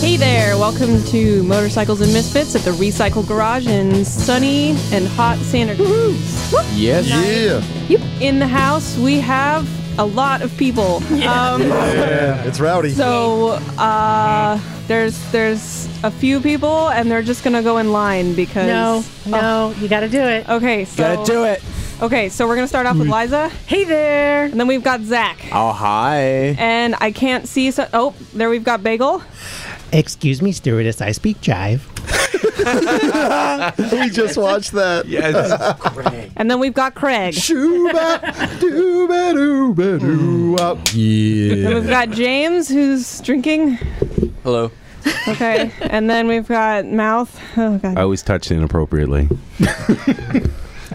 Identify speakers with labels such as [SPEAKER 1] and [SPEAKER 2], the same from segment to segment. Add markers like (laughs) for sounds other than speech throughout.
[SPEAKER 1] Hey there, welcome to Motorcycles and Misfits at the Recycle Garage in sunny and hot Santa Cruz. Woo!
[SPEAKER 2] Yes.
[SPEAKER 3] Yeah.
[SPEAKER 1] Yep. In the house, we have a lot of
[SPEAKER 4] (laughs)
[SPEAKER 1] people. Um,
[SPEAKER 3] Yeah. It's rowdy.
[SPEAKER 1] so uh, there's there's a few people, and they're just gonna go in line because Oh.
[SPEAKER 4] No, no, you got to do it.
[SPEAKER 1] Okay, so
[SPEAKER 2] Gotta do it. Mm.
[SPEAKER 1] okay, so we're gonna start off with Liza,
[SPEAKER 4] Hey there.
[SPEAKER 1] and then we've got Zach,
[SPEAKER 2] Oh, hi.
[SPEAKER 1] and I can't see. So oh, there we've got Bagel.
[SPEAKER 5] Excuse me, stewardess, I speak jive.
[SPEAKER 3] (laughs) we just watched that.
[SPEAKER 2] Yes.
[SPEAKER 1] And then we've got Craig.
[SPEAKER 3] Shoo-ba, doo-ba, doo-ba, doo-wop.
[SPEAKER 6] Mm.
[SPEAKER 1] And
[SPEAKER 3] Yeah.
[SPEAKER 1] we've got James who's drinking.
[SPEAKER 2] Hello.
[SPEAKER 1] Okay. and then we've got Mouth. Oh god.
[SPEAKER 2] I always touch inappropriately.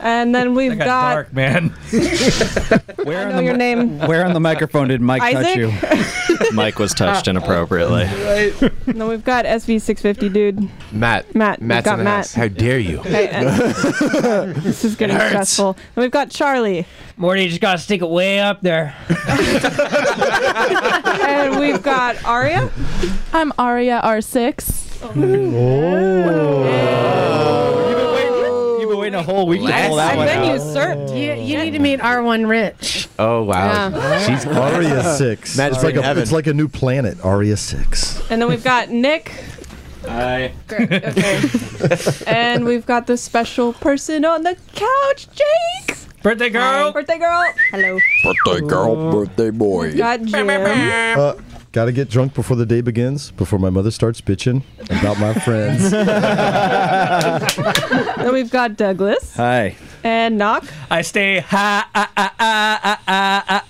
[SPEAKER 1] And then we've
[SPEAKER 7] got,
[SPEAKER 1] got,
[SPEAKER 7] dark, man.
[SPEAKER 1] I know your name.
[SPEAKER 7] Where on the microphone did Mike
[SPEAKER 1] Isaac? Uh,
[SPEAKER 7] touch you?
[SPEAKER 8] Mike was touched inappropriately.
[SPEAKER 1] And then we've got SV650
[SPEAKER 3] (laughs)
[SPEAKER 1] dude.
[SPEAKER 6] Matt.
[SPEAKER 1] Matt, we've
[SPEAKER 6] Matt's
[SPEAKER 1] got
[SPEAKER 6] in the
[SPEAKER 1] Matt.
[SPEAKER 6] house. How dare you?
[SPEAKER 1] Okay, and- this is getting stressful. And we've got Charlie.
[SPEAKER 9] Morty you just gotta stick it way up there.
[SPEAKER 1] And we've got Aria.
[SPEAKER 4] I'm Aria R6.
[SPEAKER 1] Oh.
[SPEAKER 7] You've been waiting a whole week to pull that
[SPEAKER 1] I've
[SPEAKER 7] one
[SPEAKER 1] been
[SPEAKER 7] out.
[SPEAKER 1] usurped.
[SPEAKER 4] You, you need to meet R1 Rich.
[SPEAKER 2] Oh, wow. She's
[SPEAKER 3] (laughs) Aria
[SPEAKER 2] (laughs)
[SPEAKER 3] six.
[SPEAKER 2] Matt's
[SPEAKER 3] it's like
[SPEAKER 2] bringing
[SPEAKER 3] a,
[SPEAKER 2] heaven.
[SPEAKER 3] it's like a new planet. Aria six.
[SPEAKER 1] And then we've got Nick.
[SPEAKER 8] I
[SPEAKER 7] (laughs)
[SPEAKER 1] Okay. and we've got the special person on the couch, Jake.
[SPEAKER 9] Birthday girl!
[SPEAKER 1] Birthday girl. Hello.
[SPEAKER 2] birthday girl, birthday boy.
[SPEAKER 1] Got Jim.
[SPEAKER 3] Uh, gotta get drunk before the day begins. Before my mother starts bitching about
[SPEAKER 2] (laughs)
[SPEAKER 3] my friends.
[SPEAKER 1] (laughs) then we've got Douglas
[SPEAKER 7] Hi.
[SPEAKER 1] and Knock.
[SPEAKER 9] I stay ha ah ah ah ah ah ah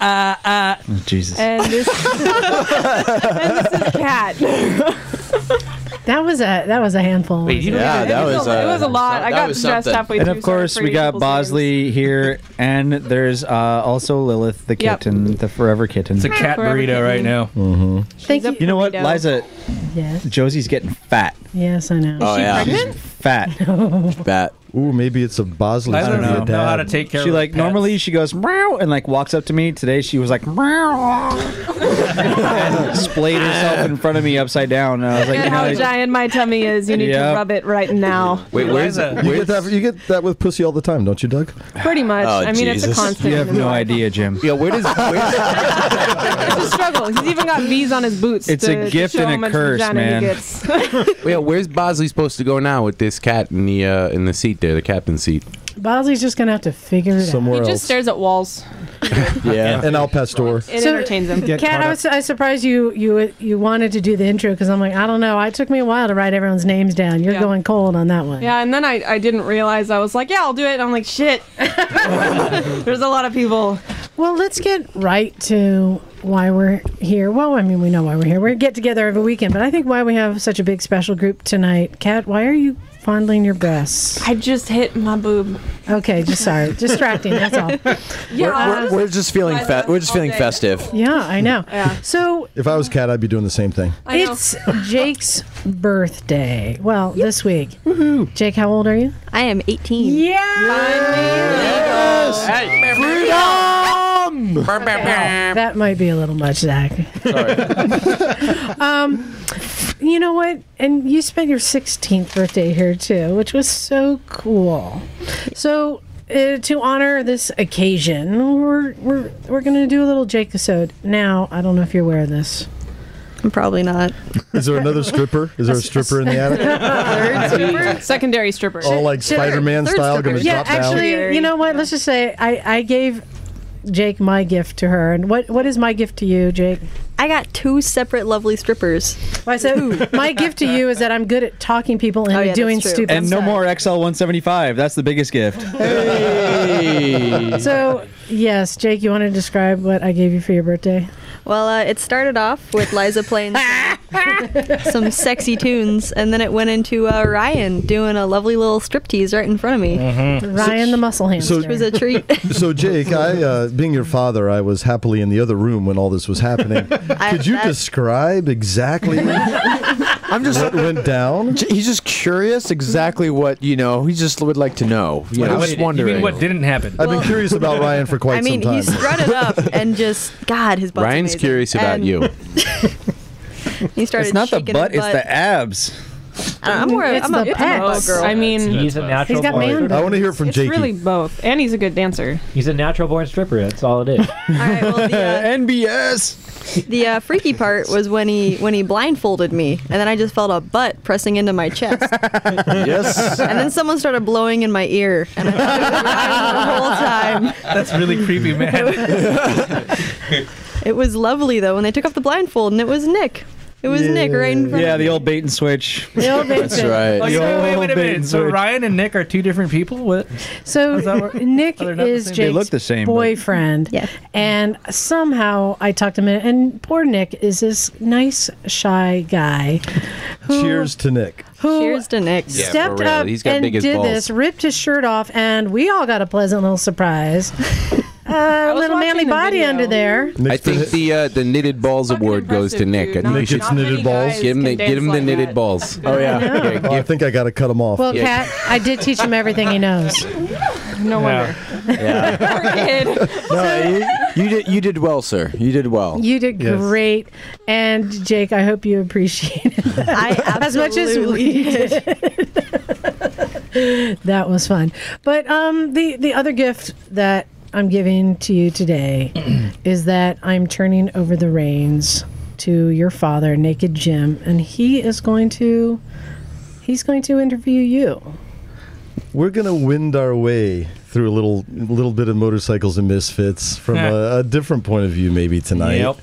[SPEAKER 9] ah ah.
[SPEAKER 7] Jesus.
[SPEAKER 1] And this. (laughs) and this is Cat.
[SPEAKER 4] (laughs) That was a that was a handful. wasn't it?
[SPEAKER 2] Yeah, that
[SPEAKER 1] it
[SPEAKER 2] was.
[SPEAKER 1] a, it was a lot. I
[SPEAKER 6] that
[SPEAKER 1] got
[SPEAKER 6] was
[SPEAKER 1] stressed
[SPEAKER 6] something.
[SPEAKER 1] halfway
[SPEAKER 7] uh, And
[SPEAKER 1] through.
[SPEAKER 7] of course,
[SPEAKER 1] sorry for
[SPEAKER 7] we got
[SPEAKER 1] people's names.
[SPEAKER 7] Bosley here, and there's uh, also Lilith, the
[SPEAKER 1] Yep.
[SPEAKER 7] kitten, the forever kitten. Mm-hmm.
[SPEAKER 9] It's a cat
[SPEAKER 1] Forever
[SPEAKER 9] burrito
[SPEAKER 1] kitten.
[SPEAKER 9] right now.
[SPEAKER 4] Thank
[SPEAKER 1] She's
[SPEAKER 4] you.
[SPEAKER 1] a-
[SPEAKER 7] you know what,
[SPEAKER 1] Burrito.
[SPEAKER 7] Liza?
[SPEAKER 4] Yes.
[SPEAKER 7] Josie's getting fat.
[SPEAKER 4] Yes, I know.
[SPEAKER 2] Oh, yeah.
[SPEAKER 1] Pregnant?
[SPEAKER 7] Fat.
[SPEAKER 2] Bat.
[SPEAKER 3] Ooh, maybe it's a Bosley.
[SPEAKER 9] I don't
[SPEAKER 3] gonna be
[SPEAKER 9] know,
[SPEAKER 3] a
[SPEAKER 9] know how to
[SPEAKER 3] dad.
[SPEAKER 9] take care
[SPEAKER 7] She
[SPEAKER 9] of
[SPEAKER 7] like
[SPEAKER 9] pets.
[SPEAKER 7] normally she goes meow and like walks up to me. Today she was like meow,
[SPEAKER 9] ah.
[SPEAKER 7] and splayed herself in front of me upside down. And I was like,
[SPEAKER 1] And
[SPEAKER 7] you know,
[SPEAKER 1] how
[SPEAKER 7] I-
[SPEAKER 1] giant my tummy is, you need to
[SPEAKER 7] Yep.
[SPEAKER 1] rub it right now.
[SPEAKER 2] Wait, where's
[SPEAKER 9] Eliza.
[SPEAKER 2] it?
[SPEAKER 3] You get, that, you get that with pussy all the time, don't you, Doug?
[SPEAKER 1] Pretty much.
[SPEAKER 2] Oh,
[SPEAKER 1] I mean, it's
[SPEAKER 2] Jesus.
[SPEAKER 1] a constant.
[SPEAKER 7] you
[SPEAKER 1] in
[SPEAKER 7] have
[SPEAKER 1] his
[SPEAKER 7] no
[SPEAKER 1] life.
[SPEAKER 7] idea, Jim.
[SPEAKER 10] (laughs)
[SPEAKER 2] Yeah, where does where,
[SPEAKER 1] It's a struggle. He's even got V's on his boots.
[SPEAKER 7] It's
[SPEAKER 1] to-
[SPEAKER 7] a
[SPEAKER 1] to
[SPEAKER 7] gift
[SPEAKER 1] show
[SPEAKER 7] and
[SPEAKER 1] how
[SPEAKER 7] a
[SPEAKER 1] much
[SPEAKER 7] curse,
[SPEAKER 1] vagina
[SPEAKER 7] man.
[SPEAKER 1] He gets. I
[SPEAKER 2] (laughs) yeah, where's Bosley supposed to go now with this cat in the uh, in the seat there, the captain's seat?
[SPEAKER 4] (laughs) Bosley's just gonna have to figure it
[SPEAKER 3] Somewhere else.
[SPEAKER 1] at walls
[SPEAKER 2] Yeah.
[SPEAKER 3] (laughs) and Al Pastor.
[SPEAKER 1] It
[SPEAKER 4] So-
[SPEAKER 1] entertains him.
[SPEAKER 4] out. Kat, I was I was surprised you you you wanted to do the intro because I'm like I don't know. I took me a while to write everyone's names down. You're
[SPEAKER 1] Yeah.
[SPEAKER 4] going cold on that one.
[SPEAKER 1] Yeah, and then I, I didn't realize I was like, yeah, I'll do it. And I'm like,
[SPEAKER 4] (laughs)
[SPEAKER 1] shit. There's a lot of people.
[SPEAKER 4] Well, let's get right to why we're here. Well, I mean, we know why we're here. We get together every weekend, but I think why we have such a big special group tonight. Kat, why are you fondling your breasts?
[SPEAKER 1] I just hit my boob.
[SPEAKER 4] Okay, just
[SPEAKER 1] (laughs)
[SPEAKER 4] sorry, distracting. That's all.
[SPEAKER 1] Yeah,
[SPEAKER 8] we're, we're just feeling fe- we're just feeling festive.
[SPEAKER 4] Yeah, I know.
[SPEAKER 1] Yeah.
[SPEAKER 4] So
[SPEAKER 3] If I was Cat, I'd be doing the same thing.
[SPEAKER 1] I know.
[SPEAKER 4] it's Jake's birthday. Well, this week. Woohoo. Jake, how old are you?
[SPEAKER 10] I am 18.
[SPEAKER 4] That might be a little much, Zach. (laughs) um, you know what? And you spent your 16th birthday here too, which was so cool. So. Uh, to honor this occasion, we're we're we're gonna do a little Jake episode. Now, I don't know if you're aware of this.
[SPEAKER 10] I'm probably not.
[SPEAKER 3] Is there another stripper? Is there a stripper in the attic?
[SPEAKER 1] (laughs) secondary stripper.
[SPEAKER 3] All like Spider Man
[SPEAKER 10] Third
[SPEAKER 3] style, gonna
[SPEAKER 10] stripper.
[SPEAKER 4] Yeah,
[SPEAKER 3] drop down.
[SPEAKER 4] actually,
[SPEAKER 1] Very-
[SPEAKER 4] you know what? Let's just say I I gave Jake my gift to her, and what what is my gift to you, Jake?
[SPEAKER 10] I got two separate lovely strippers.
[SPEAKER 4] I said (laughs) my gift to you is that I'm good at talking people and
[SPEAKER 10] Oh, yeah, that's
[SPEAKER 4] doing
[SPEAKER 10] true.
[SPEAKER 4] stupid
[SPEAKER 7] And no
[SPEAKER 4] stuff.
[SPEAKER 7] more XL 175. That's the biggest gift.
[SPEAKER 4] So, yes, Jake, you want to describe what I gave you for your birthday?
[SPEAKER 7] (laughs)
[SPEAKER 10] Well, uh, it started off with Liza playing. some sexy tunes, and then it went into uh, Ryan doing a lovely little striptease right in front of me.
[SPEAKER 2] Mm-hmm.
[SPEAKER 4] Ryan the muscle hamster.
[SPEAKER 3] so-
[SPEAKER 10] It was a
[SPEAKER 2] (laughs)
[SPEAKER 10] treat.
[SPEAKER 3] (laughs) So Jake, I uh, being your father, I was happily in the other room when all this was happening.
[SPEAKER 10] I-
[SPEAKER 3] Could you
[SPEAKER 10] that-
[SPEAKER 3] describe exactly
[SPEAKER 8] I'm just
[SPEAKER 3] what went down?
[SPEAKER 8] J- He's just curious exactly what, you know, he just would like to know. You know,
[SPEAKER 6] Wait,
[SPEAKER 8] just wondering.
[SPEAKER 6] You mean what didn't happen?
[SPEAKER 3] I've been
[SPEAKER 10] Well-
[SPEAKER 3] curious about Ryan for quite
[SPEAKER 10] I mean,
[SPEAKER 3] some
[SPEAKER 10] he
[SPEAKER 3] time.
[SPEAKER 10] strutted
[SPEAKER 2] (laughs)
[SPEAKER 10] up and just God, his butt.
[SPEAKER 2] Ryan's curious about you.
[SPEAKER 10] (laughs) He started.
[SPEAKER 7] It's not the
[SPEAKER 10] shaking his
[SPEAKER 7] butt, it's the abs.
[SPEAKER 10] I don't know, I'm more.
[SPEAKER 4] It's
[SPEAKER 10] I'm
[SPEAKER 4] the
[SPEAKER 10] a, I'm a
[SPEAKER 4] pecs.
[SPEAKER 10] girl.
[SPEAKER 1] I mean,
[SPEAKER 6] He's a natural
[SPEAKER 4] He's got
[SPEAKER 6] born.
[SPEAKER 4] man.
[SPEAKER 3] I want to hear it from
[SPEAKER 1] it's
[SPEAKER 3] Jake.
[SPEAKER 1] really both, and he's a good dancer.
[SPEAKER 6] He's a natural born stripper. That's all it is.
[SPEAKER 10] All right. Well, the,
[SPEAKER 4] (laughs)
[SPEAKER 10] uh,
[SPEAKER 7] NBS.
[SPEAKER 10] the uh, freaky part was when he when he blindfolded me, and then I just felt a butt pressing into my chest,
[SPEAKER 8] yes.
[SPEAKER 10] and then someone started blowing in my ear, and I thought it was Ryan the whole time.
[SPEAKER 6] That's really creepy, man.
[SPEAKER 10] It was lovely though when they took off the blindfold, and it was Nick. It was Nick right in front.
[SPEAKER 7] Yeah,
[SPEAKER 10] of
[SPEAKER 7] the old bait and switch.
[SPEAKER 4] The old man
[SPEAKER 8] That's
[SPEAKER 4] said-
[SPEAKER 6] Oh,
[SPEAKER 8] right.
[SPEAKER 6] you-
[SPEAKER 7] Yo,
[SPEAKER 6] wait, wait a
[SPEAKER 7] bait
[SPEAKER 6] minute.
[SPEAKER 7] and
[SPEAKER 6] So
[SPEAKER 7] switch.
[SPEAKER 6] Ryan and Nick are two different people. What? that
[SPEAKER 4] So
[SPEAKER 6] work?
[SPEAKER 4] Nick
[SPEAKER 6] Oh, they're not the
[SPEAKER 4] is
[SPEAKER 6] same?
[SPEAKER 4] Jake's
[SPEAKER 6] They
[SPEAKER 7] look the same, but-
[SPEAKER 4] boyfriend.
[SPEAKER 10] Yeah.
[SPEAKER 4] And somehow I talked him in, and poor Nick is this nice shy guy who
[SPEAKER 3] Cheers to Nick.
[SPEAKER 10] me.
[SPEAKER 4] who
[SPEAKER 10] Cheers to Nick.
[SPEAKER 2] Yeah, for
[SPEAKER 4] stepped
[SPEAKER 2] real.
[SPEAKER 4] up
[SPEAKER 2] He's got
[SPEAKER 4] and
[SPEAKER 2] big as
[SPEAKER 4] did
[SPEAKER 2] balls.
[SPEAKER 4] this, ripped his shirt off, and we all got a pleasant
[SPEAKER 1] (laughs)
[SPEAKER 4] little surprise. A
[SPEAKER 1] was
[SPEAKER 4] little manly
[SPEAKER 1] watching the
[SPEAKER 4] body
[SPEAKER 1] video.
[SPEAKER 4] under
[SPEAKER 2] I
[SPEAKER 4] there.
[SPEAKER 3] Nick's
[SPEAKER 2] think
[SPEAKER 3] been-
[SPEAKER 2] the uh, the knitted balls
[SPEAKER 1] Fucking
[SPEAKER 2] award goes to Nick.
[SPEAKER 1] impressive, dude.
[SPEAKER 2] I think
[SPEAKER 1] Not-
[SPEAKER 2] we should
[SPEAKER 1] not
[SPEAKER 3] knitted
[SPEAKER 1] many
[SPEAKER 3] balls.
[SPEAKER 1] guys
[SPEAKER 2] give him the,
[SPEAKER 1] can
[SPEAKER 2] give him the
[SPEAKER 1] dance like
[SPEAKER 2] knitted
[SPEAKER 1] that.
[SPEAKER 2] balls.
[SPEAKER 8] Oh, yeah.
[SPEAKER 2] Yeah,
[SPEAKER 3] Oh, I think I got to cut him off.
[SPEAKER 4] Well,
[SPEAKER 2] Yeah.
[SPEAKER 4] Kat, I did teach him everything he knows.
[SPEAKER 1] (laughs) No
[SPEAKER 6] Yeah.
[SPEAKER 1] wonder.
[SPEAKER 7] (laughs)
[SPEAKER 8] No, you, you did you did well, sir. You did well.
[SPEAKER 4] You did
[SPEAKER 3] Yes.
[SPEAKER 4] great. And Jake, I hope you appreciate it (laughs)
[SPEAKER 10] I absolutely
[SPEAKER 4] as much as we (laughs) did. that was fun. But um, the, the other gift that I'm giving to you today is that I'm turning over the reins to your father, Naked Jim, and he is going to he's going to interview you.
[SPEAKER 3] We're gonna wind our way through a little little bit of motorcycles and
[SPEAKER 6] (laughs)
[SPEAKER 3] misfits from a, a different point of view, maybe tonight.
[SPEAKER 6] Yep.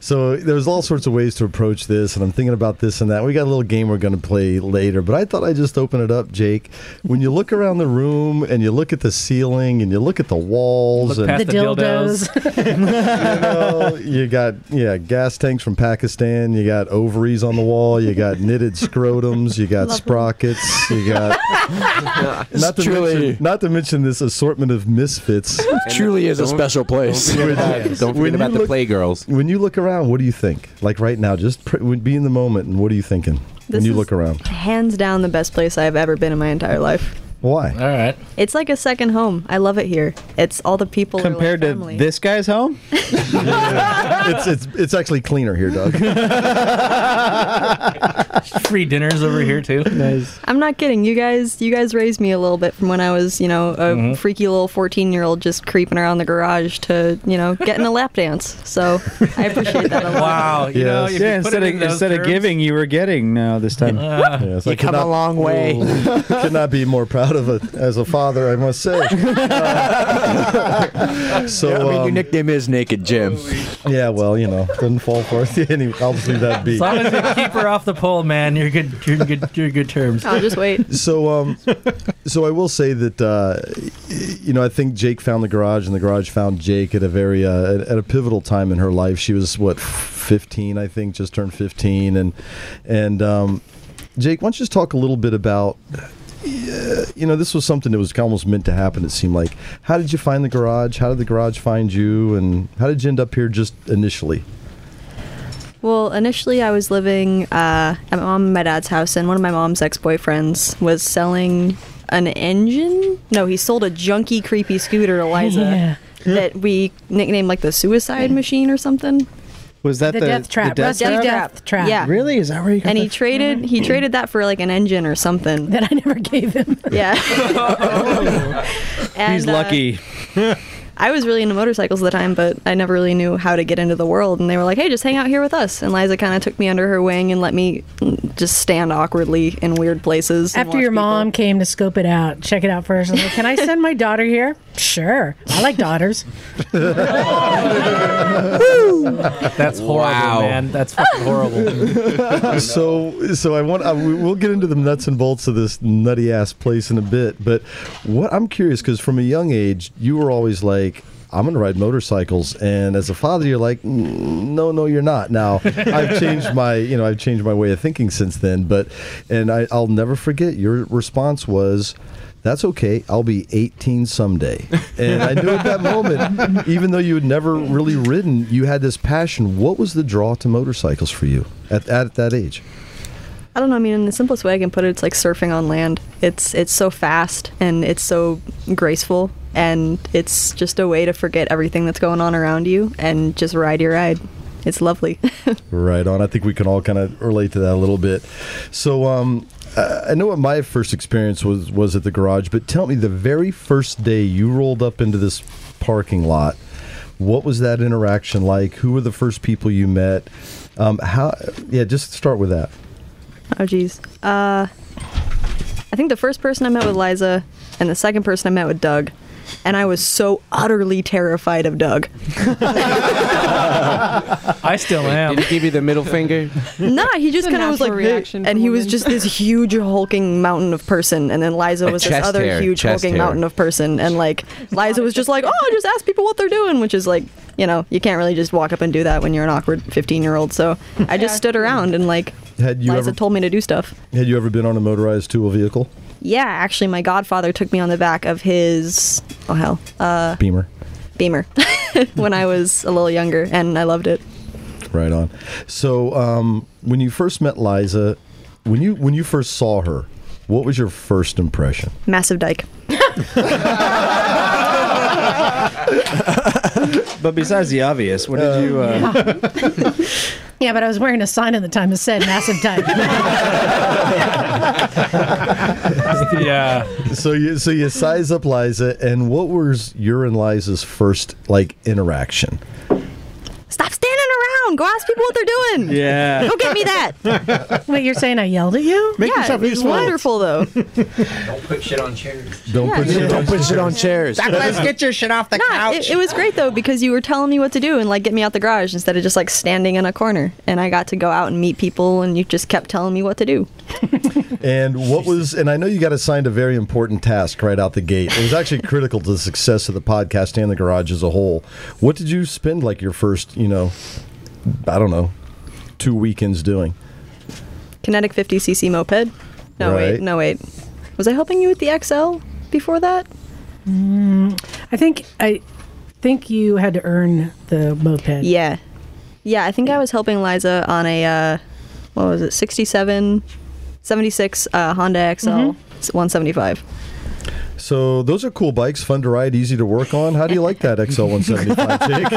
[SPEAKER 3] So there's all sorts of ways to approach this, and I'm thinking about this and that. We got a little game we're going to play later, but I thought I'd just open it up, Jake. When you look around the room and you look at the ceiling and you look at the walls,
[SPEAKER 6] Look
[SPEAKER 3] and
[SPEAKER 6] past-
[SPEAKER 4] The,
[SPEAKER 6] The
[SPEAKER 4] dildos.
[SPEAKER 6] dildos. (laughs)
[SPEAKER 3] you, know, you got yeah gas tanks from Pakistan, you got ovaries on the wall, you got knitted scrotums, you got sprockets, you (laughs) got not to
[SPEAKER 8] truly-
[SPEAKER 3] mention not to mention this assortment
[SPEAKER 8] (laughs)
[SPEAKER 3] of misfits.
[SPEAKER 8] Truly is a special place.
[SPEAKER 2] Don't
[SPEAKER 3] When
[SPEAKER 2] forget
[SPEAKER 3] you
[SPEAKER 2] about the
[SPEAKER 3] look-
[SPEAKER 2] playgirls.
[SPEAKER 3] When you look around, what do you think? Like right now, just pr- would be in the moment, and what are you thinking when
[SPEAKER 10] This
[SPEAKER 3] you
[SPEAKER 10] is-
[SPEAKER 3] look around?
[SPEAKER 10] hands down the best place I've ever been in my entire life.
[SPEAKER 3] Why?
[SPEAKER 6] All right.
[SPEAKER 10] It's like a second home. I love it here. It's all the people are like
[SPEAKER 7] Compared to
[SPEAKER 10] family.
[SPEAKER 7] this guy's home?
[SPEAKER 3] it's it's it's actually cleaner here,
[SPEAKER 10] (laughs)
[SPEAKER 3] Doug.
[SPEAKER 6] Free dinners over here
[SPEAKER 3] (laughs)
[SPEAKER 6] too.
[SPEAKER 10] I'm not kidding. You guys, you guys raised me a little bit from when I was, you know, a
[SPEAKER 4] Mm-hmm.
[SPEAKER 10] freaky little 14 year old just creeping around the garage to, you know, getting a lap dance. So
[SPEAKER 4] (laughs)
[SPEAKER 10] I appreciate that a lot.
[SPEAKER 6] Wow. You know,
[SPEAKER 3] Yes.
[SPEAKER 6] if you
[SPEAKER 7] Yeah,
[SPEAKER 6] put
[SPEAKER 7] instead
[SPEAKER 6] it
[SPEAKER 7] of
[SPEAKER 6] in those
[SPEAKER 7] instead of
[SPEAKER 6] terms-
[SPEAKER 7] giving, you were getting now this time. (laughs)
[SPEAKER 3] Yes, I
[SPEAKER 8] You come
[SPEAKER 3] cannot-
[SPEAKER 8] a long way.
[SPEAKER 3] could not be more proud of it as a father, I
[SPEAKER 10] (laughs)
[SPEAKER 3] must say. Uh, so
[SPEAKER 8] I mean, your
[SPEAKER 3] um,
[SPEAKER 8] nickname is Naked Jim.
[SPEAKER 3] yeah, well, you know, doesn't fall for it. (laughs) anyway, I'll just leave that be.
[SPEAKER 6] As long as you keep her off the pole, man, you're good. You're in good. You're in good terms. (laughs)
[SPEAKER 10] I'll Oh, just wait.
[SPEAKER 3] (laughs) So um, so I will say that uh, you know I think Jake found the garage and the garage found Jake at a very uh, at a pivotal time in her life. She was what 15, I think, just turned 15, and and um, Jake, why don't you just talk a little bit about uh, you know, this was something that was almost meant to happen. It seemed like. How did you find the garage? How did the garage find you? And how did you end up here just initially?
[SPEAKER 10] Well, initially I was living uh, at my mom and my dad's house, and one of my mom's ex-boyfriends was selling an engine. No, he sold a junky, creepy scooter to Liza
[SPEAKER 4] Yeah.
[SPEAKER 10] that we nicknamed like the suicide machine or something.
[SPEAKER 7] Was that
[SPEAKER 4] The
[SPEAKER 7] the,
[SPEAKER 4] death trap.
[SPEAKER 7] The death
[SPEAKER 4] Rusty
[SPEAKER 7] trap?
[SPEAKER 4] death trap.
[SPEAKER 10] Yeah.
[SPEAKER 7] Really? Is that where you got
[SPEAKER 10] And he
[SPEAKER 7] that?
[SPEAKER 10] traded he traded that for like an engine or something.
[SPEAKER 4] (laughs) That I never gave him.
[SPEAKER 10] Yeah. And,
[SPEAKER 7] He's
[SPEAKER 10] uh,
[SPEAKER 7] lucky.
[SPEAKER 10] (laughs) I was really into motorcycles at the time, but I never really knew how to get into the world. And they were like, "Hey, just hang out here with us." And Liza kind of took me under her wing and let me mm, just stand awkwardly in weird places. and
[SPEAKER 4] After
[SPEAKER 10] watch
[SPEAKER 4] your
[SPEAKER 10] people.
[SPEAKER 4] mom came to scope it out, check it out first. I'm like, Can I send my daughter here? Sure. I
[SPEAKER 10] (laughs)
[SPEAKER 4] like daughters.
[SPEAKER 6] That's horrible,
[SPEAKER 2] Wow.
[SPEAKER 6] man. That's fucking
[SPEAKER 10] (laughs)
[SPEAKER 6] horrible.
[SPEAKER 3] (laughs) So, so I want. I, we- we'll get into the nuts and bolts of this nutty ass place in a bit. But what I'm curious, because from a young age, you were always like, I'm going to ride motorcycles. And as a father, you're like, "N- no, no, you're not. Now, I've changed my, you know, I've changed my way of thinking since then. But, and I, I'll never forget your response was, that's okay. I'll be 18 someday. And I knew at that (laughs) moment, even though you had never really ridden, you had this passion. What was the draw to motorcycles for you at, at that age?
[SPEAKER 10] I don't know. I mean, in the simplest way I can put it, it's like surfing on land. It's it's so fast and it's so graceful, and it's just a way to forget everything that's going on around you and just ride your ride. It's lovely. (laughs)
[SPEAKER 3] Right on. I think we can all kind of relate to that a little bit. So, um, I I know what my first experience was was at the garage, but tell me the very first day you rolled up into this parking lot. What was that interaction like? Who were the first people you met? Um, how? Yeah, just start with that.
[SPEAKER 10] Oh jeez. Uh, I think the first person I met with Liza, and the second person I met with Doug, and I was so utterly terrified of
[SPEAKER 1] (laughs)
[SPEAKER 10] Doug.
[SPEAKER 6] (laughs) I still am.
[SPEAKER 2] Did he give you the middle finger?
[SPEAKER 10] nah, he just
[SPEAKER 1] a
[SPEAKER 10] kind of was
[SPEAKER 1] natural
[SPEAKER 10] like,
[SPEAKER 1] reaction
[SPEAKER 10] "Bleh," and
[SPEAKER 1] for
[SPEAKER 10] he was
[SPEAKER 1] women.
[SPEAKER 10] just this huge hulking mountain of person, and then Liza
[SPEAKER 2] A
[SPEAKER 10] was this
[SPEAKER 2] chest
[SPEAKER 10] other
[SPEAKER 2] hair,
[SPEAKER 10] huge
[SPEAKER 2] chest
[SPEAKER 10] hulking
[SPEAKER 2] hair.
[SPEAKER 10] mountain of person, and
[SPEAKER 1] (laughs)
[SPEAKER 10] like Liza was just like, "Oh, just ask people what they're doing," which is like, you know, you can't really just walk up and do that when you're an awkward 15 year old. So I just stood around and like
[SPEAKER 3] Had you
[SPEAKER 10] Liza
[SPEAKER 3] ever
[SPEAKER 10] told me to do stuff.
[SPEAKER 3] had you ever been on a motorized two wheel vehicle?
[SPEAKER 10] Yeah, actually, my godfather took me on the back of his oh hell uh,
[SPEAKER 3] Beamer.
[SPEAKER 10] Beamer (laughs) when I was a little younger, and I loved it.
[SPEAKER 3] Right on. So, um, when you first met Liza, when you when you first saw her, what was your first impression?
[SPEAKER 10] Massive Dyke.
[SPEAKER 7] But besides the obvious, what did you? Uh,
[SPEAKER 4] Yeah, but I was wearing a sign at the time that said massive
[SPEAKER 10] (laughs)
[SPEAKER 4] type.
[SPEAKER 6] yeah.
[SPEAKER 3] So you so you size up Liza, and what was your and Liza's first like interaction?
[SPEAKER 10] Stop standing around. Go ask people what they're doing.
[SPEAKER 7] yeah.
[SPEAKER 10] Go get me that.
[SPEAKER 4] (laughs) Wait, you're saying I yelled at you?
[SPEAKER 8] Make
[SPEAKER 10] yeah,
[SPEAKER 8] yourself
[SPEAKER 10] it's
[SPEAKER 8] useful.
[SPEAKER 10] wonderful though.
[SPEAKER 3] Don't
[SPEAKER 10] Yeah,
[SPEAKER 3] put
[SPEAKER 10] you-
[SPEAKER 3] shit
[SPEAKER 8] Don't
[SPEAKER 3] on.
[SPEAKER 8] put shit on chairs.
[SPEAKER 5] Let's get your shit off the
[SPEAKER 10] Nah, it, it was great though because you were telling me what to do and like get me out the garage instead of just like standing in a corner. And I got to go out and meet people, and you just kept telling me what to do.
[SPEAKER 3] And what was and I know you got assigned a very important task right out the gate. It was actually critical to the success of the podcast and the garage as a whole. What did you spend like your first, you know, I don't know, two weekends doing?
[SPEAKER 10] Kinetic 50cc moped. No
[SPEAKER 3] Right.
[SPEAKER 10] wait, no wait. Was I helping you with the XL before that?
[SPEAKER 4] I think I think you had to earn the moped.
[SPEAKER 10] Yeah, yeah. I think I was helping Liza on a uh, what was it, 67, 76 uh, Honda XL 175.
[SPEAKER 3] So those are cool bikes, fun to ride, easy to work on. How do you like that XL one seventy five, Jake?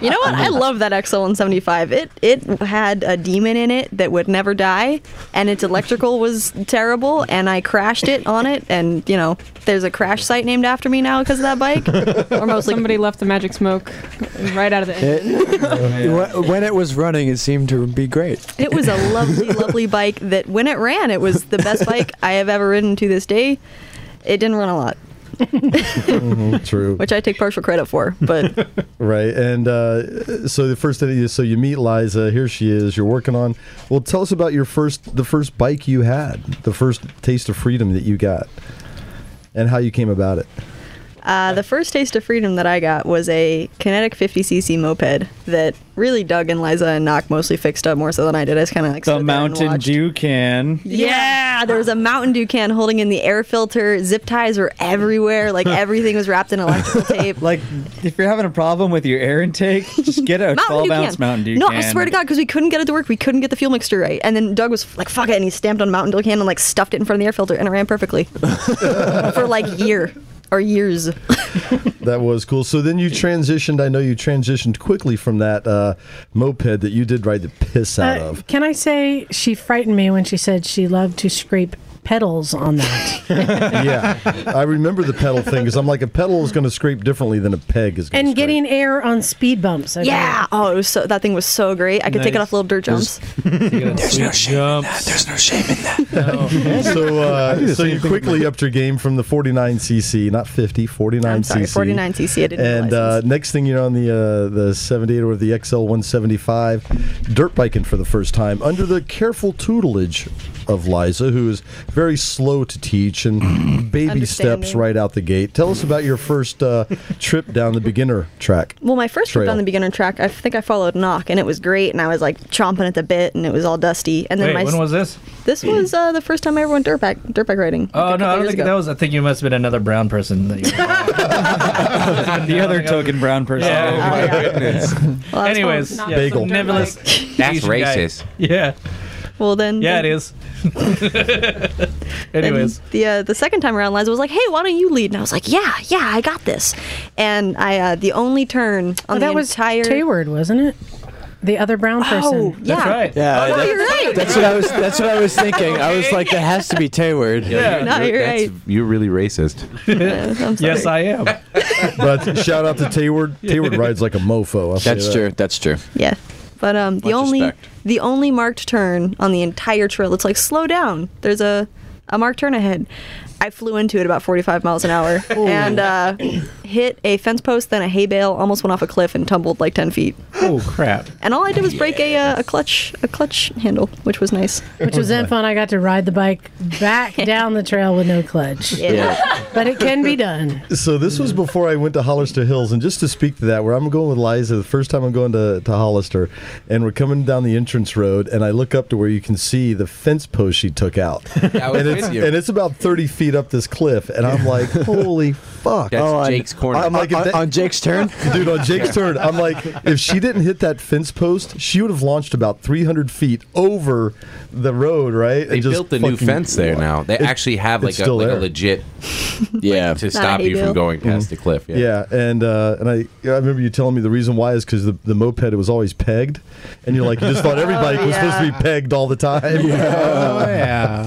[SPEAKER 10] You know what? I love that XL175. It it had a demon in it that would never die, and its electrical was terrible. And I crashed it on it, and you know, there's a crash site named after me now because of that
[SPEAKER 1] (laughs)
[SPEAKER 10] bike. or mostly,
[SPEAKER 1] Somebody left the magic smoke right out of the engine.
[SPEAKER 8] Wh- When it was running, it seemed to be great.
[SPEAKER 10] it was a lovely, lovely bike that when it ran, it was the best bike I have ever ridden to this day. It didn't run a lot,
[SPEAKER 3] True.
[SPEAKER 10] which I take partial credit for, but
[SPEAKER 3] Right, and uh, so the first thing, so you meet Liza. Here she is. You're working on. Well, tell us about your first, the first bike you had, the first taste of freedom that you got, and how you came about it.
[SPEAKER 10] Uh, the first taste of freedom that I got was a kinetic 50cc moped that really Doug and Liza and Knock mostly fixed up more so than I did. I just kind of like stood
[SPEAKER 7] The
[SPEAKER 10] there and
[SPEAKER 7] Mountain
[SPEAKER 10] watched.
[SPEAKER 7] Dew can.
[SPEAKER 10] Yeah, there was a Mountain Dew can holding in the air filter. Zip ties were everywhere. Like everything was wrapped in electrical tape.
[SPEAKER 7] (laughs) Like, if you're having a problem with your air intake,
[SPEAKER 10] (laughs)
[SPEAKER 7] just get a 12
[SPEAKER 10] Dew
[SPEAKER 7] ounce
[SPEAKER 10] can.
[SPEAKER 7] Mountain Dew
[SPEAKER 10] No,
[SPEAKER 7] can.
[SPEAKER 10] I swear to God, because we couldn't get it to work. We couldn't get the fuel mixture right. And then Doug was like, "Fuck it," and he stamped on Mountain Dew can and like stuffed it in front of the air filter, and it ran perfectly (laughs) for like a year or
[SPEAKER 7] (laughs)
[SPEAKER 10] years.
[SPEAKER 3] That was cool. So then you transitioned. I know you transitioned quickly from that uh, moped that you did ride the piss out
[SPEAKER 4] Uh,
[SPEAKER 3] of.
[SPEAKER 4] can I say she frightened me when she said she loved to scrape pedals on that?
[SPEAKER 3] yeah, I remember the pedal thing because I'm like a pedal is going to scrape differently than a peg is. Gonna
[SPEAKER 4] (laughs) and
[SPEAKER 3] scrape.
[SPEAKER 4] getting air on speed bumps. I
[SPEAKER 10] yeah. Oh, it was so that thing was so great. I could take it
[SPEAKER 6] Nice.
[SPEAKER 10] off little dirt jumps.
[SPEAKER 6] There's no jumps.
[SPEAKER 8] There's no shame in that. (laughs)
[SPEAKER 3] so
[SPEAKER 8] do
[SPEAKER 3] uh,
[SPEAKER 8] the
[SPEAKER 3] so
[SPEAKER 8] same
[SPEAKER 3] you
[SPEAKER 8] thing.
[SPEAKER 3] quickly upped your game from the 49cc, not 50, 49cc.
[SPEAKER 10] I'm sorry, 49cc. I didn't
[SPEAKER 3] And
[SPEAKER 10] realize
[SPEAKER 3] uh,
[SPEAKER 10] this.
[SPEAKER 3] next thing you're on the uh, the 78 or the XL 175, dirt biking for the first time under the careful tutelage of Liza, who is very slow to teach and
[SPEAKER 10] (clears throat)
[SPEAKER 3] baby steps
[SPEAKER 10] Understanding.
[SPEAKER 3] right out the gate. Tell us about your first uh, trip down the beginner track.
[SPEAKER 10] Well, my first trip
[SPEAKER 3] Trail.
[SPEAKER 10] on the beginner track, I think I followed Knock, and it was great, and I was like chomping at the bit, and it was all dusty. And then my
[SPEAKER 6] Wait, when was this?
[SPEAKER 10] This was uh, the first time I ever went dirt bike dirt bike riding.
[SPEAKER 6] Oh no, I don't think
[SPEAKER 10] ago.
[SPEAKER 6] that was. I think you must have been another brown person. That
[SPEAKER 10] (laughs)
[SPEAKER 6] you
[SPEAKER 7] The other token brown person.
[SPEAKER 6] Yeah. Oh,
[SPEAKER 2] goodness.
[SPEAKER 10] Oh, Well, that's
[SPEAKER 6] Anyways,
[SPEAKER 1] Not
[SPEAKER 6] yeah,
[SPEAKER 3] Bagel.
[SPEAKER 6] some Nicholas.
[SPEAKER 2] That's
[SPEAKER 6] Asian guy.
[SPEAKER 2] racist.
[SPEAKER 6] Yeah,
[SPEAKER 10] fun. Well, then
[SPEAKER 6] Uh, yeah, it
[SPEAKER 10] then-
[SPEAKER 6] is.
[SPEAKER 10] then
[SPEAKER 6] Anyways,
[SPEAKER 10] the uh, the second time around, Liza was like, "Hey, why don't you lead?" And I was like, "Yeah, yeah, I got this." And I uh, the only turn on
[SPEAKER 4] Oh,
[SPEAKER 10] the
[SPEAKER 4] that was
[SPEAKER 10] entire (laughs)
[SPEAKER 4] (laughs) Tayward, wasn't it? The other brown person.
[SPEAKER 10] Oh, yeah,
[SPEAKER 6] that's
[SPEAKER 8] (laughs)
[SPEAKER 6] right.
[SPEAKER 8] Yeah,
[SPEAKER 10] Oh,
[SPEAKER 8] that-
[SPEAKER 10] you're right.
[SPEAKER 8] that's what I was. That's what I was thinking. I was like, that has to be
[SPEAKER 1] (laughs)
[SPEAKER 8] Tayward.
[SPEAKER 6] Yeah.
[SPEAKER 10] No, you're
[SPEAKER 2] That's-
[SPEAKER 10] right.
[SPEAKER 2] You're really racist.
[SPEAKER 10] I'm sorry.
[SPEAKER 6] Yes, I am.
[SPEAKER 3] But shout out
[SPEAKER 8] (laughs)
[SPEAKER 3] to Tayward. Tayward rides like a mofo. I'll say
[SPEAKER 8] That's
[SPEAKER 3] that.
[SPEAKER 8] true. That's true.
[SPEAKER 10] Yeah. But um, the
[SPEAKER 8] Much
[SPEAKER 10] only
[SPEAKER 8] respect.
[SPEAKER 10] the only marked turn on the entire trail. It's like slow down. There's a a marked turn ahead. I flew into it about 45 miles an
[SPEAKER 4] (laughs)
[SPEAKER 10] hour and uh, hit a fence post, then a hay bale, almost went off a cliff and tumbled like 10 feet.
[SPEAKER 6] Oh crap!
[SPEAKER 10] And all I did was break a, uh, a clutch a clutch handle, which was nice.
[SPEAKER 4] Which was then fun. I got to ride the bike
[SPEAKER 10] (laughs)
[SPEAKER 4] back down the trail with no clutch. But it can be done.
[SPEAKER 3] So this was before I went to Hollister Hills, and just to speak to that, where I'm going with Liza, the first time I'm going to, to Hollister, and we're coming down the entrance road, and I look up to where you can see the fence post she took
[SPEAKER 2] (laughs)
[SPEAKER 3] out,
[SPEAKER 2] I was
[SPEAKER 3] and it's
[SPEAKER 2] with you.
[SPEAKER 3] and it's about 30 feet up this cliff, and
[SPEAKER 2] (laughs)
[SPEAKER 3] I'm like, holy fuck,
[SPEAKER 2] That's
[SPEAKER 8] Oh, on-
[SPEAKER 2] Jake's corner.
[SPEAKER 3] I'm like, if
[SPEAKER 8] on,
[SPEAKER 3] that-
[SPEAKER 8] on Jake's turn.
[SPEAKER 3] (laughs) dude, on Jake's turn, I'm like, if she didn't hit that fence post, she would have launched about 300 feet over the road, right?
[SPEAKER 2] they built the new fence there now. They actually have like,
[SPEAKER 3] it's
[SPEAKER 2] a,
[SPEAKER 3] still
[SPEAKER 2] like a
[SPEAKER 3] there. Mm-hmm.
[SPEAKER 2] legit
[SPEAKER 8] Yeah.
[SPEAKER 2] to stop
[SPEAKER 10] hay
[SPEAKER 2] you
[SPEAKER 10] bale.
[SPEAKER 2] from going past the cliff. Yeah.
[SPEAKER 3] Yeah, and uh, and I I remember you telling me the reason why is because the, the moped it was always pegged, and you're like you (laughs) just thought every bike was supposed
[SPEAKER 11] (laughs)
[SPEAKER 3] to be pegged all the time. (laughs)
[SPEAKER 5] Oh, yeah.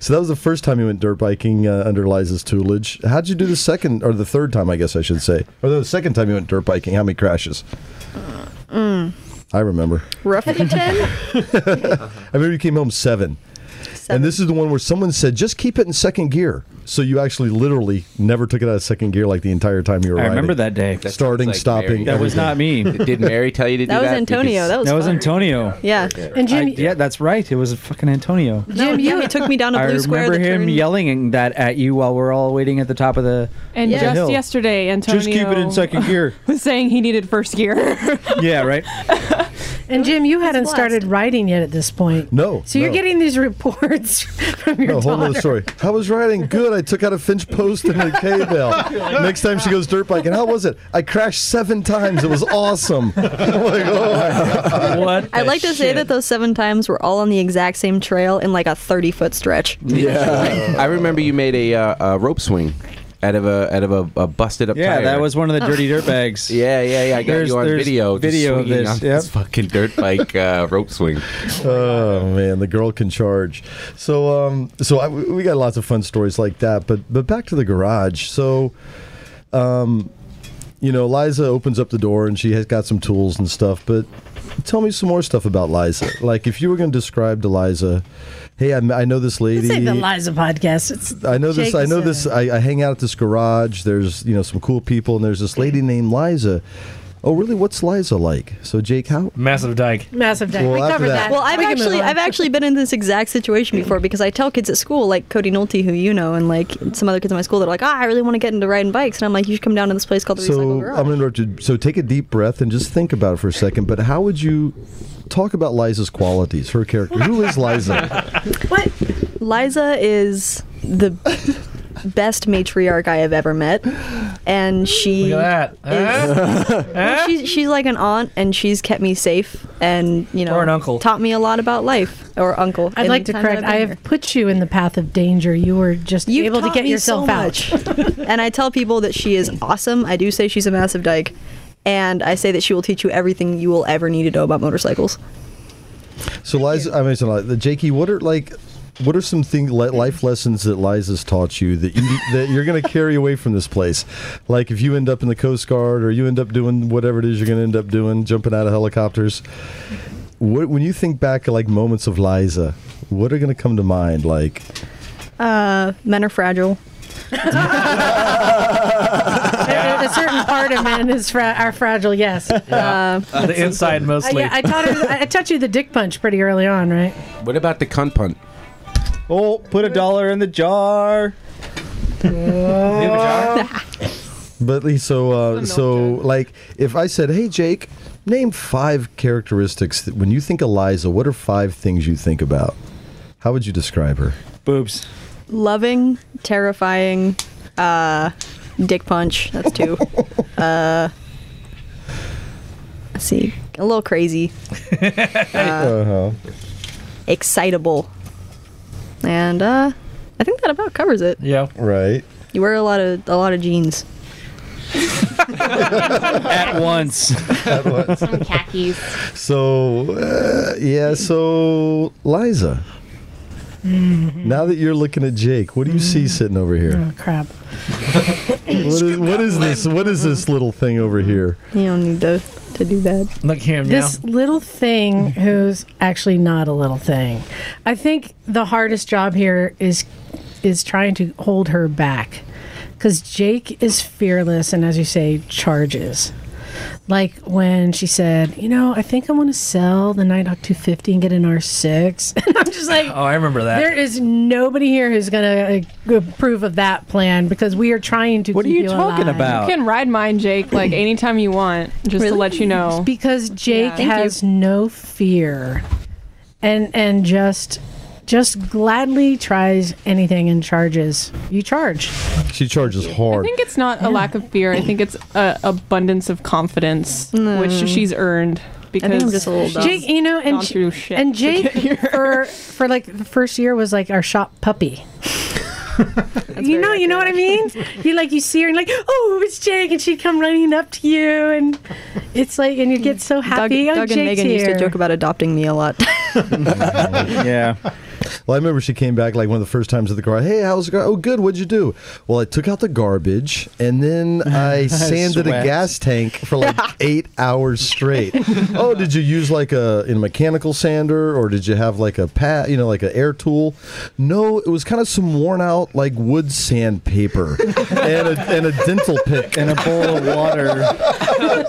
[SPEAKER 3] So that was the first time you went dirt biking uh, under Liza's tutelage. How'd you do the second or the third time? I guess I should say, or the second time you went dirt biking. How many crashes?
[SPEAKER 4] Mm.
[SPEAKER 3] I remember.
[SPEAKER 10] Roughly
[SPEAKER 4] (laughs)
[SPEAKER 10] 10.
[SPEAKER 3] I remember you came home seven.
[SPEAKER 10] Seven.
[SPEAKER 3] And this is the one where someone said, just keep it in second gear. So you actually literally never took it out of second gear like the entire time you were
[SPEAKER 7] I
[SPEAKER 3] riding.
[SPEAKER 7] remember that day.
[SPEAKER 2] That sounds
[SPEAKER 3] Starting,
[SPEAKER 2] like
[SPEAKER 3] stopping.
[SPEAKER 2] Mary.
[SPEAKER 7] That was not me.
[SPEAKER 3] (laughs)
[SPEAKER 7] That
[SPEAKER 2] Did Mary tell (laughs) you to do
[SPEAKER 10] that
[SPEAKER 2] that?
[SPEAKER 10] was Antonio.
[SPEAKER 2] Because-
[SPEAKER 10] That was
[SPEAKER 7] was
[SPEAKER 10] fun.
[SPEAKER 7] Antonio.
[SPEAKER 10] Yeah.
[SPEAKER 4] And Jim,
[SPEAKER 7] Yeah, that's right. It was fucking Antonio.
[SPEAKER 10] No, yeah, (laughs) he took me down a
[SPEAKER 7] I
[SPEAKER 10] blue square.
[SPEAKER 7] remember
[SPEAKER 10] that
[SPEAKER 7] him
[SPEAKER 10] turned-
[SPEAKER 7] yelling that at you while we're all waiting at the top of the.
[SPEAKER 1] And
[SPEAKER 10] Yeah.
[SPEAKER 1] just
[SPEAKER 7] Hill.
[SPEAKER 1] yesterday, Antonio
[SPEAKER 7] Just keep it in second gear.
[SPEAKER 1] (laughs) was saying he needed first gear.
[SPEAKER 7] yeah, right.
[SPEAKER 4] and Jim, you hadn't
[SPEAKER 10] blast.
[SPEAKER 4] started riding yet at this point.
[SPEAKER 3] No.
[SPEAKER 4] So you're
[SPEAKER 3] no.
[SPEAKER 4] getting these reports (laughs) from your
[SPEAKER 3] No, whole
[SPEAKER 4] daughter.
[SPEAKER 3] nother story. I was riding good. I took out a Finch post and a
[SPEAKER 10] (laughs)
[SPEAKER 3] K bell. Next time she goes dirt biking, how was it? I crashed seven times. It was awesome. I'm like, oh my God.
[SPEAKER 6] What?
[SPEAKER 10] I'd
[SPEAKER 6] the
[SPEAKER 10] like to say
[SPEAKER 6] shit?
[SPEAKER 10] that those seven times were all on the exact same trail in like a 30 foot stretch.
[SPEAKER 3] (laughs)
[SPEAKER 8] Yeah.
[SPEAKER 2] I remember you made a, uh, a rope swing out of a out of a, a busted up
[SPEAKER 7] Yeah,
[SPEAKER 2] tire.
[SPEAKER 7] that was one of
[SPEAKER 2] (laughs)
[SPEAKER 7] the dirty dirt bags.
[SPEAKER 2] Yeah, yeah, yeah. I got
[SPEAKER 7] There's-
[SPEAKER 2] you on
[SPEAKER 7] there's
[SPEAKER 2] video. just
[SPEAKER 7] video of
[SPEAKER 2] swinging
[SPEAKER 7] this,
[SPEAKER 2] on
[SPEAKER 7] yep.
[SPEAKER 2] this fucking dirt bike uh, rope swing.
[SPEAKER 3] Oh man, the girl can charge. So um, so I, we got lots of fun stories like that. But but back to the garage. So, um, you know, Liza opens up the door and she has got some tools and stuff. But tell me some more stuff about Liza. Like if you were going to describe to Liza, hey, I, I know this lady.
[SPEAKER 4] It's like the Liza podcast. It's
[SPEAKER 3] I know this.
[SPEAKER 10] Jake
[SPEAKER 3] I know
[SPEAKER 10] is
[SPEAKER 3] this. I, I hang out at this garage. There's you know some cool people, and there's this lady named Liza. Oh, really? What's Liza like? So, Jake, how?
[SPEAKER 6] massive dike.
[SPEAKER 4] (laughs) massive deck.
[SPEAKER 3] Well,
[SPEAKER 4] we
[SPEAKER 3] after
[SPEAKER 4] covered
[SPEAKER 3] that-
[SPEAKER 4] that.
[SPEAKER 10] Well, I've
[SPEAKER 4] We can move
[SPEAKER 10] actually
[SPEAKER 4] on.
[SPEAKER 10] I've actually been in this exact situation before because I tell kids at school like Cody Nolte, who you know, and like some other kids in my school, they're like, ah, I really want to get into riding bikes, and I'm like, you should come down to this place called the Recycle
[SPEAKER 3] So I'm
[SPEAKER 10] Garage.
[SPEAKER 3] gonna interrupt you. So take a deep breath and just think about it for a second. But how would you talk about Liza's qualities, her character? Who is Liza?
[SPEAKER 4] What?
[SPEAKER 10] Liza is the best matriarch I have ever met, and she.
[SPEAKER 6] Look at that. Huh?
[SPEAKER 10] well, she's, she's like an aunt, and she's kept me safe, and you know,
[SPEAKER 6] Or an uncle.
[SPEAKER 10] taught me a lot about life, or uncle.
[SPEAKER 4] I'd
[SPEAKER 10] in
[SPEAKER 4] like to
[SPEAKER 10] the time that
[SPEAKER 4] correct.
[SPEAKER 10] I've
[SPEAKER 4] I
[SPEAKER 10] been
[SPEAKER 4] have
[SPEAKER 10] here.
[SPEAKER 4] put you in the path of danger. You were just
[SPEAKER 10] You've
[SPEAKER 4] able to
[SPEAKER 10] taught
[SPEAKER 4] get
[SPEAKER 10] me
[SPEAKER 4] yourself
[SPEAKER 10] so
[SPEAKER 4] out.
[SPEAKER 10] much. and I tell people that she is awesome. I do say she's a massive dyke, and I say that she will teach you everything you will ever need to know about motorcycles.
[SPEAKER 3] So Liza, I mean, so like, the Jakey. What are like? What are some things, li- life lessons that Liza's taught you that you that you're going to carry away from this place? Like if you end up in the Coast Guard or you end up doing whatever it is you're going to end up doing, jumping out of helicopters. What, when you think back, like moments of Liza, what are going to come to mind? Like,
[SPEAKER 10] Uh, men are fragile.
[SPEAKER 4] (laughs) a, a certain part of men is fra- are fragile. Yes. Uh,
[SPEAKER 6] the inside
[SPEAKER 4] I,
[SPEAKER 6] mostly.
[SPEAKER 4] yeah, I taught her. I taught you the dick punch pretty early on, right?
[SPEAKER 2] What about the cunt punt?
[SPEAKER 7] Oh, put a dollar in the jar.
[SPEAKER 3] But Lee, so uh, so like if I said, "Hey Jake, name five characteristics that when you think Eliza, what are five things you think about?" How would you describe her?
[SPEAKER 7] Boobs.
[SPEAKER 10] Loving, terrifying, uh, dick punch. That's two. uh, let's see. A little crazy. Uh,
[SPEAKER 3] Uh-huh.
[SPEAKER 6] Oh,
[SPEAKER 10] excitable. And uh, I think that about covers it.
[SPEAKER 6] Yeah.
[SPEAKER 3] Right.
[SPEAKER 10] You wear a lot of a lot of jeans.
[SPEAKER 3] (laughs)
[SPEAKER 7] At once.
[SPEAKER 3] At once.
[SPEAKER 11] Some khakis.
[SPEAKER 3] So uh, yeah, so Liza.
[SPEAKER 6] Mm-hmm. Hmm.
[SPEAKER 3] Now that you're looking at Jake, what do you see sitting over here?
[SPEAKER 4] Oh, crap.
[SPEAKER 3] What is, what is this? What is this little thing over here?
[SPEAKER 10] You don't need to to do that.
[SPEAKER 6] Look here
[SPEAKER 4] This little thing who's actually not a little thing. I think the hardest job here is is trying to hold her back cuz Jake is fearless and as you say charges. Like when she said, "You know, I think I want to sell the Nighthawk 250 and get an R6." (laughs) And I'm just like,
[SPEAKER 6] Oh, I remember that.
[SPEAKER 4] There is nobody here who's going to approve of that plan because we are trying to. What
[SPEAKER 7] are you talking about?
[SPEAKER 1] You can ride mine, Jake, like anytime you want, just to let you know.
[SPEAKER 4] Because Jake
[SPEAKER 1] Thank you.
[SPEAKER 4] has no fear, and and just just gladly tries anything and charges. You charge.
[SPEAKER 3] She charges
[SPEAKER 1] I
[SPEAKER 3] hard.
[SPEAKER 1] think it's not a lack of fear. I think it's a abundance of confidence,
[SPEAKER 4] Mm.
[SPEAKER 1] which she's earned because
[SPEAKER 4] Jake, you know, and
[SPEAKER 1] gone
[SPEAKER 4] J-
[SPEAKER 1] through shit
[SPEAKER 4] and
[SPEAKER 1] to
[SPEAKER 4] Jake
[SPEAKER 1] get here.
[SPEAKER 4] for for like the first year was like our shop puppy. you know, you know what I mean. You like you see her and like, oh, it's Jake, and she'd come running up to you, and it's like, and you get so happy.
[SPEAKER 10] Doug,
[SPEAKER 4] oh,
[SPEAKER 10] Doug
[SPEAKER 4] Jake's
[SPEAKER 10] and Megan used to
[SPEAKER 4] here."
[SPEAKER 10] joke about adopting me a lot.
[SPEAKER 7] (laughs) yeah.
[SPEAKER 3] Well, I remember she came back like one of the first times at the car. Hey, how's it going? Oh, good. What'd you do? Well, I took out the garbage
[SPEAKER 7] (laughs)
[SPEAKER 3] and then I sanded a
[SPEAKER 7] sweat.
[SPEAKER 3] gas tank
[SPEAKER 7] (laughs)
[SPEAKER 3] for like eight hours straight. oh, did you use like a in a mechanical sander or did you have like a pat, you know, like an air tool? No, it was kind of some worn out like wood sandpaper (laughs) and a, and a dental pick
[SPEAKER 7] And a bowl of water.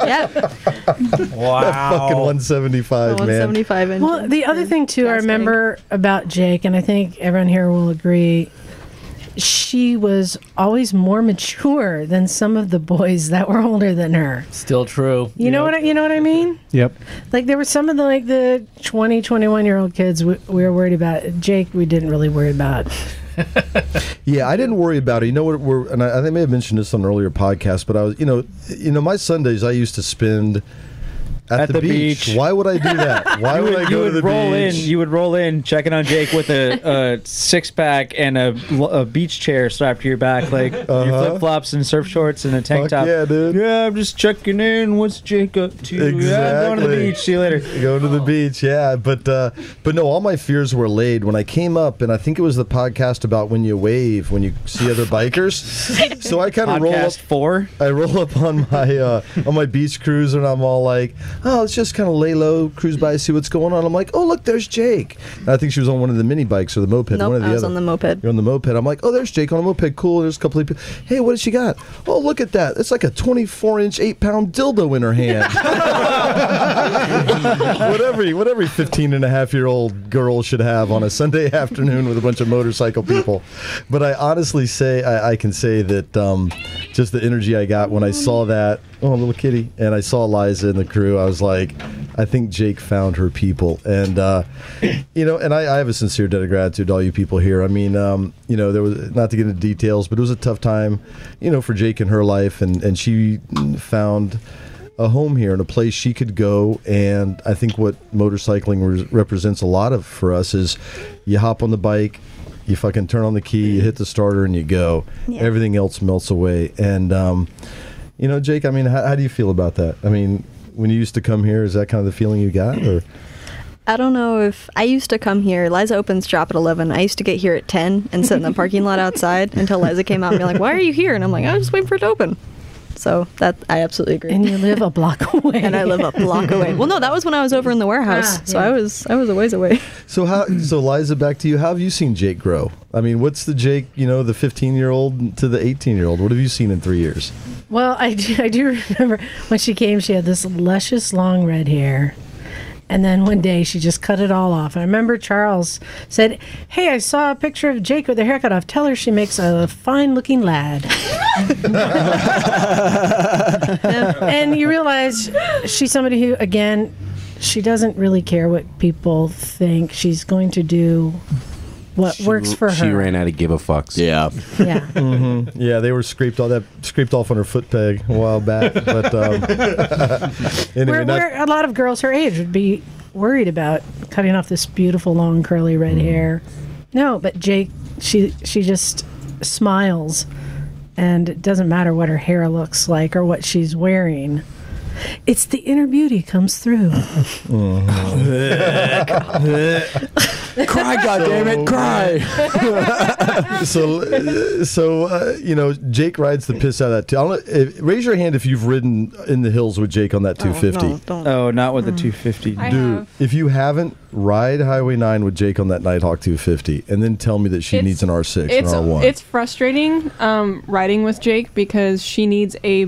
[SPEAKER 10] yep.
[SPEAKER 3] fucking 175, man.
[SPEAKER 10] 175 and
[SPEAKER 4] Well, the other thing too, I remember about Jake, and I think everyone here will agree, she was always more mature than some of the boys that were older than her.
[SPEAKER 6] Still true.
[SPEAKER 4] You know what I, you know what I mean?
[SPEAKER 8] Yep.
[SPEAKER 4] Like there were some of the like the 20, 21 year old kids we, we were worried about. Jake, we didn't really worry about.
[SPEAKER 3] Yeah, I didn't worry about it. You know what? We're, and I, I may have mentioned this on an earlier podcast, but I was, you know, you know, my Sundays I used to spend at,
[SPEAKER 7] At
[SPEAKER 3] the,
[SPEAKER 7] the
[SPEAKER 3] beach.
[SPEAKER 7] beach.
[SPEAKER 3] Why would I
[SPEAKER 7] (laughs)
[SPEAKER 3] do that? Why
[SPEAKER 7] you
[SPEAKER 3] would,
[SPEAKER 7] would,
[SPEAKER 3] I
[SPEAKER 7] you
[SPEAKER 3] go
[SPEAKER 7] would
[SPEAKER 3] to the
[SPEAKER 7] roll
[SPEAKER 3] beach?
[SPEAKER 7] in. You would roll in, checking on Jake with a, a six pack and a, l- a beach chair strapped to your back, like your
[SPEAKER 3] Uh-huh.
[SPEAKER 7] flip flops and surf shorts and a tank
[SPEAKER 3] Fuck
[SPEAKER 7] top.
[SPEAKER 3] yeah, dude.
[SPEAKER 7] Yeah, I'm just checking in. What's Jake up to? Yeah, I'm going to the
[SPEAKER 3] Exactly.
[SPEAKER 7] beach. See you later.
[SPEAKER 3] Going to the beach, yeah, but uh, but no, all my fears were laid when I came up, and I think it was the podcast about when you wave when you see other bikers. so I kind of roll up
[SPEAKER 7] Podcast four.
[SPEAKER 3] I roll up on my uh, on my beach cruise and I'm all like, oh, let's just kind of lay low, cruise by, see what's going on. I'm like, oh, look, there's Jake. And I think she was on one of the mini bikes or the moped.
[SPEAKER 10] Nope,
[SPEAKER 3] one of the
[SPEAKER 10] I was on
[SPEAKER 3] other.
[SPEAKER 10] the moped.
[SPEAKER 3] You're on the moped. I'm like, oh, there's Jake on a moped. Cool. There's a couple of people. Hey, what does she got? Oh, look at that. It's like a 24 inch, eight pound dildo in her hand. what every what every 15 and a half year old girl should have on a Sunday (laughs) afternoon with a bunch of motorcycle people. But I honestly say I, I can say that um, just the energy I got when I saw that oh little kitty and I saw Liza and the crew. I was like, I think Jake found her people, and uh, you know, and I, I have a sincere debt of gratitude to all you people here. I mean, um, you know, there was not to get into details, but it was a tough time, you know, for Jake in her life, and and she found a home here and a place she could go. And I think what motorcycling re- represents a lot of for us is you hop on the bike, you fucking turn on the key, you hit the starter, and you go. Everything else melts away. And, um, you know, Jake, I mean, how, how do you feel about that? I mean, when you used to come here, is that kind of the feeling you got? Or
[SPEAKER 10] I don't know if I used to come here. Liza opens shop at 11. I used to get here at 10 and sit in the parking lot outside until Liza came out and be like, "Why are you here?" And I'm like, "I'm just waiting for it to open." So that I absolutely agree.
[SPEAKER 4] And you live a block
[SPEAKER 10] (laughs)
[SPEAKER 4] away.
[SPEAKER 10] and I live a block away. Well, no, that was when I was over in the warehouse,
[SPEAKER 4] Ah,
[SPEAKER 10] so
[SPEAKER 4] yeah.
[SPEAKER 10] I was I was a ways away.
[SPEAKER 3] so, how? So, Liza, back to you. How have you seen Jake grow? I mean, what's the Jake? You know, the fifteen-year-old to the eighteen-year-old. What have you seen in three years?
[SPEAKER 4] Well, I do, I do remember when she came, she had this luscious long red hair. And then one day she just cut it all off. And I remember Charles said, Hey, I saw a picture of Jake with her haircut off. Tell her she makes a fine looking lad. and you realize she's somebody who, again, she doesn't really care what people think. She's going to do what works for her.
[SPEAKER 2] She ran out of give a fucks. (laughs)
[SPEAKER 8] Yeah.
[SPEAKER 4] Yeah.
[SPEAKER 3] hmm Yeah, they were scraped all that scraped off on her foot peg a while back.
[SPEAKER 7] (laughs)
[SPEAKER 3] But um, anyway,
[SPEAKER 4] where,
[SPEAKER 3] that,
[SPEAKER 4] where a lot of girls her age would be worried about cutting off this beautiful long curly red
[SPEAKER 7] Mm-hmm.
[SPEAKER 4] hair. No, but Jake, she she just smiles, and it doesn't matter what her hair looks like or what she's wearing. It's the inner beauty comes through.
[SPEAKER 3] Mm-hmm.
[SPEAKER 8] cry, goddammit,
[SPEAKER 3] (laughs) cry. so, so uh, you know, Jake rides the piss out of that. T- I'll, if, raise your hand if you've ridden in the hills with Jake on that 250.
[SPEAKER 7] Oh, not with the
[SPEAKER 1] Mm.
[SPEAKER 7] 250.
[SPEAKER 3] Dude, if you haven't, ride Highway 9 with Jake on that Nighthawk 250 and then tell me that she
[SPEAKER 1] It's-
[SPEAKER 3] needs an R6
[SPEAKER 1] it's
[SPEAKER 3] or R1.
[SPEAKER 1] it's frustrating um, riding with Jake because she needs a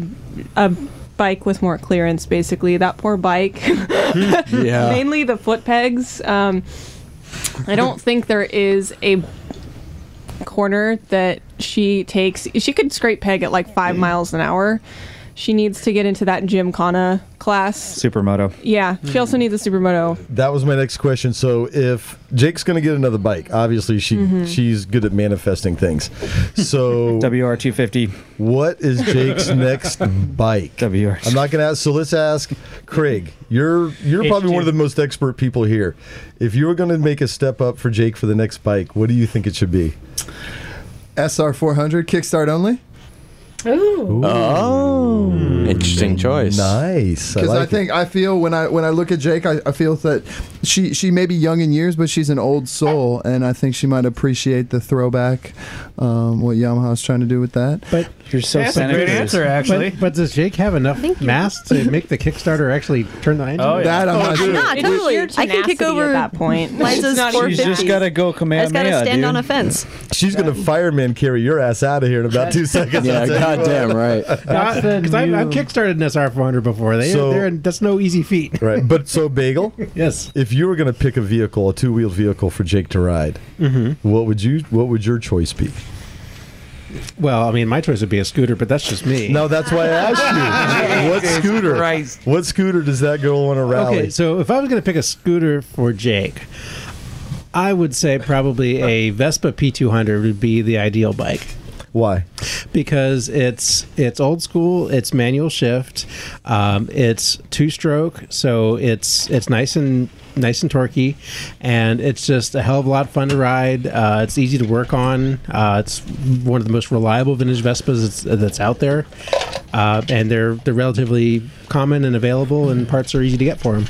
[SPEAKER 1] a bike with more clearance. Basically, that poor bike. (laughs)
[SPEAKER 8] Yeah.
[SPEAKER 1] Mainly the foot pegs. Um,
[SPEAKER 7] (laughs)
[SPEAKER 1] I don't think there is a corner that she takes. She could scrape peg at like
[SPEAKER 7] Mm-hmm.
[SPEAKER 1] five miles an hour. She needs to get into that gymkhana class.
[SPEAKER 7] Supermoto.
[SPEAKER 1] Yeah, she
[SPEAKER 7] Mm-hmm.
[SPEAKER 1] also needs a supermoto.
[SPEAKER 3] that was my next question. So if Jake's going to get another bike, obviously she
[SPEAKER 1] Mhm.
[SPEAKER 3] she's good at manifesting things. So
[SPEAKER 7] WR250.
[SPEAKER 3] What is Jake's next bike? WR. I'm not going to ask. So let's ask Craig. You're you're probably
[SPEAKER 6] HG.
[SPEAKER 3] one of the most expert people here. If you were going to make a step up for Jake for the next bike, what do you think it should be?
[SPEAKER 11] SR400 Kickstart only.
[SPEAKER 4] Ooh.
[SPEAKER 8] Oh, interesting choice.
[SPEAKER 3] Nice.
[SPEAKER 11] Because I, think I feel when I when I look at Jake, I, I feel that she she may be young in years, but she's an old soul, and I think she might appreciate the throwback. Um, what Yamaha's trying to do with that.
[SPEAKER 5] But
[SPEAKER 7] you're (laughs) so
[SPEAKER 6] That's a great sensitive. answer, actually.
[SPEAKER 5] But, but does Jake have enough mass to make the Kickstarter actually turn the engine?
[SPEAKER 7] Oh, yeah. That I'm
[SPEAKER 5] on
[SPEAKER 7] not sure.
[SPEAKER 10] Nah,
[SPEAKER 1] It's
[SPEAKER 10] totally.
[SPEAKER 1] sheer
[SPEAKER 10] I can kick
[SPEAKER 1] tenacity at
[SPEAKER 10] over
[SPEAKER 1] that point.
[SPEAKER 10] Liza's
[SPEAKER 1] It's not
[SPEAKER 10] four
[SPEAKER 1] even-
[SPEAKER 7] She's just
[SPEAKER 10] fifties.
[SPEAKER 7] got to go
[SPEAKER 10] I just
[SPEAKER 7] Kamehameha.
[SPEAKER 10] gotta stand
[SPEAKER 7] dude.
[SPEAKER 10] on a fence.
[SPEAKER 3] She's going to fireman carry your ass out of here in about two seconds.
[SPEAKER 8] Yeah,
[SPEAKER 3] I'll tell you what.
[SPEAKER 8] goddamn right.
[SPEAKER 5] Because I've, I've kickstarted an SR400 before. They,
[SPEAKER 3] So-
[SPEAKER 5] they're, that's no easy feat.
[SPEAKER 3] Right. But so bagel.
[SPEAKER 5] (laughs) Yes.
[SPEAKER 3] If you were going to pick a vehicle, a two-wheeled vehicle for Jake to ride, what would you? What would your choice be?
[SPEAKER 5] Well, I mean, my choice would be a scooter, but that's just me.
[SPEAKER 3] No, that's why I
[SPEAKER 5] (laughs)
[SPEAKER 3] asked you. what scooter? What scooter does that girl want to rally?
[SPEAKER 5] Okay, so if I was going to pick a scooter for Jake, I would say probably a Vespa P200 would be the ideal bike.
[SPEAKER 3] Why?
[SPEAKER 5] Because it's it's old school, it's manual shift, um, it's two stroke, so it's it's nice and nice and torquey, and it's just a hell of a lot of fun to ride. Uh, it's easy to work on. Uh, it's one of the most reliable vintage Vespas that's, that's out there, uh, and they're they're relatively common and available, and parts are easy to get for them.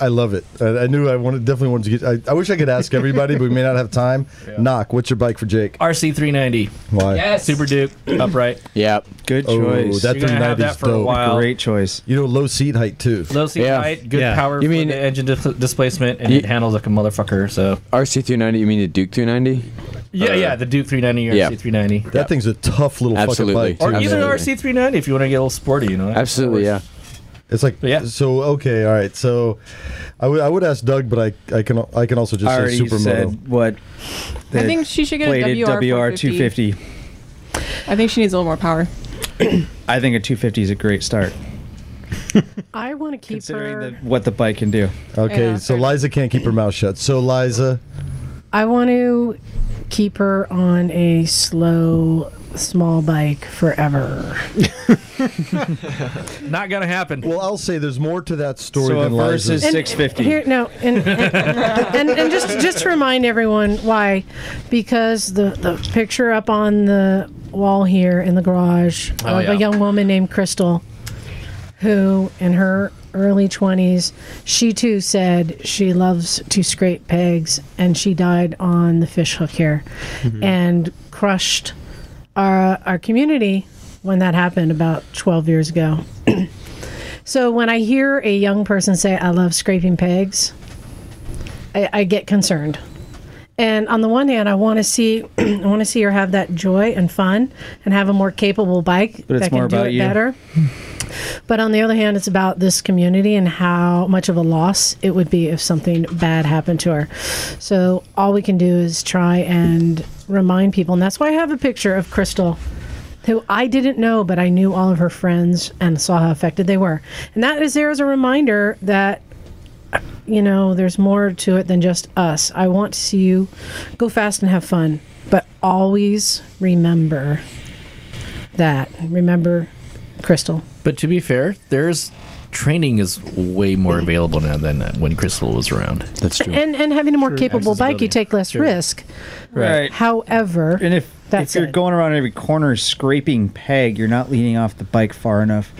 [SPEAKER 3] I love it. I, I knew I wanted definitely wanted to get. I, I wish I could ask everybody, but we may not
[SPEAKER 5] (laughs)
[SPEAKER 3] have time. Knock. What's your bike for Jake?
[SPEAKER 6] RC390.
[SPEAKER 3] Why?
[SPEAKER 6] Yes. Super Duke. Upright.
[SPEAKER 8] Yep.
[SPEAKER 7] Good
[SPEAKER 3] Oh,
[SPEAKER 7] choice.
[SPEAKER 3] that
[SPEAKER 6] You're gonna have
[SPEAKER 3] 390 is
[SPEAKER 6] that for a
[SPEAKER 3] dope.
[SPEAKER 6] while.
[SPEAKER 7] Great choice.
[SPEAKER 3] You know, low seat height too.
[SPEAKER 6] Low seat
[SPEAKER 8] Yeah.
[SPEAKER 6] height, good
[SPEAKER 5] Yeah.
[SPEAKER 6] power
[SPEAKER 8] You
[SPEAKER 6] you
[SPEAKER 8] mean-
[SPEAKER 6] mean, engine dis- displacement, and
[SPEAKER 8] You-
[SPEAKER 6] it handles like a motherfucker. So
[SPEAKER 8] RC 290, you mean the Duke 290?
[SPEAKER 6] yeah, yeah, the Duke 390 or
[SPEAKER 8] yeah.
[SPEAKER 6] RC390,
[SPEAKER 3] That thing's a tough little
[SPEAKER 8] Absolutely.
[SPEAKER 3] fucking
[SPEAKER 6] or
[SPEAKER 3] bike. Too.
[SPEAKER 6] even an
[SPEAKER 8] Absolutely.
[SPEAKER 6] RC390 if you want to get a little sporty. You know,
[SPEAKER 8] Absolutely, yeah.
[SPEAKER 3] It's like
[SPEAKER 6] Yeah.
[SPEAKER 3] So okay, all right. So I would I would ask Doug, but I I can I can also just
[SPEAKER 7] I
[SPEAKER 3] say
[SPEAKER 7] already
[SPEAKER 3] supermoto.
[SPEAKER 7] said what.
[SPEAKER 1] I think she should get a
[SPEAKER 7] plated
[SPEAKER 1] WR 250.
[SPEAKER 7] WR250.
[SPEAKER 1] I think she needs a little more power.
[SPEAKER 7] I think a 250 is a great start,
[SPEAKER 4] I want to
[SPEAKER 7] (laughs)
[SPEAKER 4] keep
[SPEAKER 7] considering
[SPEAKER 4] her.
[SPEAKER 7] the, what the bike can do.
[SPEAKER 3] Okay,
[SPEAKER 1] Yeah,
[SPEAKER 3] so
[SPEAKER 1] fair enough.
[SPEAKER 3] Liza can't keep her mouth shut. So Liza,
[SPEAKER 4] I want to keep her on a slow, small bike forever.
[SPEAKER 6] (laughs)
[SPEAKER 7] (laughs)
[SPEAKER 6] not gonna happen.
[SPEAKER 3] well, I'll say there's more to that story
[SPEAKER 7] So a
[SPEAKER 3] than
[SPEAKER 7] verse
[SPEAKER 3] Liza's.
[SPEAKER 7] is 650.
[SPEAKER 4] Here, no, and and, and, and just just to remind everyone why, because the the picture up on the wall here in the garage of
[SPEAKER 6] Oh, yeah.
[SPEAKER 4] a young woman named Crystal, who in her early twenties, she too said she loves to scrape pegs, and she died on the fish hook here,
[SPEAKER 6] Mm-hmm.
[SPEAKER 4] and crushed our our community when that happened about twelve years ago. (clears throat) So when I hear a young person say, I love scraping pegs, I, I get concerned. And on the one hand, I want to see, (clears throat) I want to see her have that joy and fun, and have a more capable bike
[SPEAKER 7] But it's
[SPEAKER 4] that can
[SPEAKER 7] more
[SPEAKER 4] do
[SPEAKER 7] about
[SPEAKER 4] it
[SPEAKER 7] you.
[SPEAKER 4] better. But on the other hand, it's about this community and how much of a loss it would be if something bad happened to her. So all we can do is try and remind people. And that's why I have a picture of Crystal who I didn't know, but I knew all of her friends and saw how affected they were. And that is there as a reminder that, you know, there's more to it than just us. I want to see you go fast and have fun, but always remember that. Remember Crystal.
[SPEAKER 9] But to be fair, there's training is way more available now than when Crystal was around. That's
[SPEAKER 4] And, and having a more
[SPEAKER 9] True.
[SPEAKER 4] capable bike, you take less
[SPEAKER 9] True.
[SPEAKER 4] risk.
[SPEAKER 7] Right.
[SPEAKER 4] However,
[SPEAKER 7] and if
[SPEAKER 4] that's
[SPEAKER 7] if you're
[SPEAKER 4] it.
[SPEAKER 7] going around every corner scraping peg, you're not leaning off the bike far enough.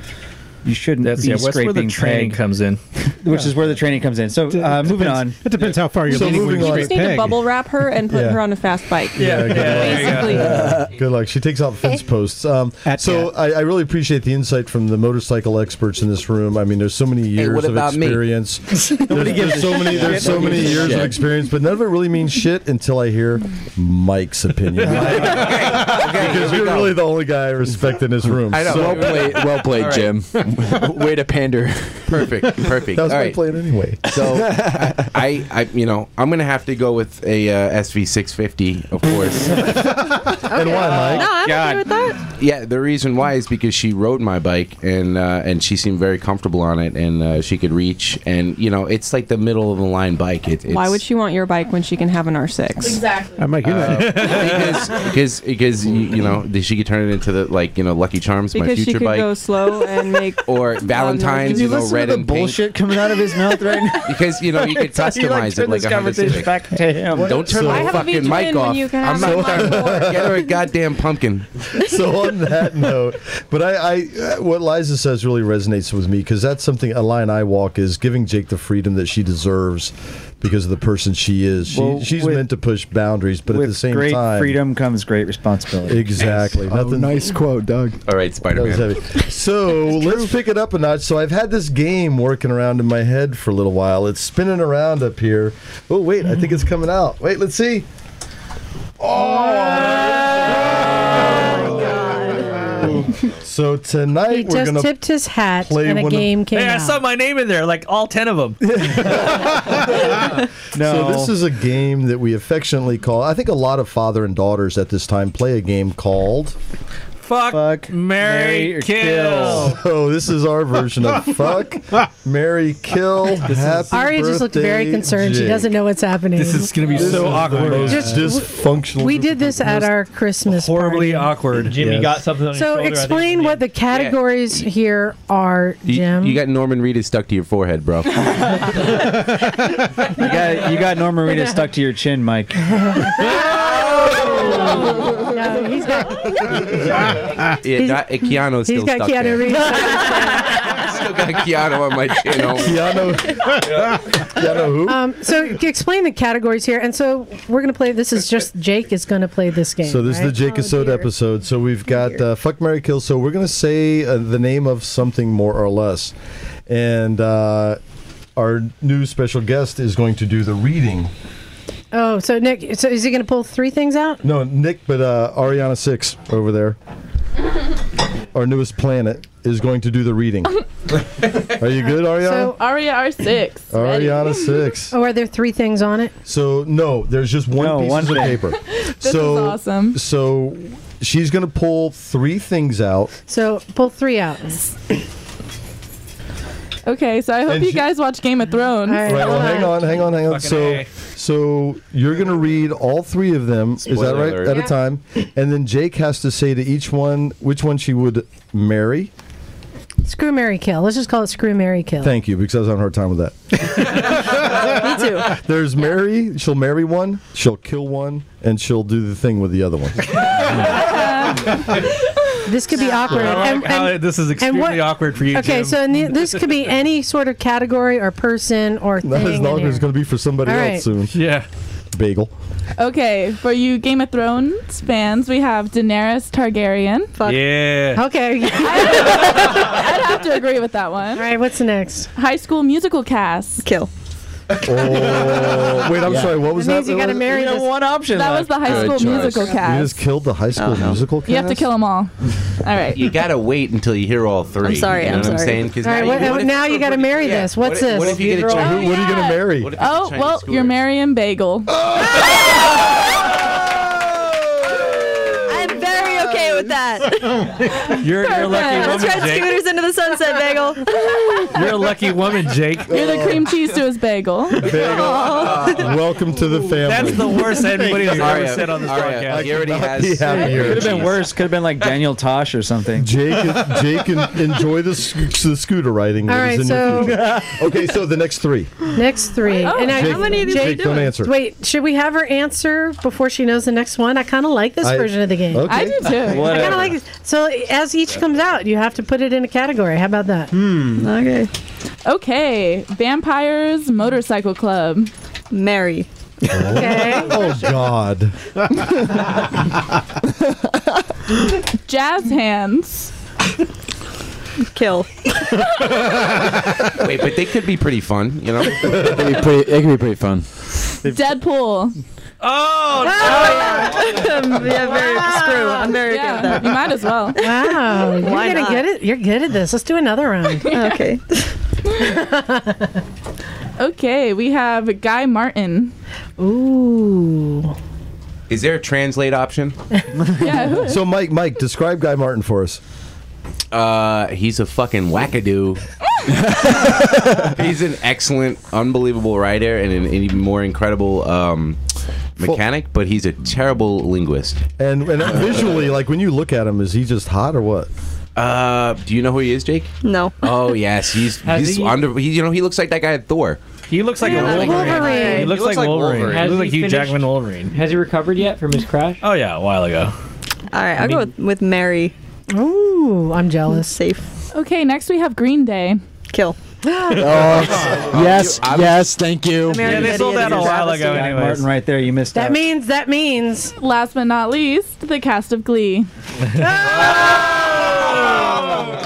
[SPEAKER 7] You shouldn't
[SPEAKER 9] That's
[SPEAKER 7] be
[SPEAKER 9] yeah, that's
[SPEAKER 7] scraping
[SPEAKER 9] where the training
[SPEAKER 7] peg,
[SPEAKER 9] comes in.
[SPEAKER 7] (laughs) which is where the training comes in. So uh, moving on.
[SPEAKER 5] It depends how far you're
[SPEAKER 7] So
[SPEAKER 5] leaning. when
[SPEAKER 7] moving
[SPEAKER 5] you
[SPEAKER 1] You
[SPEAKER 5] scrape
[SPEAKER 1] just need to
[SPEAKER 5] peg. (laughs)
[SPEAKER 1] bubble wrap her and put
[SPEAKER 3] Yeah.
[SPEAKER 1] her on a fast bike.
[SPEAKER 3] good
[SPEAKER 1] Basically.
[SPEAKER 3] luck. Uh, Good luck. She
[SPEAKER 4] (laughs)
[SPEAKER 3] takes out fence posts. Um, so I, I really appreciate the insight from the motorcycle experts in this room. I mean, there's so many years
[SPEAKER 2] what
[SPEAKER 3] of
[SPEAKER 2] about me? (laughs)
[SPEAKER 7] (laughs)
[SPEAKER 3] experience.
[SPEAKER 2] Nobody
[SPEAKER 3] there's,
[SPEAKER 2] gives
[SPEAKER 3] there's
[SPEAKER 2] a
[SPEAKER 3] so many.
[SPEAKER 2] shit.
[SPEAKER 3] There's so
[SPEAKER 2] Nobody
[SPEAKER 3] many
[SPEAKER 2] gives a
[SPEAKER 3] years of
[SPEAKER 2] shit.
[SPEAKER 3] experience, but none of it really means shit until I hear Mike's opinion. because you're really the only guy I respect in this room.
[SPEAKER 8] I know.
[SPEAKER 3] So-
[SPEAKER 8] Well played, well played,
[SPEAKER 3] All right. (laughs)
[SPEAKER 8] Jim. Way to pander.
[SPEAKER 2] Perfect. (laughs) Perfect.
[SPEAKER 3] That was
[SPEAKER 2] All
[SPEAKER 3] my
[SPEAKER 2] right.
[SPEAKER 3] plan anyway.
[SPEAKER 2] (laughs) So I, I, I, you know, I'm gonna have to go with a uh, SV650, of course.
[SPEAKER 3] And why, Mike?
[SPEAKER 10] No, I'm okay with that.
[SPEAKER 2] Yeah, the reason why is because she rode my bike and uh, and she seemed very comfortable on it and uh, she could reach and you know it's like the middle of the line bike. It, it's,
[SPEAKER 1] Why
[SPEAKER 2] (laughs)
[SPEAKER 1] would she want your bike when she can have an R6?
[SPEAKER 5] I might hear that. (laughs)
[SPEAKER 2] because because you, you know that she could turn it into the like you know Lucky Charms, my
[SPEAKER 1] Because she
[SPEAKER 2] future
[SPEAKER 1] could
[SPEAKER 2] bike,
[SPEAKER 1] go slow and make.
[SPEAKER 2] or Valentine's, you know, red and pink.
[SPEAKER 7] coming out of his mouth right now?
[SPEAKER 2] (laughs) Because (laughs) you know you could
[SPEAKER 7] That's how you,
[SPEAKER 2] customize it
[SPEAKER 7] turn
[SPEAKER 2] like a
[SPEAKER 7] this
[SPEAKER 2] Honda
[SPEAKER 7] conversation
[SPEAKER 2] Civic.
[SPEAKER 7] back to him.
[SPEAKER 2] Don't turn
[SPEAKER 3] So- I
[SPEAKER 2] my
[SPEAKER 3] have a
[SPEAKER 2] fucking
[SPEAKER 1] V-twin
[SPEAKER 2] mic
[SPEAKER 1] when
[SPEAKER 2] off.
[SPEAKER 1] you can
[SPEAKER 2] I'm (laughs)
[SPEAKER 1] have
[SPEAKER 2] not
[SPEAKER 1] my
[SPEAKER 2] done. Get her a goddamn pumpkin.
[SPEAKER 3] (laughs) so on that note, but I, I what Liza says really resonates with me because that's something a line I walk is giving Jake the freedom that she deserves because of the person she is. She,
[SPEAKER 7] Well,
[SPEAKER 3] she's
[SPEAKER 7] with-
[SPEAKER 3] meant to push boundaries, but at
[SPEAKER 7] With
[SPEAKER 3] the same
[SPEAKER 7] great
[SPEAKER 3] time,
[SPEAKER 7] freedom comes great responsibility.
[SPEAKER 3] Exactly.
[SPEAKER 11] Oh,
[SPEAKER 3] Nothing.
[SPEAKER 11] nice quote, Doug.
[SPEAKER 2] All right, Spider
[SPEAKER 3] That was
[SPEAKER 2] Man.
[SPEAKER 3] heavy. So
[SPEAKER 6] (laughs)
[SPEAKER 3] let's pick it up a notch. So I've had this game working around in my head for a little while. It's spinning around up here. Oh wait, I think it's coming out. Wait,
[SPEAKER 6] (laughs)
[SPEAKER 3] let's see. Oh. So tonight
[SPEAKER 4] He
[SPEAKER 3] we're
[SPEAKER 4] just
[SPEAKER 3] gonna
[SPEAKER 4] tipped his hat
[SPEAKER 3] play
[SPEAKER 4] and a
[SPEAKER 3] one of-
[SPEAKER 4] game came
[SPEAKER 6] Hey, I
[SPEAKER 4] out.
[SPEAKER 6] saw my name in there, like all ten of them.
[SPEAKER 3] So this is a game that we affectionately call. I think a lot of father and daughters at this time play a game called.
[SPEAKER 6] Fuck,
[SPEAKER 7] Fuck, marry,
[SPEAKER 6] Mary,
[SPEAKER 7] or
[SPEAKER 6] kill.
[SPEAKER 7] kill.
[SPEAKER 3] Oh, this is our
[SPEAKER 6] (laughs)
[SPEAKER 3] version of fuck, Mary kill. happy
[SPEAKER 4] Aria just looked very
[SPEAKER 3] birthday,
[SPEAKER 4] concerned. She
[SPEAKER 3] Jake.
[SPEAKER 4] doesn't know what's happening.
[SPEAKER 6] This is gonna be so awkward.
[SPEAKER 3] Most
[SPEAKER 4] Just-
[SPEAKER 3] dysfunctional.
[SPEAKER 4] we did this at our Christmas
[SPEAKER 6] Horribly
[SPEAKER 4] party.
[SPEAKER 6] awkward.
[SPEAKER 9] Jimmy
[SPEAKER 3] Yes.
[SPEAKER 9] got something on his
[SPEAKER 4] So
[SPEAKER 9] shoulder. I think you
[SPEAKER 4] explain
[SPEAKER 9] did.
[SPEAKER 4] what the categories here are,
[SPEAKER 2] You,
[SPEAKER 4] Jim.
[SPEAKER 2] you got Norman Reedus stuck to your forehead,
[SPEAKER 12] (laughs)
[SPEAKER 2] bro.
[SPEAKER 7] You got you got Norma Rita stuck to your
[SPEAKER 2] (laughs)
[SPEAKER 7] chin, Mike.
[SPEAKER 4] Oh! (laughs) no, he's got,
[SPEAKER 2] Yeah, not, uh, Keanu's
[SPEAKER 4] he's
[SPEAKER 2] still
[SPEAKER 4] got
[SPEAKER 2] stuck
[SPEAKER 4] Keanu
[SPEAKER 2] there.
[SPEAKER 4] Reeves.
[SPEAKER 2] still got Keanu on my channel. (laughs)
[SPEAKER 3] Keanu. Keanu
[SPEAKER 12] Uh,
[SPEAKER 3] who?
[SPEAKER 4] um, so explain the categories here. And so we're going to play, this is just Jake is going to play this game.
[SPEAKER 3] So this
[SPEAKER 4] right?
[SPEAKER 3] is the Jake Asode episode. So we've got uh, fuck Mary Kill. So we're gonna say uh, the name of something more or less, and uh, our new special guest is going to do the reading.
[SPEAKER 4] Oh, so Nick, so is he going to pull three things out?
[SPEAKER 3] No, Nick, but uh, Ariana Six over there, our newest planet, is going to do the reading. Are you good, Ariana?
[SPEAKER 4] So,
[SPEAKER 12] Aria R6.
[SPEAKER 3] Ariana Six.
[SPEAKER 4] oh, are there three things on it?
[SPEAKER 3] So no, there's just one
[SPEAKER 7] No,
[SPEAKER 3] piece
[SPEAKER 7] one
[SPEAKER 3] of
[SPEAKER 7] thing.
[SPEAKER 3] paper.
[SPEAKER 12] This
[SPEAKER 3] so
[SPEAKER 12] is awesome.
[SPEAKER 3] so she's gonna pull three things out.
[SPEAKER 4] So pull three out.
[SPEAKER 12] Okay, so I hope
[SPEAKER 3] And
[SPEAKER 12] you
[SPEAKER 3] she-
[SPEAKER 12] guys watch Game of Thrones.
[SPEAKER 4] All right,
[SPEAKER 3] Right. Well, hang on, hang on, hang on.
[SPEAKER 6] Fucking
[SPEAKER 3] So,
[SPEAKER 6] A.
[SPEAKER 3] so you're gonna read all three of them. Is that
[SPEAKER 2] Spoiler
[SPEAKER 3] right?
[SPEAKER 2] alert.
[SPEAKER 3] At a
[SPEAKER 4] Yeah.
[SPEAKER 3] time, and then Jake has to say to each one which one she would marry.
[SPEAKER 4] Screw Mary Kill. Let's just call it Screw Mary Kill.
[SPEAKER 3] Thank you, because I was having a hard time with that.
[SPEAKER 4] (laughs)
[SPEAKER 3] Me too. There's Mary. She'll marry one. She'll kill one, and she'll do the thing with the other one.
[SPEAKER 4] This could (laughs) be awkward.
[SPEAKER 6] I like
[SPEAKER 4] And-
[SPEAKER 6] how
[SPEAKER 4] and-
[SPEAKER 6] this is
[SPEAKER 4] and
[SPEAKER 6] extremely
[SPEAKER 4] what-
[SPEAKER 6] awkward for you.
[SPEAKER 4] Okay,
[SPEAKER 6] Jim.
[SPEAKER 4] so in the, this
[SPEAKER 6] (laughs)
[SPEAKER 4] could be any sort of category or person or thing.
[SPEAKER 3] Not as
[SPEAKER 4] in
[SPEAKER 3] long as it's
[SPEAKER 4] here.
[SPEAKER 3] gonna be for somebody
[SPEAKER 4] All
[SPEAKER 3] else soon.
[SPEAKER 6] yeah,
[SPEAKER 3] Bagel.
[SPEAKER 12] Okay, for you Game of Thrones fans, we have Daenerys Targaryen.
[SPEAKER 10] Fuck.
[SPEAKER 6] yeah.
[SPEAKER 12] (laughs)
[SPEAKER 4] Okay. All
[SPEAKER 12] I'd have to agree with that one.
[SPEAKER 4] right, what's next?
[SPEAKER 12] High School Musical cast.
[SPEAKER 10] Kill.
[SPEAKER 3] Oh, wait, I'm
[SPEAKER 4] Yeah.
[SPEAKER 3] sorry. What was
[SPEAKER 4] That
[SPEAKER 3] that?
[SPEAKER 4] means you gotta marry
[SPEAKER 12] That
[SPEAKER 4] this-
[SPEAKER 12] was one
[SPEAKER 4] option
[SPEAKER 12] That was
[SPEAKER 4] left.
[SPEAKER 12] the high
[SPEAKER 2] Good
[SPEAKER 12] school
[SPEAKER 2] choice. Uh-huh.
[SPEAKER 12] musical
[SPEAKER 3] You
[SPEAKER 12] cast.
[SPEAKER 3] just killed the high school musical cast.
[SPEAKER 12] You have to kill them all. All right.
[SPEAKER 2] You gotta wait until you hear all three.
[SPEAKER 12] sorry,
[SPEAKER 2] You know
[SPEAKER 12] I'm
[SPEAKER 2] what I'm
[SPEAKER 12] sorry.
[SPEAKER 2] saying? 'Cause
[SPEAKER 4] All right,
[SPEAKER 2] now
[SPEAKER 4] what,
[SPEAKER 2] you- what if-
[SPEAKER 4] now you got to marry
[SPEAKER 2] yeah,
[SPEAKER 4] this. What's
[SPEAKER 2] what if-
[SPEAKER 4] this?
[SPEAKER 2] what if you get
[SPEAKER 3] Oh,
[SPEAKER 2] a
[SPEAKER 4] Girl,
[SPEAKER 2] child?
[SPEAKER 4] who- What are you gonna marry?
[SPEAKER 12] Oh well, you're marrying
[SPEAKER 10] (laughs)
[SPEAKER 12] Bagel.
[SPEAKER 10] I'm very okay with that.
[SPEAKER 6] (laughs) You're, you're a lucky
[SPEAKER 10] Let's
[SPEAKER 6] woman,
[SPEAKER 10] ride
[SPEAKER 6] Jake.
[SPEAKER 10] scooters into the sunset, bagel.
[SPEAKER 6] (laughs) You're a lucky woman, Jake.
[SPEAKER 12] (laughs) You're the cream cheese to his bagel.
[SPEAKER 3] Welcome to the family.
[SPEAKER 6] That's the worst anybody has ever
[SPEAKER 7] Aria,
[SPEAKER 6] said on this
[SPEAKER 7] Aria,
[SPEAKER 6] podcast.
[SPEAKER 7] he already
[SPEAKER 3] has- Be happy here.
[SPEAKER 7] Could have been worse. Could have been like Daniel Tosh or something.
[SPEAKER 3] Jake,
[SPEAKER 12] (laughs)
[SPEAKER 3] Jake, en- enjoy the, sc- the scooter riding. that
[SPEAKER 4] All right,
[SPEAKER 3] is in your
[SPEAKER 4] so-
[SPEAKER 3] future. (laughs) okay, so the next three.
[SPEAKER 4] Next three.
[SPEAKER 3] Oh,
[SPEAKER 4] I-
[SPEAKER 3] Jake- How many did Jake, they do? don't answer.
[SPEAKER 4] Wait, should we have her answer before she knows the next one? I kind of like this
[SPEAKER 3] I-
[SPEAKER 4] version of the game.
[SPEAKER 3] okay. I (laughs) do too.
[SPEAKER 4] I kind
[SPEAKER 3] Whatever.
[SPEAKER 4] of like this. So as each comes out, you have to put it in a category. How about that?
[SPEAKER 12] Hmm.
[SPEAKER 4] Okay.
[SPEAKER 12] Okay, Vampires Motorcycle Club.
[SPEAKER 10] Mary.
[SPEAKER 4] Okay.
[SPEAKER 3] Oh God.
[SPEAKER 12] (laughs) Jazz Hands.
[SPEAKER 10] Kill.
[SPEAKER 2] (laughs) Wait, but they could be pretty fun, you know? it
[SPEAKER 8] could be pretty, it could be pretty fun.
[SPEAKER 12] Deadpool.
[SPEAKER 6] Oh,
[SPEAKER 4] Oh,
[SPEAKER 10] yeah, very screw. I'm very
[SPEAKER 12] yeah, You might as well.
[SPEAKER 4] Wow, you're
[SPEAKER 12] Why
[SPEAKER 4] gonna
[SPEAKER 12] not?
[SPEAKER 4] get it. You're good at this. Let's do
[SPEAKER 12] (laughs)
[SPEAKER 4] another round.
[SPEAKER 10] (laughs) okay.
[SPEAKER 12] Okay, we have Guy Martin.
[SPEAKER 4] Ooh.
[SPEAKER 2] Is there a translate option?
[SPEAKER 3] So Mike, Mike, describe Guy Martin for us.
[SPEAKER 2] Uh, he's a fucking (laughs) wackadoo. he's an excellent, unbelievable writer and an even more incredible um, mechanic, but he's a terrible linguist.
[SPEAKER 3] And, and visually, like when you look at him, is he just hot or what?
[SPEAKER 2] Uh, do you know who he is, Jake?
[SPEAKER 10] No.
[SPEAKER 2] Oh yes, he's
[SPEAKER 6] Has
[SPEAKER 2] he's
[SPEAKER 6] he-
[SPEAKER 2] under. He, you know, he looks like that guy at Thor.
[SPEAKER 6] He looks like
[SPEAKER 2] Yeah,
[SPEAKER 6] a
[SPEAKER 2] like
[SPEAKER 6] Wolverine.
[SPEAKER 2] Wolverine.
[SPEAKER 6] He looks, like, Wolverine. He looks like Hugh Jackman Wolverine.
[SPEAKER 13] Has he recovered yet from his crash?
[SPEAKER 6] Oh yeah, a while ago.
[SPEAKER 10] All right, I'll go with, with Mary.
[SPEAKER 4] Ooh, I'm jealous.
[SPEAKER 10] Safe.
[SPEAKER 12] Okay, next we have Green Day.
[SPEAKER 4] (gasps)
[SPEAKER 10] Kill.
[SPEAKER 8] Oh, yes, yes, thank you.
[SPEAKER 12] American Yeah, they sold Idiot out a is while just- ago anyways.
[SPEAKER 7] Martin, right there, you missed
[SPEAKER 12] That
[SPEAKER 7] out.
[SPEAKER 4] means that means Oh!
[SPEAKER 12] last but not least, the cast of Glee.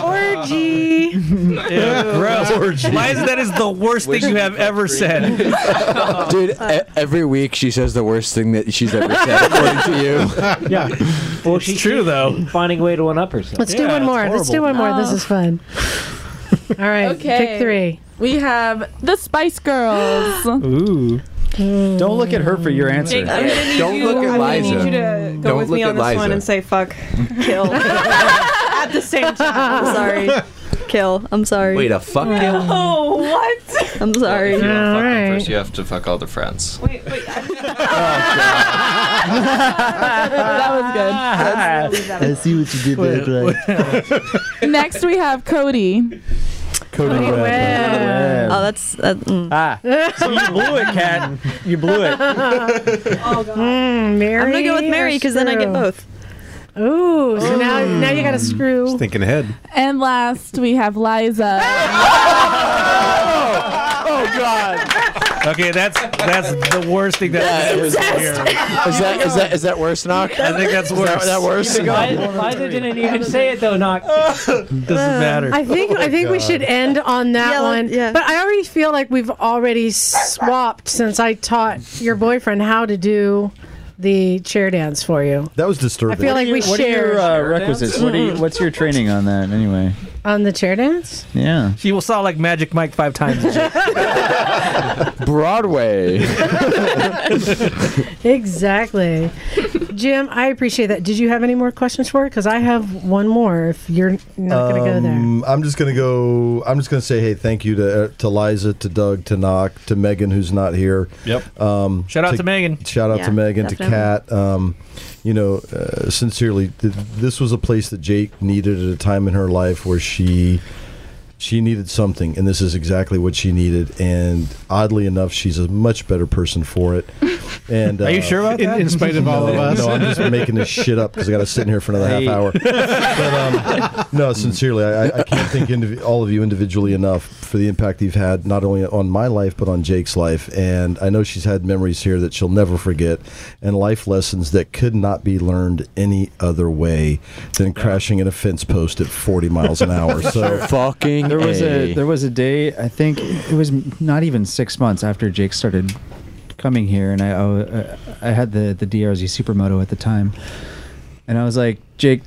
[SPEAKER 4] Orgy.
[SPEAKER 8] (laughs)
[SPEAKER 6] gross.
[SPEAKER 8] Orgy.
[SPEAKER 6] Liza, that is the worst thing you have ever said.
[SPEAKER 8] Dude, e- every week she says the worst thing that she's ever said,
[SPEAKER 12] (laughs)
[SPEAKER 8] according to you.
[SPEAKER 13] (laughs) Yeah. Well, she's
[SPEAKER 6] true though.
[SPEAKER 13] Finding a way to one up herself.
[SPEAKER 4] Let's do one more. Let's do one more. This
[SPEAKER 12] Oh.
[SPEAKER 4] is fun. All right. Pick three.
[SPEAKER 12] We have the Spice
[SPEAKER 4] (laughs)
[SPEAKER 12] Girls.
[SPEAKER 7] Ooh. Don't look at her for your answer.
[SPEAKER 1] Jake, I'm gonna need
[SPEAKER 7] Don't
[SPEAKER 1] you,
[SPEAKER 7] look at
[SPEAKER 1] I'm gonna need
[SPEAKER 7] Liza.
[SPEAKER 1] you to go
[SPEAKER 7] Don't
[SPEAKER 1] with me
[SPEAKER 7] look
[SPEAKER 1] on
[SPEAKER 7] at
[SPEAKER 1] this one
[SPEAKER 7] Liza.
[SPEAKER 1] and say fuck,
[SPEAKER 10] kill
[SPEAKER 1] at the same time.
[SPEAKER 10] I'm
[SPEAKER 7] (laughs)
[SPEAKER 10] sorry. Kill. I'm sorry.
[SPEAKER 2] Wait, a fuck kill?
[SPEAKER 1] (laughs) Oh, what?
[SPEAKER 10] I'm sorry.
[SPEAKER 14] If you want to fuck them first, you have to fuck all the friends.
[SPEAKER 12] that was good.
[SPEAKER 4] (laughs)
[SPEAKER 15] I see what you did there, Greg.
[SPEAKER 12] Next we have Cody.
[SPEAKER 3] Cody
[SPEAKER 12] Cody
[SPEAKER 3] Webb.
[SPEAKER 12] Webb.
[SPEAKER 10] Oh, that's uh, mm.
[SPEAKER 7] ah. So you blew it, Kat. You blew
[SPEAKER 1] (laughs)
[SPEAKER 7] it.
[SPEAKER 4] (laughs) oh,
[SPEAKER 13] Hmm,
[SPEAKER 4] God. Mary.
[SPEAKER 10] I'm gonna go with
[SPEAKER 4] or
[SPEAKER 10] Mary because then I get
[SPEAKER 4] screw?
[SPEAKER 10] both.
[SPEAKER 4] Ooh, so now now you got to screw.
[SPEAKER 5] Mm. Thinking ahead.
[SPEAKER 12] And last we have
[SPEAKER 4] (laughs)
[SPEAKER 12] Liza.
[SPEAKER 8] Oh God!
[SPEAKER 6] (laughs) Okay, that's that's the worst thing that I've ever
[SPEAKER 8] is,
[SPEAKER 6] said here.
[SPEAKER 8] that is that is that worse, knock?
[SPEAKER 6] I think that's
[SPEAKER 8] Is that-
[SPEAKER 6] worse.
[SPEAKER 8] that worse?
[SPEAKER 13] Liza, Liza didn't even say it though.
[SPEAKER 6] (laughs)
[SPEAKER 13] Knock. Doesn't Oh,
[SPEAKER 4] Uh, I think I
[SPEAKER 8] Oh,
[SPEAKER 4] think we should end on that
[SPEAKER 13] Uh, Yeah, let-
[SPEAKER 4] one.
[SPEAKER 13] yeah.
[SPEAKER 4] But I already feel like we've already swapped since I taught your boyfriend how to do the chair dance for you
[SPEAKER 3] That was disturbing.
[SPEAKER 4] I feel like we
[SPEAKER 7] what are your
[SPEAKER 4] shared-
[SPEAKER 7] uh, requisites? What are you, what's your training on that anyway?
[SPEAKER 4] on the chair dance.
[SPEAKER 7] Yeah.
[SPEAKER 6] She will saw like Magic Mike five times.
[SPEAKER 3] (laughs)
[SPEAKER 8] Broadway.
[SPEAKER 4] Exactly. Jim, I appreciate that. Did you have any more questions for it? Because I have one more. If you're not going to go there.
[SPEAKER 3] Um, I'm just gonna go. I'm just gonna say, hey, thank you to uh, to Liza, to Doug, to Knock, to Megan, who's not here.
[SPEAKER 6] Yep.
[SPEAKER 3] Um,
[SPEAKER 6] Shout out to Megan.
[SPEAKER 3] Shout out
[SPEAKER 6] Yeah,
[SPEAKER 3] to Megan,
[SPEAKER 6] definitely.
[SPEAKER 3] to Kat. Um, you know, uh, sincerely, th- this was a place that Jake needed at a time in her life where she she needed something,
[SPEAKER 5] (laughs)
[SPEAKER 3] and this is exactly what she needed. And oddly enough, she's a much better person for it. And uh,
[SPEAKER 5] Are you sure about In- that? in spite of all
[SPEAKER 3] no,
[SPEAKER 5] of us?
[SPEAKER 3] No, I'm just making this shit up because I got to sit in here for another half
[SPEAKER 5] Hey.
[SPEAKER 3] hour. But, um, no, sincerely, I, I- I can't thank indiv- all of you individually enough for the impact you've had not only on my life but on Jake's life. And I know she's had memories here that she'll never forget, and life lessons that could not be learned any other way than crashing in a fence post at 40 miles
[SPEAKER 8] (laughs)
[SPEAKER 3] an hour. So
[SPEAKER 8] fucking
[SPEAKER 7] there was a
[SPEAKER 8] A. (laughs)
[SPEAKER 7] there (laughs) was a day I think it was not even six months after Jake started coming here, and I I, I had the the DRZ Supermoto at the time, and I was like Jake,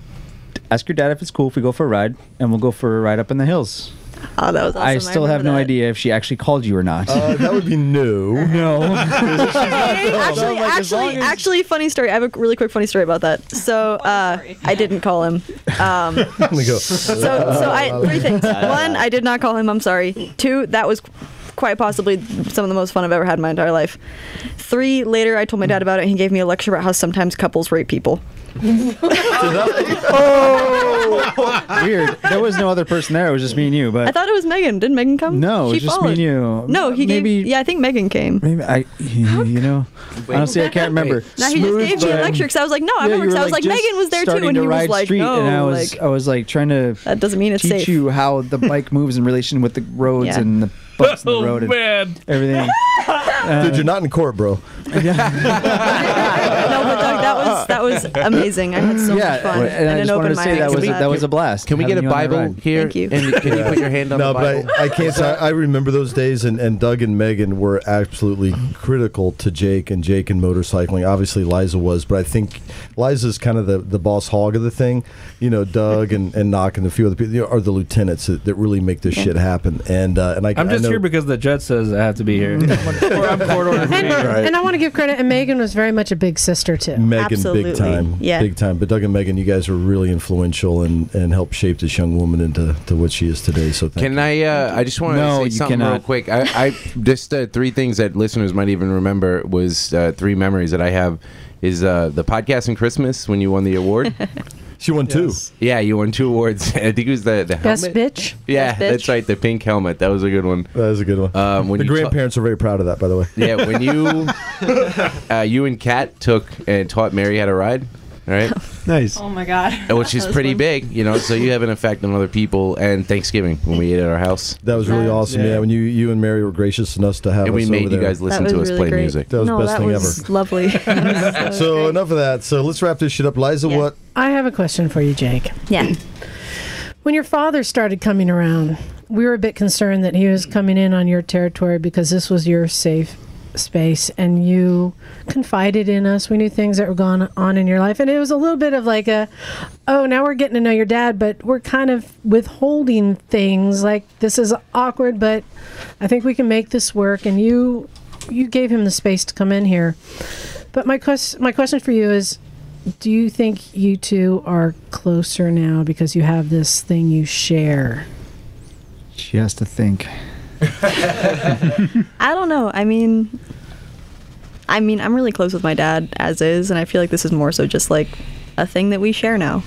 [SPEAKER 7] ask your dad if it's cool if we go for a ride, and we'll go for a ride up in the hills.
[SPEAKER 10] Oh, that was awesome.
[SPEAKER 7] I still have no idea if she actually called you or not.
[SPEAKER 3] Uh, that would be new.
[SPEAKER 7] (laughs)
[SPEAKER 3] (laughs)
[SPEAKER 7] no.
[SPEAKER 10] (laughs)
[SPEAKER 4] (laughs)
[SPEAKER 10] actually, actually, actually, funny story. I have a really quick funny story about that. So uh, I didn't call him. (laughs) Um,
[SPEAKER 3] Let me go.
[SPEAKER 10] so, so I three things. One, I did not call him. I'm sorry. Two, that was quite possibly some of the most fun I've ever had in my entire life. Three, later I told my dad about it. and He gave me a lecture about how sometimes couples rape (laughs) people.
[SPEAKER 7] oh, (laughs) weird. There was no other person there. It was just me and you. But
[SPEAKER 10] I thought it was Megan. Did Megan come?
[SPEAKER 7] No, it was
[SPEAKER 10] She
[SPEAKER 7] just
[SPEAKER 10] followed.
[SPEAKER 7] me and you.
[SPEAKER 10] No, he gave. Yeah, I think Megan came.
[SPEAKER 7] Maybe I, you, you know, honestly, I can't remember.
[SPEAKER 10] Now he just
[SPEAKER 7] Smooth
[SPEAKER 10] gave me a
[SPEAKER 7] brain.
[SPEAKER 10] lecture because I was like, no, I
[SPEAKER 7] Yeah,
[SPEAKER 10] remember
[SPEAKER 7] you
[SPEAKER 10] 'cause
[SPEAKER 7] were,
[SPEAKER 10] I was like,
[SPEAKER 7] just
[SPEAKER 10] Megan was there too,
[SPEAKER 7] starting
[SPEAKER 10] and
[SPEAKER 7] to
[SPEAKER 10] he was
[SPEAKER 7] ride
[SPEAKER 10] like,
[SPEAKER 7] street,
[SPEAKER 10] no,
[SPEAKER 7] and I was,
[SPEAKER 10] like
[SPEAKER 7] I was like trying to
[SPEAKER 10] that doesn't mean it's
[SPEAKER 7] teach
[SPEAKER 10] safe.
[SPEAKER 7] you how
[SPEAKER 10] (laughs)
[SPEAKER 7] the bike moves in relation with the roads
[SPEAKER 10] Yeah.
[SPEAKER 7] and the bumps (laughs) in the road and
[SPEAKER 6] (laughs)
[SPEAKER 10] man. (laughs)
[SPEAKER 7] everything. Uh,
[SPEAKER 3] Dude, you're not in court, bro.
[SPEAKER 10] no, but Doug, that was that was (laughs) amazing. I had so much fun.
[SPEAKER 7] and I
[SPEAKER 10] an
[SPEAKER 7] just wanted
[SPEAKER 10] open
[SPEAKER 7] to say
[SPEAKER 10] mic.
[SPEAKER 7] that was that was a blast.
[SPEAKER 2] Can we get
[SPEAKER 7] having
[SPEAKER 2] a
[SPEAKER 7] you on the
[SPEAKER 2] Bible
[SPEAKER 7] ride.
[SPEAKER 2] here?
[SPEAKER 10] Thank you.
[SPEAKER 2] And can you put your hand on
[SPEAKER 3] no,
[SPEAKER 2] the Bible?
[SPEAKER 3] but I, I can't. I, I remember those days, and, and Doug and Megan were absolutely critical to Jake and Jake and motorcycling. Obviously, Liza was, but I think Liza's kind of the, the boss hog of the thing. You know, Doug and, and Knock and a few other people you know, are the lieutenants that, that really make this shit happen. And uh, and I,
[SPEAKER 6] I'm
[SPEAKER 3] I
[SPEAKER 6] just
[SPEAKER 3] know-
[SPEAKER 6] here because the judge says I have to be (laughs) here.
[SPEAKER 4] And,
[SPEAKER 3] (laughs) Right.
[SPEAKER 4] and I want to give credit. And Megan was very much a big sister too.
[SPEAKER 3] Megan, big time,
[SPEAKER 4] Yeah.
[SPEAKER 3] big time. But Doug and Megan, you guys were really influential and, and helped shape this young woman into to what she is today. So thank
[SPEAKER 2] Can I? Uh, I just want to
[SPEAKER 3] No,
[SPEAKER 2] say
[SPEAKER 3] you
[SPEAKER 2] something real
[SPEAKER 3] cannot.
[SPEAKER 2] quick.
[SPEAKER 3] (laughs)
[SPEAKER 2] I, I just uh, three things that listeners might even remember was uh, three memories that I have is uh, the podcast and Christmas when you won the award.
[SPEAKER 3] (laughs) she won two.
[SPEAKER 2] Yeah, you won two awards. (laughs) I think it was the the
[SPEAKER 4] Best
[SPEAKER 2] helmet.
[SPEAKER 4] bitch.
[SPEAKER 2] Yeah,
[SPEAKER 4] Best bitch.
[SPEAKER 2] that's right. The pink helmet. That was a good one.
[SPEAKER 3] That was a good one.
[SPEAKER 2] Um, when
[SPEAKER 3] the
[SPEAKER 2] you ta-
[SPEAKER 3] grandparents are very proud of that, by the way.
[SPEAKER 2] (laughs) yeah, when
[SPEAKER 3] (laughs)
[SPEAKER 2] you (laughs) uh, you and Kat took and taught Mary how to ride. All
[SPEAKER 3] (laughs)
[SPEAKER 2] right. Uh,
[SPEAKER 5] Nice.
[SPEAKER 1] Oh
[SPEAKER 2] (laughs)
[SPEAKER 1] my god.
[SPEAKER 2] Which is pretty big, you know. So you have an effect on other people. And Thanksgiving when we ate at our house,
[SPEAKER 3] That was really awesome. Yeah. when you you and Mary were gracious enough to have
[SPEAKER 2] And
[SPEAKER 3] us
[SPEAKER 2] we made
[SPEAKER 3] over
[SPEAKER 2] you
[SPEAKER 3] there.
[SPEAKER 2] guys listen That to was us really play great. music.
[SPEAKER 3] That was
[SPEAKER 10] no,
[SPEAKER 3] the best
[SPEAKER 10] that
[SPEAKER 3] thing
[SPEAKER 10] was (laughs) lovely.
[SPEAKER 3] (laughs) ever. so enough of that. So let's wrap this shit up. Liza, what?
[SPEAKER 4] I have a question for you, Jake.
[SPEAKER 10] Yeah.
[SPEAKER 4] When your father started coming around, we were a bit concerned that he was coming in on your territory because this was your safe space and you confided in us. We knew things that were going on in your life. And it was a little bit of like a, oh, now we're getting to know your dad, but we're kind of withholding things. Like, this is awkward, but I think we can make this work. And you. You gave him the space to come in here, but my quest, my question for you is: do you think you two are closer now because you have this thing you share?
[SPEAKER 7] She has to think.
[SPEAKER 10] I don't know. I mean, I mean, I'm really close with my dad as is, and I feel like this is more so just like a thing that we share now.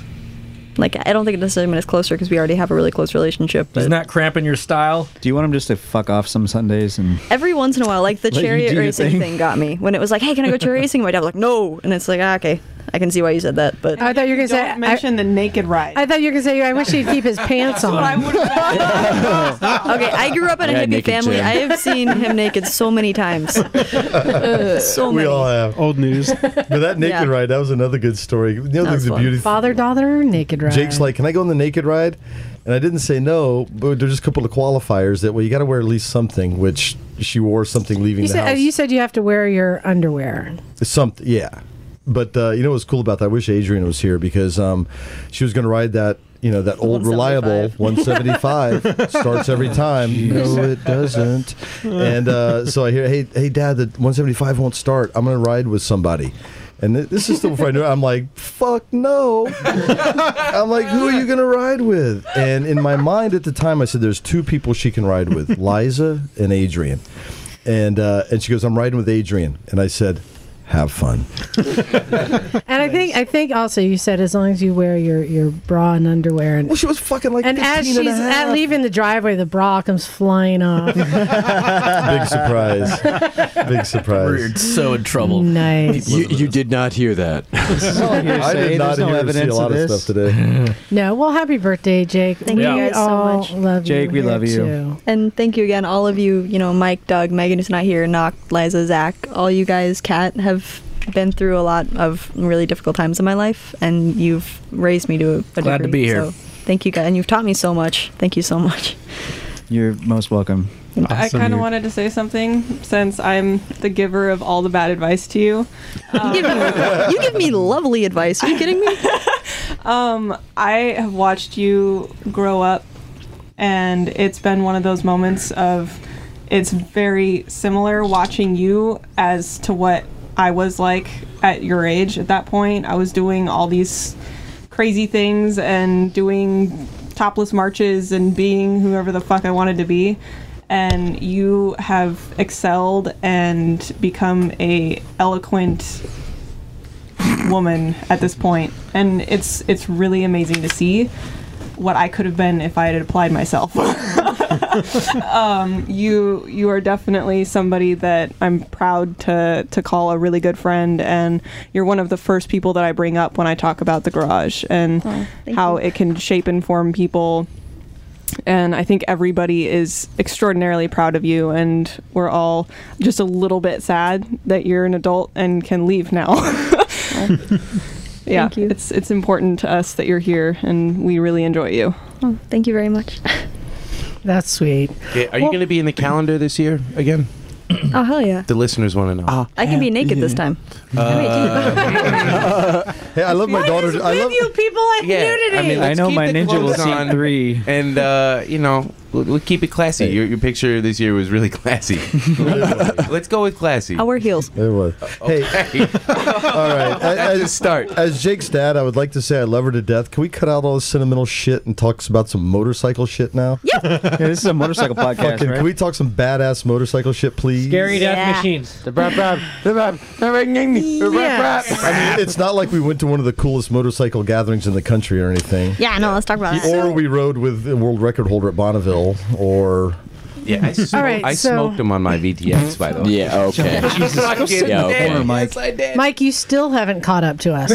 [SPEAKER 10] Like, I don't think it necessarily means closer because we already have a really close relationship. But
[SPEAKER 7] Isn't that cramping your style? Do you want him just to fuck off some Sundays and?
[SPEAKER 10] every once in a while, like the
[SPEAKER 7] Let you
[SPEAKER 10] chariot
[SPEAKER 7] do your
[SPEAKER 10] racing
[SPEAKER 7] thing.
[SPEAKER 10] thing. got me when it was like, "Hey, can I go chariot racing?" My dad was like, "No," and it's like, ah, "Okay, I can see why you said that."
[SPEAKER 4] (laughs)
[SPEAKER 10] But
[SPEAKER 4] I thought you were gonna say
[SPEAKER 1] Don't mention the naked ride.
[SPEAKER 4] I thought you were gonna say I wish he'd
[SPEAKER 3] (laughs)
[SPEAKER 4] keep his pants on.
[SPEAKER 10] okay, I grew up in a
[SPEAKER 4] Yeah,
[SPEAKER 10] hippie
[SPEAKER 4] naked
[SPEAKER 10] family.
[SPEAKER 4] Jim.
[SPEAKER 10] I have seen him naked so many times. (laughs)
[SPEAKER 2] (laughs)
[SPEAKER 10] so
[SPEAKER 3] we
[SPEAKER 10] many.
[SPEAKER 3] all have
[SPEAKER 10] (laughs)
[SPEAKER 5] old news.
[SPEAKER 3] but that naked
[SPEAKER 10] Yeah.
[SPEAKER 3] ride, that was another good story. You know,
[SPEAKER 10] That was
[SPEAKER 3] the
[SPEAKER 10] fun.
[SPEAKER 3] beauty.
[SPEAKER 4] Father daughter naked ride.
[SPEAKER 3] Jake's like, "Can I go on the naked ride?" And I didn't say no, but there's just a couple of qualifiers that well, you got to wear at least something. Which she wore something leaving
[SPEAKER 4] you
[SPEAKER 3] the
[SPEAKER 4] said
[SPEAKER 3] house.
[SPEAKER 4] you said you have to wear your
[SPEAKER 3] (laughs)
[SPEAKER 4] underwear.
[SPEAKER 3] Something, yeah. But uh, you know what's cool about that? I wish Adrian was here because um, she was going to ride that, you know, that old reliable 175 starts every time. No, it doesn't. And uh, so I hear, hey, hey, Dad, the 175 won't start. I'm going to ride with somebody. And th- this is still before I knew it. I'm like, fuck no. I'm like, who are you going to ride with? And in my mind at the time, I said, there's two people she can ride with Liza and Adrian. And, uh, and she goes, I'm riding with Adrian. And I said, have fun.
[SPEAKER 4] And I think I think also you said as long as you wear your, your bra and underwear and
[SPEAKER 3] well she was fucking like
[SPEAKER 4] and as
[SPEAKER 3] 15
[SPEAKER 4] she's
[SPEAKER 3] and a half.
[SPEAKER 4] at leaving the driveway the bra comes flying
[SPEAKER 3] (laughs)
[SPEAKER 4] off.
[SPEAKER 3] Big
[SPEAKER 7] (laughs)
[SPEAKER 3] surprise. Big surprise.
[SPEAKER 9] We're so in trouble.
[SPEAKER 4] Nice.
[SPEAKER 8] You, you did not hear
[SPEAKER 7] (laughs)
[SPEAKER 8] that.
[SPEAKER 3] I did not hear and see a lot of stuff today.
[SPEAKER 4] (laughs)
[SPEAKER 7] (laughs)
[SPEAKER 4] no, well, happy birthday, Jake.
[SPEAKER 10] Thank
[SPEAKER 4] we
[SPEAKER 10] you guys so
[SPEAKER 4] all
[SPEAKER 10] much.
[SPEAKER 4] Love you here, too.
[SPEAKER 10] And thank you again, all of you. You know, Mike, Doug, Megan, who's not here, Nock, Liza, Zach, all you guys, Kat, have been through a lot of really difficult times in my life, and you've raised me to a, a
[SPEAKER 9] Glad to
[SPEAKER 10] degree,
[SPEAKER 9] be here.
[SPEAKER 10] So thank you guys, and you've taught me so much. Thank you so much.
[SPEAKER 7] You're most welcome.
[SPEAKER 1] I kind of (laughs) wanted to say something since I'm the giver of all the bad advice to you.
[SPEAKER 10] (laughs)
[SPEAKER 1] Um,
[SPEAKER 10] you, give me, you give me lovely advice. Are you kidding me?
[SPEAKER 1] (laughs) um, I have watched you grow up, and it's been one of those moments of it's very similar watching you as to what I was like at your age at that point. I was doing all these crazy things and doing topless marches and being whoever the fuck I wanted to be. And you have excelled and become a eloquent woman at this point and it's it's really amazing to see what I could have been if I had applied myself. (laughs) um, you you are definitely somebody that I'm proud to to call a really good friend, and you're one of the first people that I bring up when I talk about the garage and
[SPEAKER 10] Oh, thank
[SPEAKER 1] how
[SPEAKER 10] you.
[SPEAKER 1] it can shape and form people. And I think everybody is extraordinarily proud of you, and we're all just a little bit sad that you're an adult and can leave now. (laughs) Yeah, it's it's important to us that you're here, and we really enjoy you.
[SPEAKER 10] Oh, thank you
[SPEAKER 9] (coughs)
[SPEAKER 10] very much.
[SPEAKER 4] That's sweet.
[SPEAKER 2] Okay, are you going to be in the calendar this year again?
[SPEAKER 10] Oh hell yeah!
[SPEAKER 2] The listeners want to know.
[SPEAKER 10] I can be naked this time.
[SPEAKER 2] Uh,
[SPEAKER 10] (laughs)
[SPEAKER 2] (laughs)
[SPEAKER 3] hey, I love my daughter. I love
[SPEAKER 4] you people
[SPEAKER 2] I,
[SPEAKER 4] like
[SPEAKER 2] mean, let's keep the clothes on
[SPEAKER 7] three,
[SPEAKER 2] and uh, you know, we'll, we'll keep it classy. Your, your picture this year was really (laughs) classy. let's go with classy.
[SPEAKER 10] I'll wear heels.
[SPEAKER 3] It was.
[SPEAKER 2] Hey,
[SPEAKER 3] (laughs) All right. As,
[SPEAKER 2] start.
[SPEAKER 3] As Jake's dad, I would like to say I love her to death. Can we cut out all this sentimental shit and talk about some motorcycle shit now?
[SPEAKER 10] Yeah.
[SPEAKER 7] this is a motorcycle podcast,
[SPEAKER 3] Fucking,
[SPEAKER 7] right?
[SPEAKER 3] Can we talk some badass motorcycle shit, please?
[SPEAKER 13] Scary death machines.
[SPEAKER 4] (laughs)
[SPEAKER 3] I mean, it's not like we went to one of the coolest motorcycle gatherings in the country or anything.
[SPEAKER 10] Yeah, no, let's talk about that.
[SPEAKER 3] Or we rode with a world record holder at Bonneville, or
[SPEAKER 2] yeah, I, smoked,
[SPEAKER 4] right,
[SPEAKER 2] I
[SPEAKER 4] so-
[SPEAKER 2] smoked him on my VTX by the way.
[SPEAKER 8] Yeah,
[SPEAKER 7] (laughs)
[SPEAKER 8] okay.
[SPEAKER 2] Jesus,
[SPEAKER 8] Go sit
[SPEAKER 2] yeah,
[SPEAKER 8] down,
[SPEAKER 2] okay.
[SPEAKER 8] Mike.
[SPEAKER 4] Mike, you still haven't caught up
[SPEAKER 3] (laughs)
[SPEAKER 4] to us.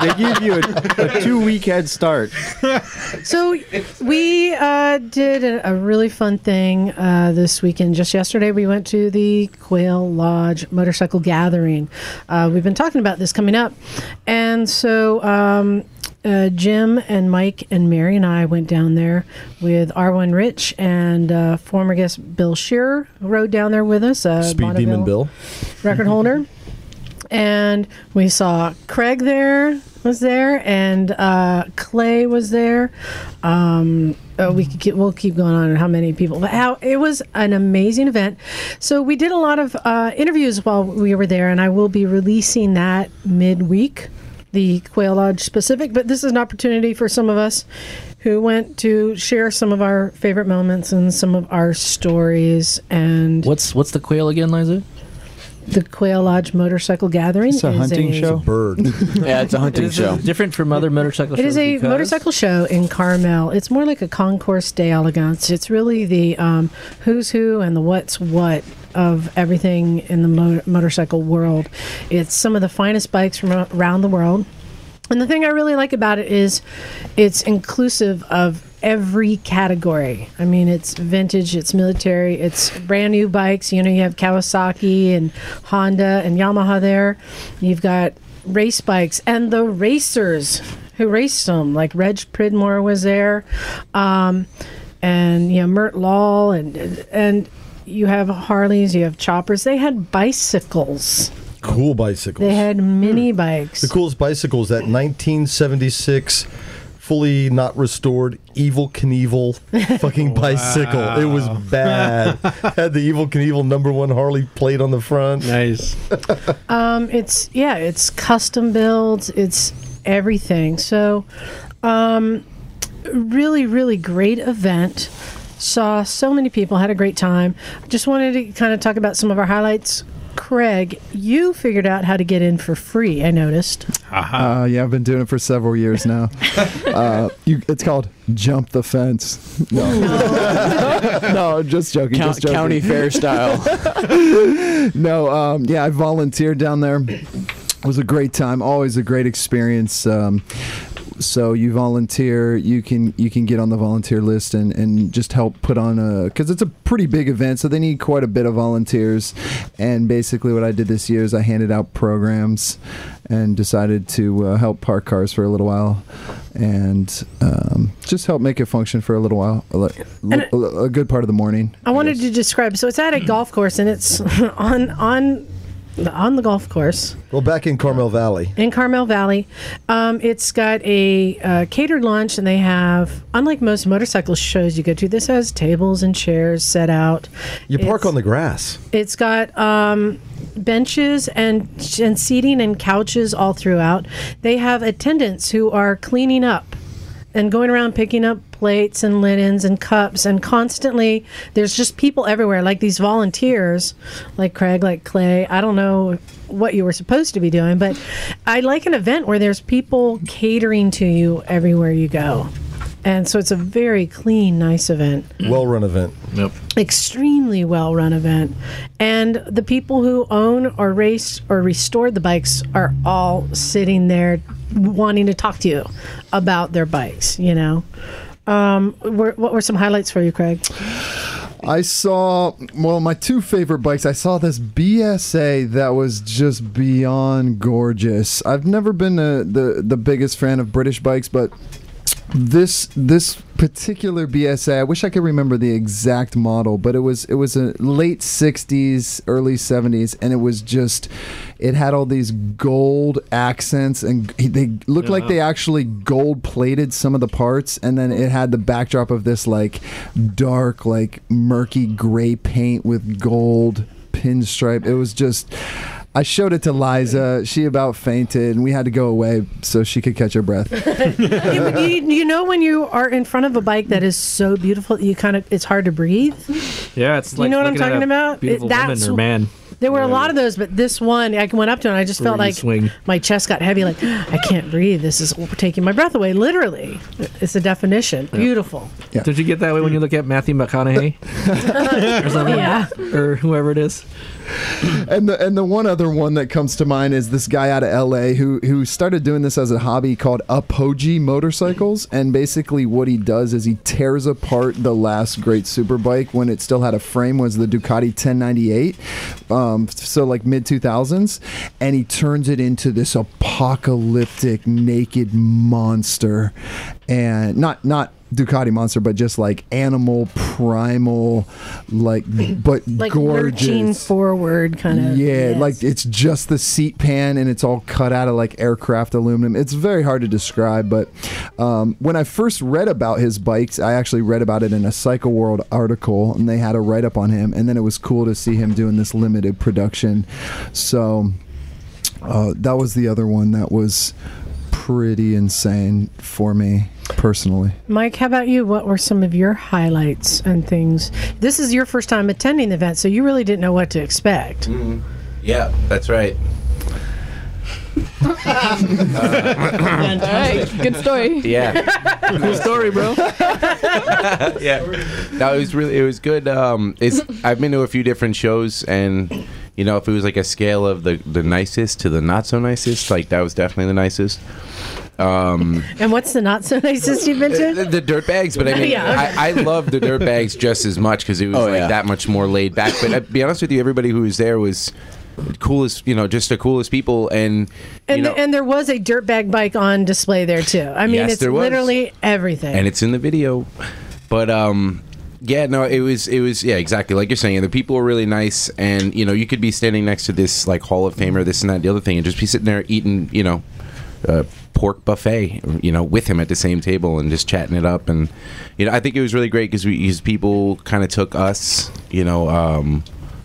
[SPEAKER 7] they give
[SPEAKER 2] (laughs)
[SPEAKER 7] you a, a two week head start.
[SPEAKER 4] (laughs) so we uh, did a, a really fun thing uh, this weekend. Just yesterday, we went to the Quail Lodge Motorcycle Gathering. Uh, we've been talking about this coming up, and so. Um, uh, Jim and Mike and Mary and I went down there with R1 Rich and uh, former guest Bill Shearer rode down there with us. Uh,
[SPEAKER 3] Speed
[SPEAKER 4] Bonneville
[SPEAKER 3] Demon Bill.
[SPEAKER 4] record holder. And we saw Craig there was there, and uh, Clay was there. Um, oh, we could get, we'll keep going on how many people, but how it was an amazing event. So we did a lot of uh, interviews while we were there, and I will be releasing that midweek, the Quail Lodge specific. But this is an opportunity for some of us who went to share some of our favorite moments and some of our stories and
[SPEAKER 9] What's what's the quail again, Liza?
[SPEAKER 4] the Quail Lodge Motorcycle Gathering. is
[SPEAKER 15] (laughs)
[SPEAKER 3] bird.
[SPEAKER 8] yeah, it's a hunting
[SPEAKER 9] Is it
[SPEAKER 8] show.
[SPEAKER 9] Different from other motorcycle
[SPEAKER 4] It is
[SPEAKER 9] shows
[SPEAKER 4] a
[SPEAKER 9] because-
[SPEAKER 4] motorcycle show in Carmel. It's more like a concourse d'elegance. It's really the um, who's who and the what's what of everything in the mo- motorcycle world. It's some of the finest bikes from a- around the world. And the thing I really like about it is it's inclusive of every category. I mean, it's vintage, it's military, it's brand new bikes. You know, you have Kawasaki and Honda and Yamaha there. You've got race bikes and the racers who raced them, like Reg Pridmore was there. Um, and you know Mert Lal and and you have Harleys, you have choppers. They had bicycles.
[SPEAKER 3] Cool bicycles.
[SPEAKER 4] They had mini bikes.
[SPEAKER 3] The coolest bicycle is that 1976 fully not restored Evil Knievel fucking bicycle. It was bad. Had the Evil Knievel number one Harley plate on the front.
[SPEAKER 5] Nice.
[SPEAKER 4] Um, it's yeah, it's custom builds, it's everything. So, um, really, really great event. Saw so many people, had a great time. Just wanted to kind of talk about some of our highlights Craig, you figured out how to get in for free, I noticed.
[SPEAKER 11] Uh, yeah, I've been doing it for several years now. uh, you, it's called jump the fence. No, (laughs) no, I'm just joking.
[SPEAKER 8] Count-
[SPEAKER 11] just joking.
[SPEAKER 8] county fair
[SPEAKER 11] (laughs)
[SPEAKER 8] style.
[SPEAKER 11] no, um, yeah, I volunteered down there. It was a great time. Always a great experience. Um, so you volunteer, you can you can get on the volunteer list and, and just help put on a because it's a pretty big event, so they need quite a bit of volunteers. And basically, what I did this year is I handed out programs and decided to uh, help park cars for a little while and um, just help make it function for a little while, a, li-
[SPEAKER 4] And-
[SPEAKER 11] a- a good part of the morning.
[SPEAKER 4] I wanted to describe. So it's at a golf course, and it's (laughs) on on the, on the golf course
[SPEAKER 3] Well, back in Carmel Valley.
[SPEAKER 4] in Carmel Valley. Um, it's got a uh, catered lunch, and they have, unlike most motorcycle shows you go to, this has tables and chairs set out.
[SPEAKER 3] You park
[SPEAKER 4] It's-
[SPEAKER 3] on the grass.
[SPEAKER 4] It's got um, benches and and seating and couches all throughout. They have attendants who are cleaning up and going around picking up plates and linens and cups and constantly there's just people everywhere like these volunteers like Craig like Clay I don't know what you were supposed to be doing but I like an event where there's people catering to you everywhere you go and so it's a very clean nice event
[SPEAKER 3] Well run event.
[SPEAKER 9] Yep.
[SPEAKER 4] extremely well run event and the people who own or race or restored the bikes are all sitting there wanting to talk to you about their bikes you know um, were, what were some highlights for you craig
[SPEAKER 11] I saw well my two favorite bikes. I saw this BSA that was just beyond gorgeous. I've never been a, the the biggest fan of British bikes, but this this particular BSA, I wish I could remember the exact model, but it was it was a late '60s, early '70s, and it was just it had all these gold accents, and g- they looked like
[SPEAKER 8] Yeah.
[SPEAKER 11] they actually gold plated some of the parts, and then it had the backdrop of this like dark, like murky gray paint with gold pinstripe. It was just. I showed it to Liza. She about fainted, and we had to go away so she could catch her breath.
[SPEAKER 4] you, you- you know when you are in front of a bike that is so beautiful that you kind of it's hard to breathe
[SPEAKER 13] Yeah, it's
[SPEAKER 4] You
[SPEAKER 13] like
[SPEAKER 4] know what I'm
[SPEAKER 13] looking at
[SPEAKER 4] talking
[SPEAKER 13] a
[SPEAKER 4] about? It-
[SPEAKER 13] Beautiful
[SPEAKER 4] that's-
[SPEAKER 13] woman or man.
[SPEAKER 4] there were a lot of those but this one i went up to it and i just felt
[SPEAKER 13] Where you
[SPEAKER 4] like
[SPEAKER 13] swing.
[SPEAKER 4] my chest got heavy like (gasps) i can't breathe this is taking my breath away literally it's a definition beautiful
[SPEAKER 13] Did you get that way when you look at Matthew
[SPEAKER 4] (laughs)
[SPEAKER 13] McConaughey or something?
[SPEAKER 4] Yeah.
[SPEAKER 13] (laughs) Or whoever it is?
[SPEAKER 11] and the and the one other one that comes to mind is this guy out of L.A. who who started doing this as a hobby called Apogee Motorcycles, and basically what he does is he tears apart the last great superbike when it still had a frame was the Ducati 1098, um, so like mid 2000s, and he turns it into this apocalyptic naked monster, and not not. Ducati monster, but just like animal, primal, like but
[SPEAKER 4] (clears throat) like
[SPEAKER 11] gorgeous,
[SPEAKER 4] lurching forward kind of
[SPEAKER 11] yeah, like it's just the seat pan and it's all cut out of like aircraft aluminum. It's very hard to describe, but um, when I first read about his bikes, I actually read about it in a Cycle World article and they had a write up on him. And then it was cool to see him doing this limited production. So uh, that was the other one that was pretty insane for me personally.
[SPEAKER 4] Mike, how about you? What were some of your highlights and things? This is your first time attending the event, so you really didn't know what to expect.
[SPEAKER 2] Mm-hmm. Yeah, that's right. Uh,
[SPEAKER 12] All right,
[SPEAKER 2] (laughs)
[SPEAKER 12] good story.
[SPEAKER 2] Yeah. (laughs)
[SPEAKER 13] cool story, bro.
[SPEAKER 2] yeah. No, it was really it was good. Um, it's I've been to a few different shows, and you know, if it was like a scale of the the nicest to the not so nicest, like that was definitely the nicest. Um,
[SPEAKER 4] And what's the not so (laughs) nicest you've been
[SPEAKER 2] the,
[SPEAKER 4] to?
[SPEAKER 2] the dirt bags, but I mean,
[SPEAKER 4] Yeah.
[SPEAKER 2] I, I love the dirt bags just as much because it was like that much more laid back. But to be honest with you, everybody who was there was coolest, you know, just the coolest people, and
[SPEAKER 4] And,
[SPEAKER 2] you know,
[SPEAKER 4] the, and there was a dirtbag bike on display there too. I mean,
[SPEAKER 2] Yes,
[SPEAKER 4] it's
[SPEAKER 2] there was.
[SPEAKER 4] literally everything.
[SPEAKER 2] and it's in the video. But um, yeah, no, it was it was yeah, exactly like you're saying. The people were really nice, and you know, you could be standing next to this like Hall of Famer, this and that, and the other thing, and just be sitting there eating, you know. Uh, pork buffet you know with him at the same table and just chatting it up and you know i think it was really great because we because people kind of took us you know um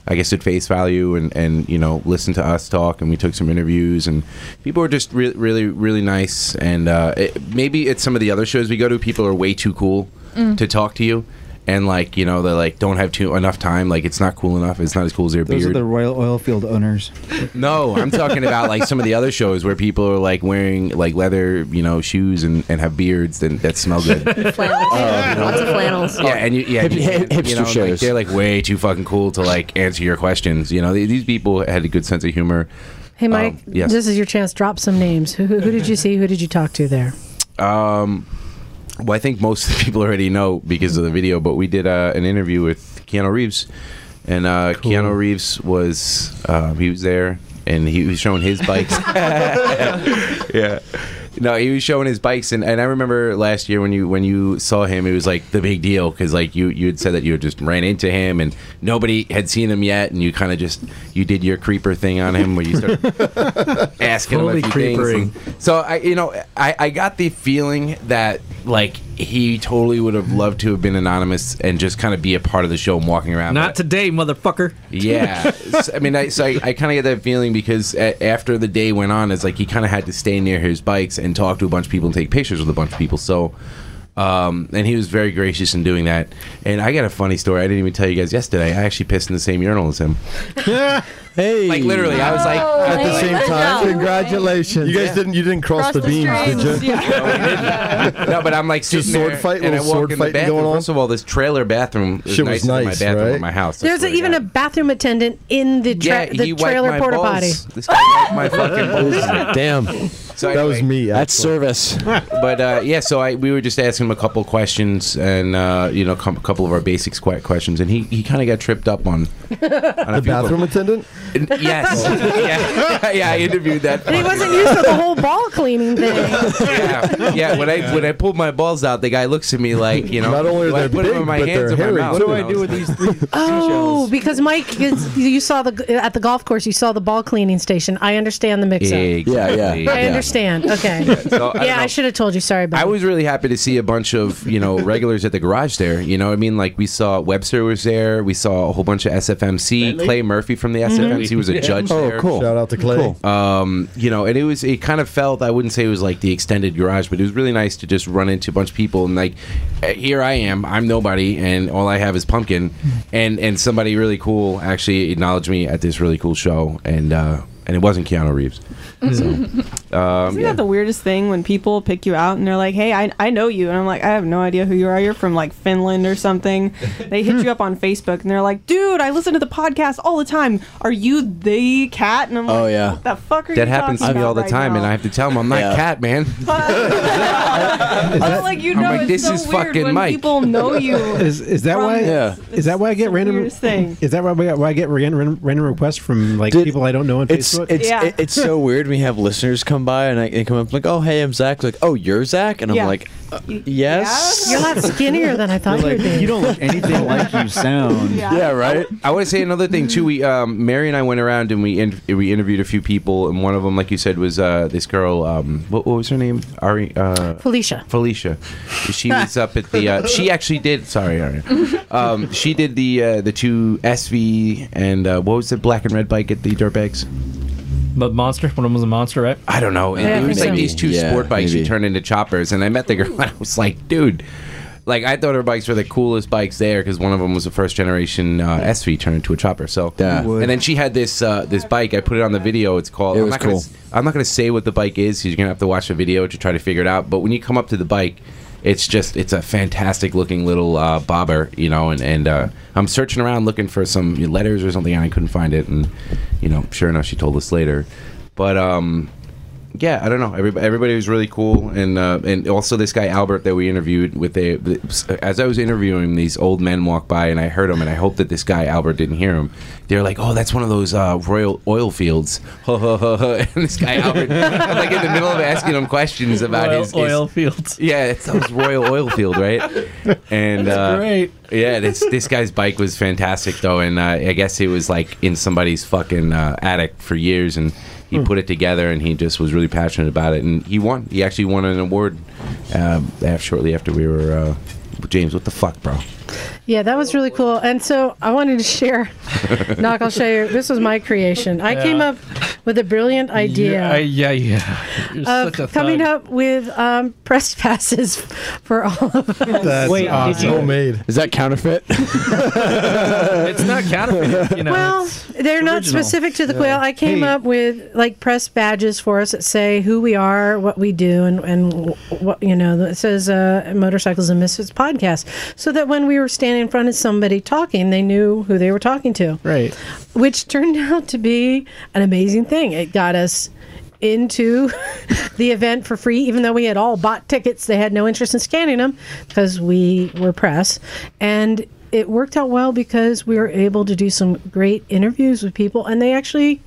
[SPEAKER 2] i guess at face value and and you know listened to us talk and we took some interviews and people were just re- really really nice and uh it, maybe at some of the other shows we go to people are way too cool
[SPEAKER 13] Mm.
[SPEAKER 2] to talk to you and like you know they like don't have too enough time. Like it's not cool enough. It's not as cool as their
[SPEAKER 7] Those are
[SPEAKER 2] (laughs) beard.
[SPEAKER 7] the Royal Oilfield owners.
[SPEAKER 2] No, I'm talking about like some of the other shows where people are like wearing like leather, you know, shoes and, and have beards and that smell good.
[SPEAKER 10] Flannels. Lots of flannels.
[SPEAKER 2] Uh, Yeah, and you, yeah,
[SPEAKER 8] Hip-
[SPEAKER 2] you,
[SPEAKER 8] hip-
[SPEAKER 2] you
[SPEAKER 8] hipster
[SPEAKER 2] know, like,
[SPEAKER 8] shows.
[SPEAKER 2] they're like way too fucking cool to like answer your questions. You know, Th- these people had a good sense of humor.
[SPEAKER 4] Hey, Mike,
[SPEAKER 2] Um, yes.
[SPEAKER 4] this is your chance. Drop some names. Who, who, who did you see? Who did you talk to there?
[SPEAKER 2] Um, well, I think most (laughs) of the people already know because of the video, but we did uh, an interview with Keanu Reeves, and uh, Keanu Reeves was um, he was there, and he was showing his
[SPEAKER 16] (laughs)
[SPEAKER 2] bikes. (laughs) yeah. No, he was showing his bikes, and, and I remember last year when you when you saw him, it was like the big deal because like you you had said that you had just ran into him and nobody had seen him yet, and you kind of just you did your creeper thing on him where you
[SPEAKER 9] (laughs)
[SPEAKER 2] started asking him
[SPEAKER 9] Fully
[SPEAKER 2] a few things.
[SPEAKER 9] creepering.
[SPEAKER 2] So I, you know, I, I got the feeling that like he totally would have loved to have been anonymous and just kind of be a part of the show and walking around.
[SPEAKER 9] Not today, motherfucker.
[SPEAKER 2] Yeah, S- I mean, I, so I, I kind of get that feeling because a- after the day went on, it's like he kind of had to stay near his bikes and talk to a bunch of people and take pictures with a bunch of people. So, um, and he was very gracious in doing that. And I got a funny story. I didn't even tell you guys yesterday. I actually pissed in the same urinal as
[SPEAKER 3] (laughs)
[SPEAKER 2] him.
[SPEAKER 11] hey,
[SPEAKER 2] like literally, I was like
[SPEAKER 4] Oh,
[SPEAKER 11] at the same time. Congratulations.
[SPEAKER 3] You guys didn't. You didn't cross, the, beams, did you?
[SPEAKER 2] no, but I'm like
[SPEAKER 3] Just
[SPEAKER 2] sitting there,
[SPEAKER 3] sword fight,
[SPEAKER 2] and I
[SPEAKER 3] little
[SPEAKER 2] walk
[SPEAKER 3] sword
[SPEAKER 2] in the
[SPEAKER 3] fighting
[SPEAKER 2] bathroom.
[SPEAKER 3] going on?
[SPEAKER 2] First of all, this trailer bathroom is
[SPEAKER 3] Shit
[SPEAKER 2] nicer
[SPEAKER 3] was
[SPEAKER 2] than my
[SPEAKER 3] nice,
[SPEAKER 2] bathroom
[SPEAKER 3] right?
[SPEAKER 2] at my house. I
[SPEAKER 4] There's a,
[SPEAKER 2] swear to
[SPEAKER 4] even
[SPEAKER 2] God.
[SPEAKER 4] a bathroom attendant in the,
[SPEAKER 2] yeah,
[SPEAKER 4] tra-
[SPEAKER 2] he
[SPEAKER 4] the
[SPEAKER 2] wiped
[SPEAKER 4] trailer
[SPEAKER 2] my
[SPEAKER 4] porta
[SPEAKER 2] balls.
[SPEAKER 4] potty.
[SPEAKER 2] This (laughs) guy wiped my
[SPEAKER 8] (laughs)
[SPEAKER 2] fucking (laughs) balls.
[SPEAKER 8] Damn.
[SPEAKER 2] So that was
[SPEAKER 3] me.
[SPEAKER 8] That's service.
[SPEAKER 2] (laughs) but uh, yeah, so I we were just asking him a couple questions and uh, you know com- a couple of our basics que- questions, and he, he kind of got tripped up on, on
[SPEAKER 3] The bathroom attendant. (laughs)
[SPEAKER 2] Yes, yeah, (laughs) yeah. I interviewed that.
[SPEAKER 4] And he wasn't used to the whole ball cleaning thing.
[SPEAKER 2] (laughs) yeah, yeah. When I when I pulled my balls out, the guy looks at me like you know.
[SPEAKER 3] Not only are
[SPEAKER 2] do I
[SPEAKER 3] they
[SPEAKER 2] put them
[SPEAKER 3] big,
[SPEAKER 2] in my
[SPEAKER 3] (laughs) but they're
[SPEAKER 2] hands or my
[SPEAKER 3] hairy,
[SPEAKER 2] mouth?
[SPEAKER 3] too.
[SPEAKER 2] And I was
[SPEAKER 8] these
[SPEAKER 6] (laughs)
[SPEAKER 4] Oh, because Mike, is, you saw the at the golf course, you saw the ball cleaning station. I understand the mix-up.
[SPEAKER 2] Exactly.
[SPEAKER 4] I
[SPEAKER 6] (laughs)
[SPEAKER 4] understand. Okay.
[SPEAKER 2] So, I don't
[SPEAKER 4] yeah, I
[SPEAKER 2] know.
[SPEAKER 4] should have told you. Sorry about
[SPEAKER 2] I was really happy to see a bunch of you
[SPEAKER 4] (laughs)
[SPEAKER 2] know regulars at the garage there. You know, what I mean, like we saw Webster was there. We saw a whole bunch of SFMC.
[SPEAKER 3] Bentley?
[SPEAKER 2] Clay Murphy from the
[SPEAKER 4] Mm-hmm.
[SPEAKER 3] Mhm.
[SPEAKER 2] SFMC was a
[SPEAKER 3] Yeah.
[SPEAKER 2] judge.
[SPEAKER 3] Oh,
[SPEAKER 2] there.
[SPEAKER 3] cool. Shout out to Clay. Cool.
[SPEAKER 2] Um, you know, and it was it kind of felt I wouldn't say it was like the extended garage, but it was really nice to just run into a bunch of people and like eh, here I am, I'm nobody, and all I have is pumpkin, and and somebody really cool actually acknowledged me at this really cool show, and uh, and it wasn't Keanu Reeves.
[SPEAKER 4] (laughs)
[SPEAKER 2] So, um,
[SPEAKER 1] Isn't
[SPEAKER 2] yeah.
[SPEAKER 1] that the weirdest thing when people pick you out and they're like, "Hey, I, I know you," and I'm like, "I have no idea who you are. You're from like Finland
[SPEAKER 2] (laughs)
[SPEAKER 1] or something." They hit you up on Facebook and they're like, "Dude, I listen to the podcast all the time. Are you the cat?" And I'm like,
[SPEAKER 2] Oh, yeah.
[SPEAKER 1] what the fuck are you
[SPEAKER 2] That happens to
[SPEAKER 1] talking
[SPEAKER 2] me
[SPEAKER 1] about
[SPEAKER 2] all the
[SPEAKER 1] right
[SPEAKER 2] time,
[SPEAKER 1] now?"
[SPEAKER 2] and I have to tell them I'm not
[SPEAKER 1] Yeah.
[SPEAKER 2] cat
[SPEAKER 1] (laughs)
[SPEAKER 2] man.
[SPEAKER 1] I'm like, you
[SPEAKER 2] I'm
[SPEAKER 1] know,
[SPEAKER 2] like,
[SPEAKER 1] it's
[SPEAKER 2] this
[SPEAKER 1] so
[SPEAKER 2] is
[SPEAKER 1] weird
[SPEAKER 2] fucking
[SPEAKER 1] when
[SPEAKER 2] Mike. (laughs)
[SPEAKER 1] people know you.
[SPEAKER 5] Is, is that
[SPEAKER 1] from
[SPEAKER 5] why?
[SPEAKER 1] this-
[SPEAKER 5] Is that why I get random?
[SPEAKER 1] weirdest thing.
[SPEAKER 5] Is that why I, why I get random, random requests from like people I don't know on
[SPEAKER 8] It's
[SPEAKER 5] Facebook?
[SPEAKER 8] it's it- it's
[SPEAKER 3] (laughs)
[SPEAKER 8] so weird when you have listeners come by and I they come up like, oh hey, I'm Zach. Like, oh you're Zach, and I'm
[SPEAKER 4] Yeah.
[SPEAKER 8] like, uh, yes.
[SPEAKER 4] You're not skinnier than I thought you were.
[SPEAKER 8] you don't look anything like you
[SPEAKER 1] (laughs)
[SPEAKER 8] sound.
[SPEAKER 4] Yeah.
[SPEAKER 8] yeah right.
[SPEAKER 2] I want to say another thing too. We um, Mary and I went around and we in- we interviewed a few people, and one of them, like you said, was uh, this girl. Um, what, what was her name? Ari. Uh,
[SPEAKER 4] Felicia.
[SPEAKER 2] Felicia. She was up at the.
[SPEAKER 1] (laughs)
[SPEAKER 2] Uh, she actually did. Sorry, Ari. Um, she did the uh, the two SV and uh, what was it? Black and red bike at the dirtbags.
[SPEAKER 6] (laughs) But monster, one of them was a monster, right?
[SPEAKER 2] I don't know. It,
[SPEAKER 6] Yeah, I
[SPEAKER 2] it was
[SPEAKER 6] think
[SPEAKER 2] like
[SPEAKER 6] so.
[SPEAKER 2] these two
[SPEAKER 6] Yeah,
[SPEAKER 2] sport bikes
[SPEAKER 6] maybe.
[SPEAKER 2] she turned into choppers, and I met the girl, (laughs) and I was like, dude. Like I thought her bikes were the coolest bikes there because one of them was a first generation uh, SV turned into a chopper. So
[SPEAKER 8] Yeah.
[SPEAKER 2] and then she had this uh, this bike. I put it on the video. It's called.
[SPEAKER 8] It
[SPEAKER 2] I'm
[SPEAKER 8] was
[SPEAKER 2] not gonna
[SPEAKER 8] cool.
[SPEAKER 2] s- I'm not gonna say what the bike is. 'cause You're gonna have to watch the video to try to figure it out. But when you come up to the bike, it's just it's a fantastic looking little uh, bobber, you know. And and uh, I'm searching around looking for some letters or something, and I couldn't find it. And you know, sure enough, she told us later. But um, yeah, I don't know. Everybody, everybody was really cool, and uh, and also this guy Albert that we interviewed with a. As I was interviewing, these old men walked by, and I heard them, and I hope that this guy Albert didn't hear him. They're like, "Oh, that's one of those uh, royal oil fields." (laughs) Ho, ho, ho, ho. and this guy Albert, (laughs) like in the middle of asking him questions about
[SPEAKER 6] Royal
[SPEAKER 2] his, his-
[SPEAKER 6] oil
[SPEAKER 2] (laughs)
[SPEAKER 6] fields.
[SPEAKER 2] Yeah, it's those royal oil field,
[SPEAKER 6] (laughs)
[SPEAKER 2] right? And uh,
[SPEAKER 6] great.
[SPEAKER 2] Yeah, this this guy's bike was fantastic though, and uh, I guess it was like in somebody's fucking uh, attic for years, and he
[SPEAKER 6] Hmm.
[SPEAKER 2] put it together, and he just was really passionate about it, and he won. He actually won an award uh, af- shortly after we were. Uh, James, what the fuck, bro?
[SPEAKER 4] Yeah, that was
[SPEAKER 6] (laughs)
[SPEAKER 4] really cool. And so I wanted to share. Knock, I'll show you. This was my creation. I
[SPEAKER 2] Yeah.
[SPEAKER 4] came up. with a brilliant idea.
[SPEAKER 6] Yeah, I- yeah, yeah. You're
[SPEAKER 4] of
[SPEAKER 6] such a
[SPEAKER 4] Uh, coming
[SPEAKER 6] thug.
[SPEAKER 4] up with um, press passes for all of us.
[SPEAKER 6] Wait, did awesome. you-
[SPEAKER 3] homemade.
[SPEAKER 8] Is that
[SPEAKER 3] (laughs)
[SPEAKER 8] counterfeit?
[SPEAKER 6] it's not counterfeit. You know,
[SPEAKER 4] well,
[SPEAKER 6] it's-
[SPEAKER 4] they're not
[SPEAKER 6] original.
[SPEAKER 4] specific to the
[SPEAKER 6] Yeah.
[SPEAKER 4] quail. I came
[SPEAKER 6] Hey.
[SPEAKER 4] up with like press badges for us that say who we are, what we do, and and wh- what you know. It says uh, "Motorcycles and Misfits" podcast, so that when we were standing in front of somebody talking, they knew who they were talking to.
[SPEAKER 5] Right.
[SPEAKER 4] Which turned (laughs) out to be an amazing thing. It got us into (laughs) the event for free, even though we had all bought tickets. They had no interest in scanning them because we were press. And it worked out well because we were able to do some great interviews with people, and they actually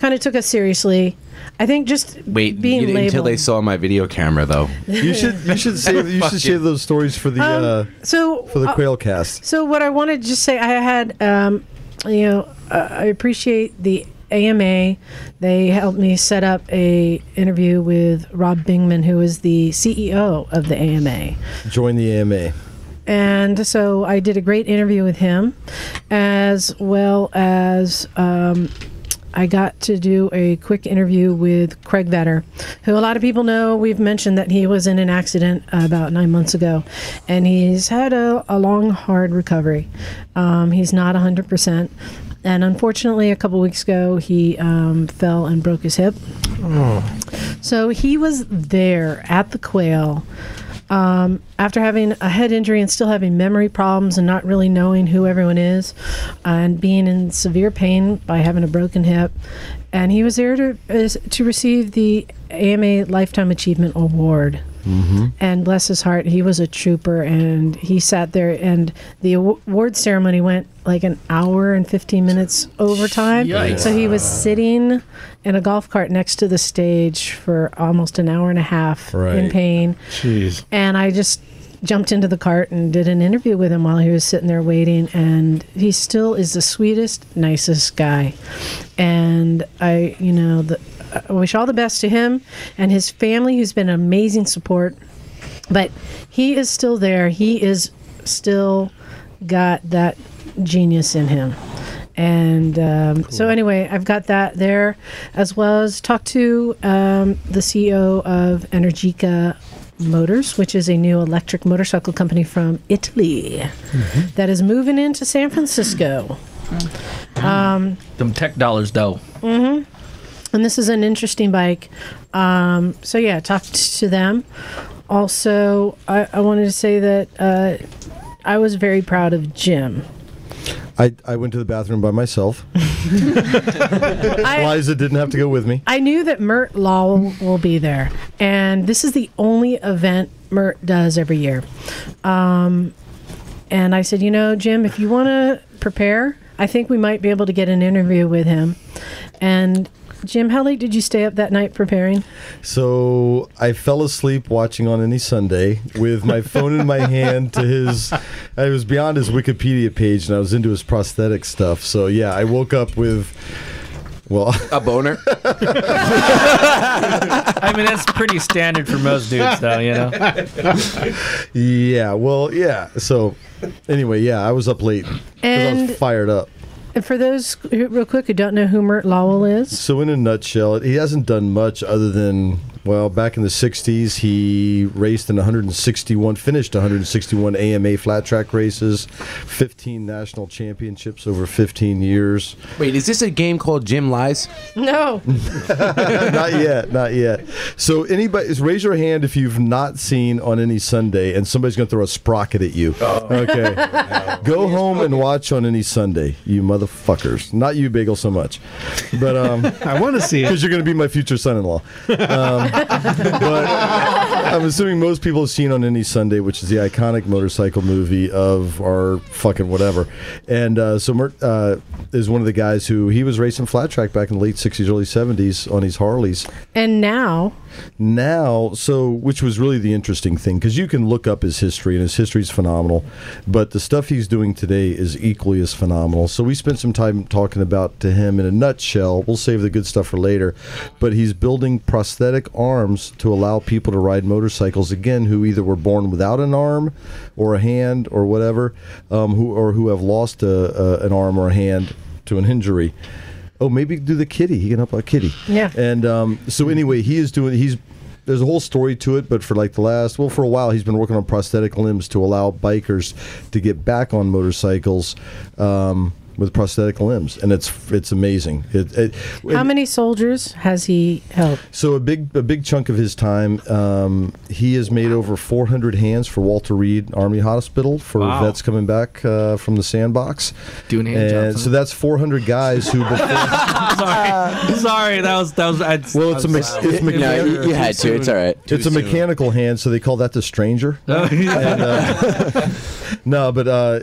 [SPEAKER 4] kind of took us seriously. I think just
[SPEAKER 2] Wait,
[SPEAKER 4] being
[SPEAKER 2] you-
[SPEAKER 4] labeled.
[SPEAKER 2] until they saw my video camera, though.
[SPEAKER 4] You should-
[SPEAKER 3] You should save. You
[SPEAKER 2] Fuck
[SPEAKER 3] should save those stories for the
[SPEAKER 4] Um,
[SPEAKER 3] uh,
[SPEAKER 4] so
[SPEAKER 3] for the
[SPEAKER 4] uh,
[SPEAKER 3] quail cast.
[SPEAKER 4] So what I wanted to just say, I had, um, you know, uh, I appreciate the AMA. They helped me set up a interview with Rob Bingman, who is the CEO of the AMA,
[SPEAKER 3] Join the AMA.
[SPEAKER 4] and so I did a great interview with him, as well as. Um, I got to do a quick interview with Craig Vetter, who a lot of people know. We've mentioned that he was in an accident about nine months ago, and he's had a, a long, hard recovery. Um, he's not 100%. And unfortunately, a couple weeks ago, he um, fell and broke his hip. So he was there at the quail um, after having a head injury and still having memory problems and not really knowing who everyone is and being in severe pain by having a broken hip. And he was there to, is, to receive the AMA Lifetime Achievement Award.
[SPEAKER 5] Mm-hmm.
[SPEAKER 4] And bless his heart, he was a trooper and he sat there and the aw- award ceremony went like an hour and 15 minutes overtime.
[SPEAKER 12] Yikes.
[SPEAKER 4] So he was sitting in a golf cart next to the stage for almost an hour and a half in
[SPEAKER 5] Right.
[SPEAKER 4] pain.
[SPEAKER 5] Jeez.
[SPEAKER 4] And I just jumped into the cart and did an interview with him while he was sitting there waiting. And he still is the sweetest, nicest guy. And I, you know, the, I wish all the best to him and his family, who's been amazing support. But he is still there. He is still got that genius in him. And um, so, anyway, I've got that there, as well as talk to um, the CEO of Energica Motors, which is a new electric motorcycle company from Italy that is moving into San Francisco. Um,
[SPEAKER 9] Them tech dollars, though.
[SPEAKER 4] hmm And this is an interesting bike. Um, so yeah, talked to them. Also, I, I wanted to say that uh, I was very proud of Jim.
[SPEAKER 3] I, I went to the bathroom by
[SPEAKER 6] (laughs)
[SPEAKER 3] myself. (laughs) Liza didn't have to go with me.
[SPEAKER 4] I knew that Mert Law will be there, and this is the only event Mert does every year. Um, and I said, you know, Jim, if you want to prepare, I think we might be able to get an interview with him. And Jim, how late did you stay up that night preparing?
[SPEAKER 3] So I fell asleep watching on any Sunday with my phone in my hand to his. I was beyond his Wikipedia page and I was into his prosthetic stuff. So yeah, I woke up with. Well,
[SPEAKER 2] a
[SPEAKER 3] (laughs)
[SPEAKER 2] boner.
[SPEAKER 6] I mean, that's pretty standard for most dudes, though. You know.
[SPEAKER 8] (laughs)
[SPEAKER 3] yeah, well, yeah. So anyway, yeah, I was up late 'cause I
[SPEAKER 4] And-
[SPEAKER 3] was fired up.
[SPEAKER 4] And for those who, real quick who don't know who Mert Lowell is,
[SPEAKER 3] So, in a nutshell, he hasn't done much other than, well, back in the 60s, he raced in 161, finished 161 AMA flat track races, 15 national championships over 15 years.
[SPEAKER 2] Wait, is this a game called Jim Lies?
[SPEAKER 4] no,
[SPEAKER 3] (laughs) not yet, not yet. So, anybody, raise your hand if you've not seen on any Sunday, and somebody's going to throw a sprocket at you. Okay. Go home and watch on any Sunday, you motherfuckers. Not you, Bagel, so much. But um,
[SPEAKER 5] (laughs) I want to see it.
[SPEAKER 3] Because you're going to be my future son in law.
[SPEAKER 5] (laughs)
[SPEAKER 3] I'm assuming most people have seen on any Sunday, which is the iconic motorcycle movie of our fucking whatever. And uh, so Mert uh, is one of the guys who he was racing flat track back in the late '60s, early '70s on his Harleys.
[SPEAKER 4] and now
[SPEAKER 3] Now, so which was really the interesting thing because you can look up his history, and his history is phenomenal. But the stuff he's doing today is equally as phenomenal. So we spent some time talking about to him in a nutshell. We'll save the good stuff for later. But he's building prosthetic arms to allow people to ride motorcycles again who either were born without an arm or a hand or whatever, um, who or who have lost a, a, an arm or a hand to an injury oh, maybe do the kitty. He can help out kitty.
[SPEAKER 4] Yeah.
[SPEAKER 3] And um, so anyway, he is doing. He's there's a whole story to it, but for like the last well, for a while, he's been working on prosthetic limbs to allow bikers to get back on motorcycles. Um, with prosthetic limbs, and it's it's amazing. It, it,
[SPEAKER 4] How many soldiers has he helped?
[SPEAKER 3] So a big a big chunk of his time, um, he has made over 400 hands for Walter Reed Army Hospital for
[SPEAKER 16] Wow.
[SPEAKER 3] vets coming back uh, from the sandbox.
[SPEAKER 9] Doing hand
[SPEAKER 3] and
[SPEAKER 9] jobs, huh?
[SPEAKER 3] So that's 400 guys who. Before,
[SPEAKER 6] sorry, sorry, that was that was. I,
[SPEAKER 3] well, it's a mix. It's mechan- It's a mechanical hand, so they call that the stranger. (laughs) No, but uh, uh,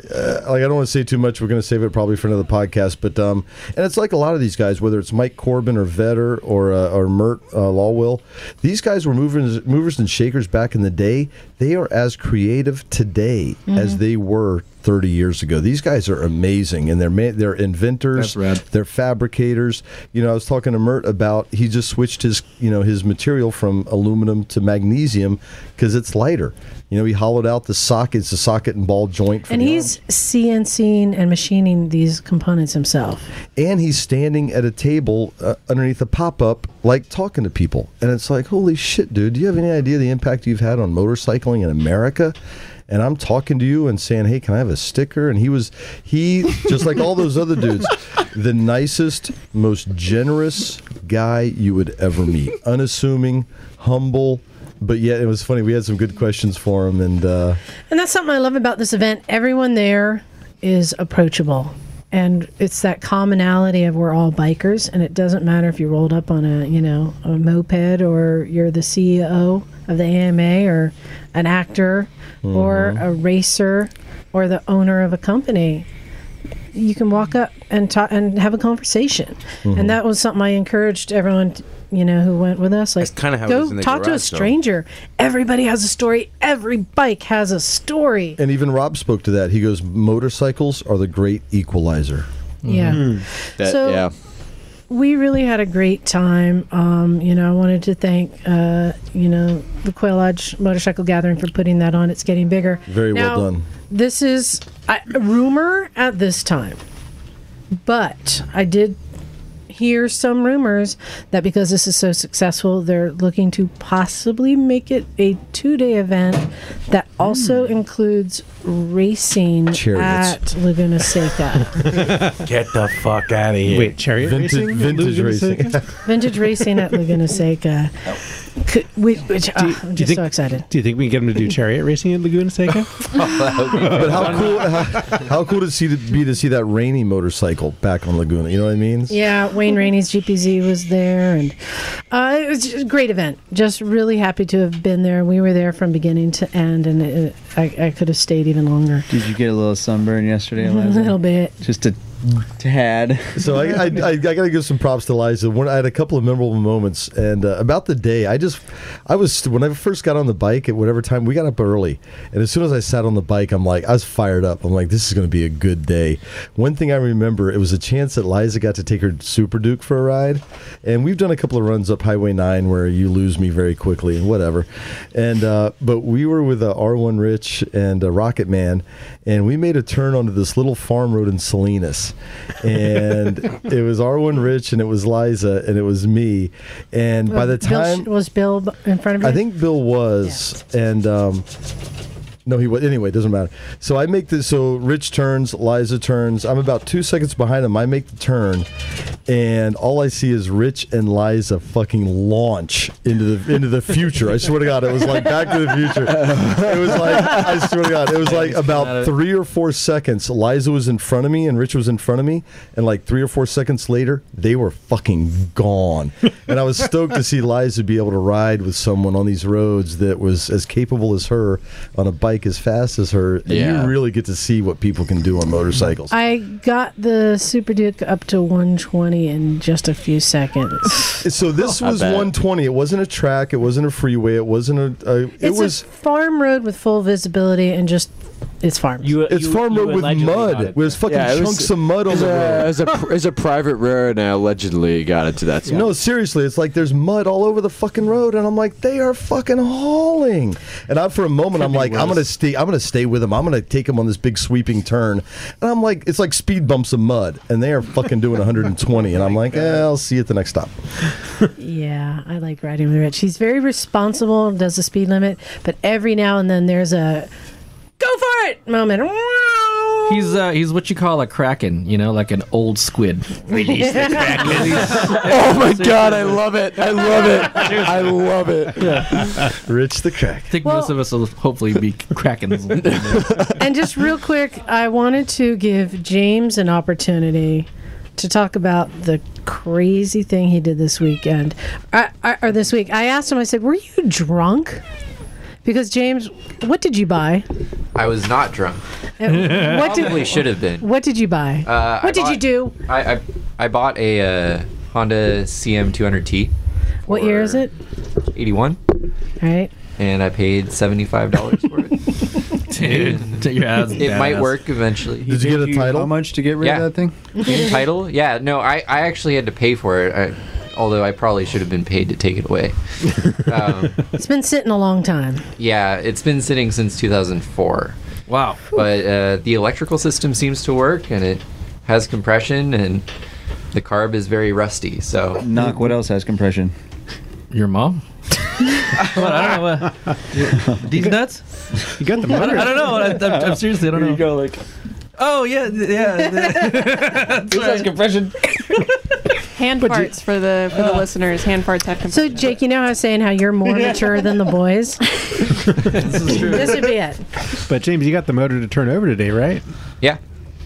[SPEAKER 3] like I don't want to say too much. We're going to save it probably for another podcast. But um, and it's like a lot of these guys, whether it's Mike Corbin or Vetter or uh, or Mert uh, Lawwill, these guys were movers movers and shakers back in the day. They are as creative today as they were 30 years ago. These guys are amazing, and they're ma- they're
[SPEAKER 9] That's
[SPEAKER 3] inventors.
[SPEAKER 9] rad.
[SPEAKER 3] They're fabricators. You know, I was talking to Mert about he just switched his you know his material from aluminum to magnesium because it's lighter. You know, he hollowed out the sockets, the socket and ball joint. for
[SPEAKER 4] And
[SPEAKER 3] the
[SPEAKER 4] he's CNCing and machining these components himself.
[SPEAKER 3] and he's standing at a table uh, underneath a pop-up like talking to people and it's like holy shit dude do you have any idea the impact you've had on motorcycling in america and i'm talking to you and saying hey can i have a sticker and he was he just like all those other dudes (laughs) the nicest most generous guy you would ever meet unassuming humble but yet it was funny we had some good questions for him and uh,
[SPEAKER 4] And that's something I love about this event. Everyone there is approachable. And it's that commonality of we're all bikers, and it doesn't matter if you rolled up on a you know a moped or you're the CEO of the AMA or an actor or a racer or the owner of a company. You can walk up and talk and have a conversation,
[SPEAKER 2] Mhm.
[SPEAKER 4] and that was something I encouraged everyone t- you know who went with us. Like,
[SPEAKER 2] kinda how it
[SPEAKER 4] go
[SPEAKER 2] is in the
[SPEAKER 4] talk to a
[SPEAKER 2] garage, though.
[SPEAKER 4] stranger. Everybody has a story. Every bike has a story.
[SPEAKER 3] and even rob spoke to that he goes motorcycles are the great equalizer
[SPEAKER 4] Yeah. Mhm. That- So- yeah. we really had a great time. Um, you know, I wanted to thank, uh, you know, the Quail Lodge Motorcycle Gathering for putting that on. It's getting bigger.
[SPEAKER 3] Very well
[SPEAKER 4] Now,
[SPEAKER 3] done.
[SPEAKER 4] This is a a rumor at this time, but I did hear some rumors that because this is so successful, they're looking to possibly make it a two-day event that also
[SPEAKER 5] Hmm.
[SPEAKER 4] includes racing
[SPEAKER 2] Chariots.
[SPEAKER 4] at Laguna Seca.
[SPEAKER 2] (laughs) Get the fuck out of here.
[SPEAKER 5] Wait, chariot
[SPEAKER 2] Vintage-
[SPEAKER 5] racing?
[SPEAKER 2] vintage racing.
[SPEAKER 4] Vintage racing at
[SPEAKER 5] (laughs)
[SPEAKER 4] Laguna Seca. Could, which, which, ah, I'm
[SPEAKER 5] Do you
[SPEAKER 4] just
[SPEAKER 5] think-
[SPEAKER 4] so excited.
[SPEAKER 5] Do you think we can get him to do chariot racing in
[SPEAKER 8] (laughs)
[SPEAKER 5] Laguna Seca?
[SPEAKER 8] Oh,
[SPEAKER 3] but how cool (laughs) how, how cool to see to be to see that rainy motorcycle back on Laguna. You know what I mean?
[SPEAKER 4] Yeah, Wayne Rainey's GPZ was there, and uh, it was just a great event. Just really happy to have been there. We were there from beginning to end, and it, I, I could have stayed even longer.
[SPEAKER 7] Did you get a little sunburn yesterday,
[SPEAKER 4] (laughs) A
[SPEAKER 7] Eliza?
[SPEAKER 4] little bit.
[SPEAKER 7] Just a tad.
[SPEAKER 3] So I, I, I, I got to give some props to Liza. One, I had a couple of memorable moments, and uh, about the day, I just, I was when I first got on the bike at whatever time we got up early, and as soon as I sat on the bike, I'm like, I was fired up. I'm like, this is going to be a good day. One thing I remember, it was a chance that Liza got to take her Super Duke for a ride, and we've done a couple of runs up Highway Nine where you lose me very quickly and whatever, and uh, but we were with uh, R1 Rich and uh, Rocket Man, and we made a turn onto this little farm road in Salinas, and it was R1 Rich and it was Liza and it was me, and by the
[SPEAKER 4] Bill
[SPEAKER 3] time
[SPEAKER 4] Sh- was Bill b- in front of you?
[SPEAKER 3] I think Bill was, and um, no, he was. Anyway, it doesn't matter. So I make this. So Rich turns, Liza turns. I'm about two seconds behind him. I make the turn, and all I see is Rich and Liza fucking launch into the into the future. I swear to God, it was like Back to the Future. It was like I swear to God, it was like about three or four seconds. Liza was in front of me, and Rich was in front of me, and like three or four seconds later, they were fucking
[SPEAKER 4] (laughs)
[SPEAKER 3] gone. And I was stoked to see Liza be able to ride with someone on these roads that was as capable as her on a bike as fast as her. And
[SPEAKER 4] Yeah.
[SPEAKER 3] you really get to see what people can do on motorcycles.
[SPEAKER 4] I got the Super Duke up to 120 in just a few seconds.
[SPEAKER 3] So this
[SPEAKER 4] (laughs) I
[SPEAKER 3] was
[SPEAKER 4] bet.
[SPEAKER 3] 120. It wasn't a track. It wasn't a freeway. It wasn't a. a it
[SPEAKER 4] it's
[SPEAKER 3] was
[SPEAKER 4] a farm road with full visibility and just it's farm.
[SPEAKER 3] it's farm road with mud. It was fucking
[SPEAKER 8] Yeah, it was-
[SPEAKER 3] chunks of mud on
[SPEAKER 8] it's
[SPEAKER 3] the
[SPEAKER 8] a-
[SPEAKER 3] road.
[SPEAKER 8] It's a, pr- it's a private road, and I allegedly got into that. spot.
[SPEAKER 3] No, seriously, it's like there's mud all over the fucking road, and I'm like, they are fucking hauling. And I, for a moment, I'm like, I'm gonna stay, I'm gonna stay with them. I'm gonna take them on this big sweeping turn, and I'm like, it's like speed bumps of mud, and they are fucking doing 120. me, and I'm like, eh, I'll see you at the next stop.
[SPEAKER 4] Yeah, I like riding with Rich. He's very responsible, does the speed limit, but every now and then there's a go for it moment.
[SPEAKER 9] He's uh, he's what you call a kraken, you know, like an old squid.
[SPEAKER 4] Release
[SPEAKER 13] (laughs)
[SPEAKER 4] the
[SPEAKER 8] (laughs)
[SPEAKER 3] (laughs)
[SPEAKER 8] oh my god, I love it. I love it. I love
[SPEAKER 5] (laughs)
[SPEAKER 8] it.
[SPEAKER 9] Yeah.
[SPEAKER 3] Rich the crack.
[SPEAKER 9] I think most of us will hopefully be (laughs) krakens.
[SPEAKER 4] and just real quick, I wanted to give James an opportunity to talk about the crazy thing he did this weekend I, I, or this week. I asked him. I said, "Were you drunk?" Because James, what did you buy?
[SPEAKER 16] I was not drunk.
[SPEAKER 4] Uh, what did-
[SPEAKER 16] Probably should have been.
[SPEAKER 4] What did you buy?
[SPEAKER 16] Uh, I
[SPEAKER 4] what did you
[SPEAKER 16] bought-
[SPEAKER 4] do?
[SPEAKER 16] I, I I bought a uh, Honda CM200T,
[SPEAKER 4] What year is it?
[SPEAKER 16] 81,
[SPEAKER 4] All right.
[SPEAKER 16] and I paid seventy five dollars for
[SPEAKER 4] (laughs)
[SPEAKER 16] it.
[SPEAKER 9] Dude,
[SPEAKER 16] it might work eventually.
[SPEAKER 7] Did you get a title? How much to get rid
[SPEAKER 16] Yeah.
[SPEAKER 7] of that thing?
[SPEAKER 16] In title? Yeah. No, I, I actually had to pay for it. I, although I probably should have been paid to take it
[SPEAKER 7] (laughs)
[SPEAKER 16] away. um,
[SPEAKER 4] It's been sitting a long time.
[SPEAKER 16] yeah, it's been sitting since 2004.
[SPEAKER 9] Wow.
[SPEAKER 16] But uh, the electrical system seems to work, and it has compression, and the carb is very rusty. So
[SPEAKER 7] Knock. What else has compression?
[SPEAKER 9] Your mom. I don't know. What, these nuts?
[SPEAKER 7] You got
[SPEAKER 9] the motor. I don't know. I- I'm- I'm seriously, I don't There you know.
[SPEAKER 7] go like
[SPEAKER 9] Oh yeah, yeah.
[SPEAKER 7] This has compression.
[SPEAKER 1] Hand parts for the for the listeners. Hand parts have compression.
[SPEAKER 4] So Jake, you know how I was saying how you're more mature than the
[SPEAKER 5] (laughs)
[SPEAKER 4] boys.
[SPEAKER 5] this is true.
[SPEAKER 4] this would be it.
[SPEAKER 5] But James, you got the motor to turn over today, right?
[SPEAKER 16] Yeah.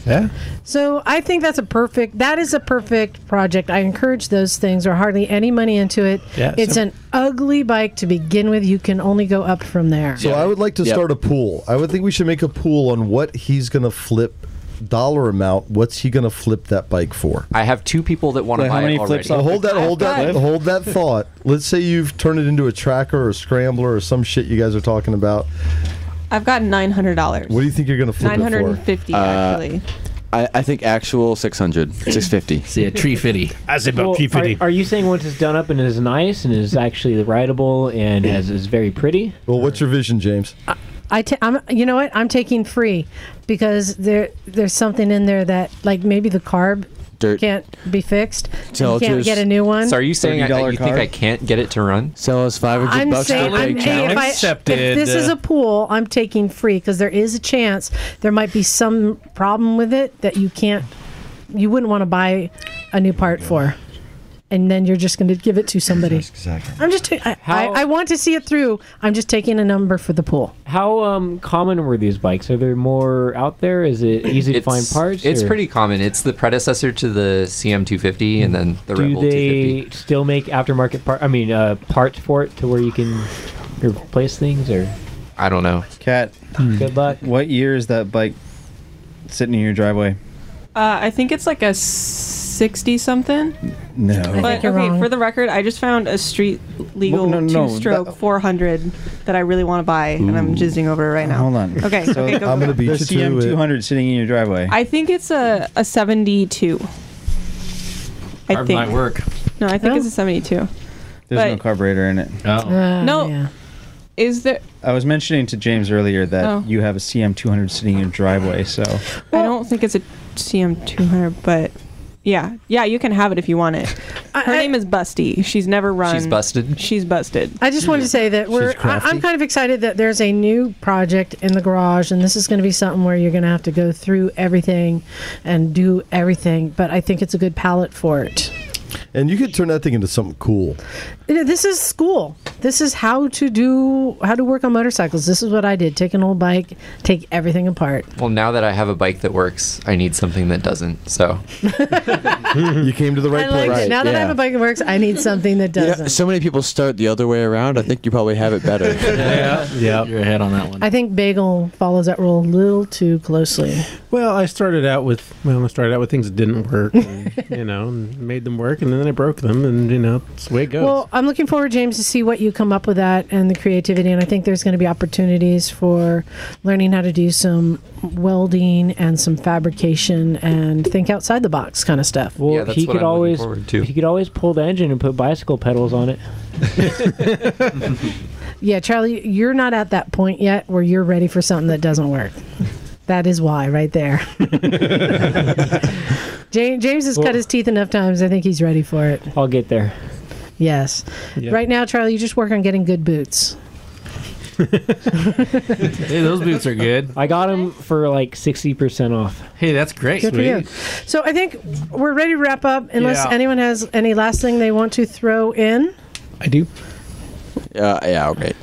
[SPEAKER 5] Yeah.
[SPEAKER 4] So I think that's a perfect. That is a perfect project. I encourage those things. There are hardly any money into it.
[SPEAKER 3] Yeah,
[SPEAKER 4] it's
[SPEAKER 3] so-
[SPEAKER 4] an ugly bike to begin with. You can only go up from there.
[SPEAKER 3] So I would like to
[SPEAKER 4] Yep.
[SPEAKER 3] start a pool. I would think we should make a pool on what he's going to flip dollar amount. What's he going to flip that bike for?
[SPEAKER 16] I have two people that want to buy it already.
[SPEAKER 3] So hold that, hold that, hold that thought. Let's say you've turned it into a tracker or a scrambler or some shit you guys are talking about.
[SPEAKER 1] I've gotten nine hundred dollars.
[SPEAKER 3] What do you think you're going to
[SPEAKER 1] Nine hundred and fifty
[SPEAKER 8] Uh,
[SPEAKER 1] actually.
[SPEAKER 8] I, I think actual 600, 650.
[SPEAKER 9] See, a tree fitty.
[SPEAKER 13] I
[SPEAKER 8] say
[SPEAKER 13] Well, are, are you saying once it's done up and is nice and is actually rideable and is, is very pretty?
[SPEAKER 3] Well, what's your vision, James?
[SPEAKER 4] I ta- I'm, you know what? I'm taking free because there there's something in there that like maybe the carb
[SPEAKER 16] Dirt.
[SPEAKER 4] can't be fixed.
[SPEAKER 16] So
[SPEAKER 4] you can't get a new one.
[SPEAKER 16] So are you saying I, I- you think I can't get it to run?
[SPEAKER 8] Sell us five
[SPEAKER 4] I'm saying I'm, hey, if, I, if this is
[SPEAKER 9] Uh,
[SPEAKER 4] a pool, I'm taking free because there is a chance there might be some problem with it that you can't, you wouldn't want to buy a new part for, and then you're just going to give it to somebody.
[SPEAKER 3] exactly.
[SPEAKER 4] I'm just. ta- I, I, I want to see it through. I'm just taking a number for the pool.
[SPEAKER 13] How um, common were these bikes? Are there more out there? Is it easy to find parts?
[SPEAKER 16] It's
[SPEAKER 13] or
[SPEAKER 16] pretty common. It's the predecessor to the CM250 and then the
[SPEAKER 13] Do
[SPEAKER 16] Rebel 250.
[SPEAKER 13] they still make aftermarket part? I mean, uh, parts for it to where you can replace things or?
[SPEAKER 16] I don't know.
[SPEAKER 7] Cat.
[SPEAKER 13] Good luck.
[SPEAKER 7] What year is that bike sitting in your driveway?
[SPEAKER 1] Uh, I think it's like a sixty something.
[SPEAKER 7] No.
[SPEAKER 1] But okay, for the record, I just found a street legal
[SPEAKER 7] Well, no, no,
[SPEAKER 1] two-stroke 400 that I really want to buy, and I'm jizzing over it right now.
[SPEAKER 7] Hold on.
[SPEAKER 1] Okay,
[SPEAKER 7] So
[SPEAKER 1] okay, go,
[SPEAKER 7] I'm
[SPEAKER 1] go,
[SPEAKER 7] gonna
[SPEAKER 1] go.
[SPEAKER 7] beat the CM two hundred sitting in your driveway.
[SPEAKER 1] I think it's a, a 72. I
[SPEAKER 7] Carb
[SPEAKER 1] think.
[SPEAKER 7] might work.
[SPEAKER 1] No, I think it's a 72.
[SPEAKER 7] There's no
[SPEAKER 1] but-
[SPEAKER 7] carburetor in it. Oh.
[SPEAKER 4] Uh,
[SPEAKER 1] no, is there?
[SPEAKER 7] I was mentioning to James earlier that
[SPEAKER 1] Oh.
[SPEAKER 7] you have a CM two hundred sitting in your driveway, so
[SPEAKER 1] I don't think it's a CM200, but yeah, yeah, you can have it if you want it. Her name is Busty. She's never run.
[SPEAKER 16] She's busted.
[SPEAKER 1] She's busted.
[SPEAKER 4] I just wanted to say that we're. I, I'm kind of excited that there's a new project in the garage, and this is going to be something where you're going to have to go through everything and do everything. But I think it's a good palette for it.
[SPEAKER 3] And you could turn that thing into something cool.
[SPEAKER 4] You know, This is school. This is how to do how to work on motorcycles. This is what I did: take an old bike, take everything apart.
[SPEAKER 16] Well, now that I have a bike that works, I need something that doesn't. So
[SPEAKER 3] (laughs) you came to the
[SPEAKER 4] I like it. Now that I have a bike that works, I need something that
[SPEAKER 8] You know,
[SPEAKER 4] doesn't.
[SPEAKER 8] so many people start the other way around. I think you probably have it better.
[SPEAKER 5] yeah, yeah. Your
[SPEAKER 9] head on that
[SPEAKER 4] I think Bagel follows that rule a little too closely.
[SPEAKER 5] Well, I started out with well, I started out with things that didn't work, and, you know, and made them work, and then I broke them, and you know, it's the way it goes.
[SPEAKER 4] Well, I'm looking forward, James, to see what you come up with that and the creativity. And I think there's going to be opportunities for learning how to do some welding and some fabrication and think outside the box kind of stuff.
[SPEAKER 13] Well,
[SPEAKER 4] Yeah, that's
[SPEAKER 13] he
[SPEAKER 4] what
[SPEAKER 13] could
[SPEAKER 4] I'm looking
[SPEAKER 13] always
[SPEAKER 4] forward
[SPEAKER 13] he could always pull the engine and put bicycle pedals on it.
[SPEAKER 4] Yeah, Charlie, you're not at that point yet where you're
[SPEAKER 13] (laughs)
[SPEAKER 4] ready for something that doesn't work. That is why, right there. James, James has
[SPEAKER 13] Well-
[SPEAKER 4] cut his teeth enough times. I think he's ready for it.
[SPEAKER 13] I'll get there.
[SPEAKER 4] Yes.
[SPEAKER 13] Yeah.
[SPEAKER 4] Right now, Charlie, you just work on getting good boots.
[SPEAKER 13] Hey, those boots are good. I got them for like sixty percent off.
[SPEAKER 9] Hey, that's great.
[SPEAKER 4] Good for you. So I think we're ready to wrap up. Unless
[SPEAKER 13] Yeah.
[SPEAKER 4] anyone has any last thing they want to throw in,
[SPEAKER 5] I do.
[SPEAKER 8] Uh, yeah, okay.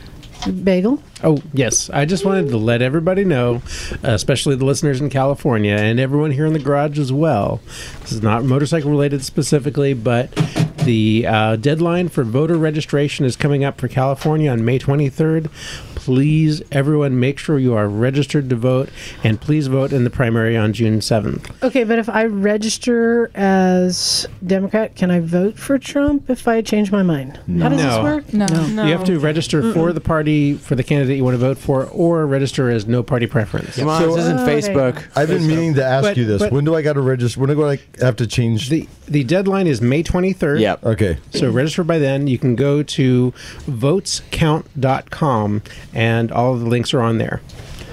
[SPEAKER 4] bagel.
[SPEAKER 5] Oh, yes. I just wanted to let everybody know, uh, especially the listeners in California and everyone here in the garage as well. This is not motorcycle related specifically, but the uh, deadline for voter registration is coming up for California on May 23rd. Please, everyone, make sure you are registered to vote and please vote in the primary on June 7th.
[SPEAKER 4] Okay, but if I register as Democrat, can I vote for Trump if I change my mind? How does this work?
[SPEAKER 5] You have to register for the party, for the candidate you want to vote for, or register as no party preference.
[SPEAKER 3] I've been meaning to ask
[SPEAKER 5] But-
[SPEAKER 3] you this.
[SPEAKER 5] but-
[SPEAKER 3] when do I got to register? When do I have to change?
[SPEAKER 5] The the deadline is May 23rd.
[SPEAKER 3] Yep. Okay.
[SPEAKER 5] So register by then. You can go to votescount.com and all of the links are on there.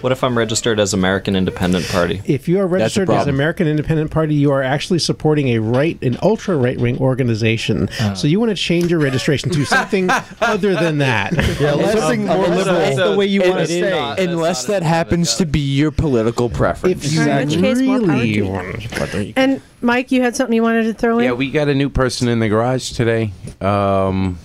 [SPEAKER 14] What if I'm registered as American Independent Party?
[SPEAKER 5] If you are registered as
[SPEAKER 14] problem.
[SPEAKER 5] American Independent Party, you are actually supporting a right, an ultra right wing organization. So you want to change your registration to
[SPEAKER 2] (laughs)
[SPEAKER 5] something other than that.
[SPEAKER 8] Yeah, something more liberal. Unless that happens to be your political preference.
[SPEAKER 5] If you
[SPEAKER 4] really And Mike, you had something you wanted to throw in?
[SPEAKER 2] Yeah, we got a new person in the garage today. Um,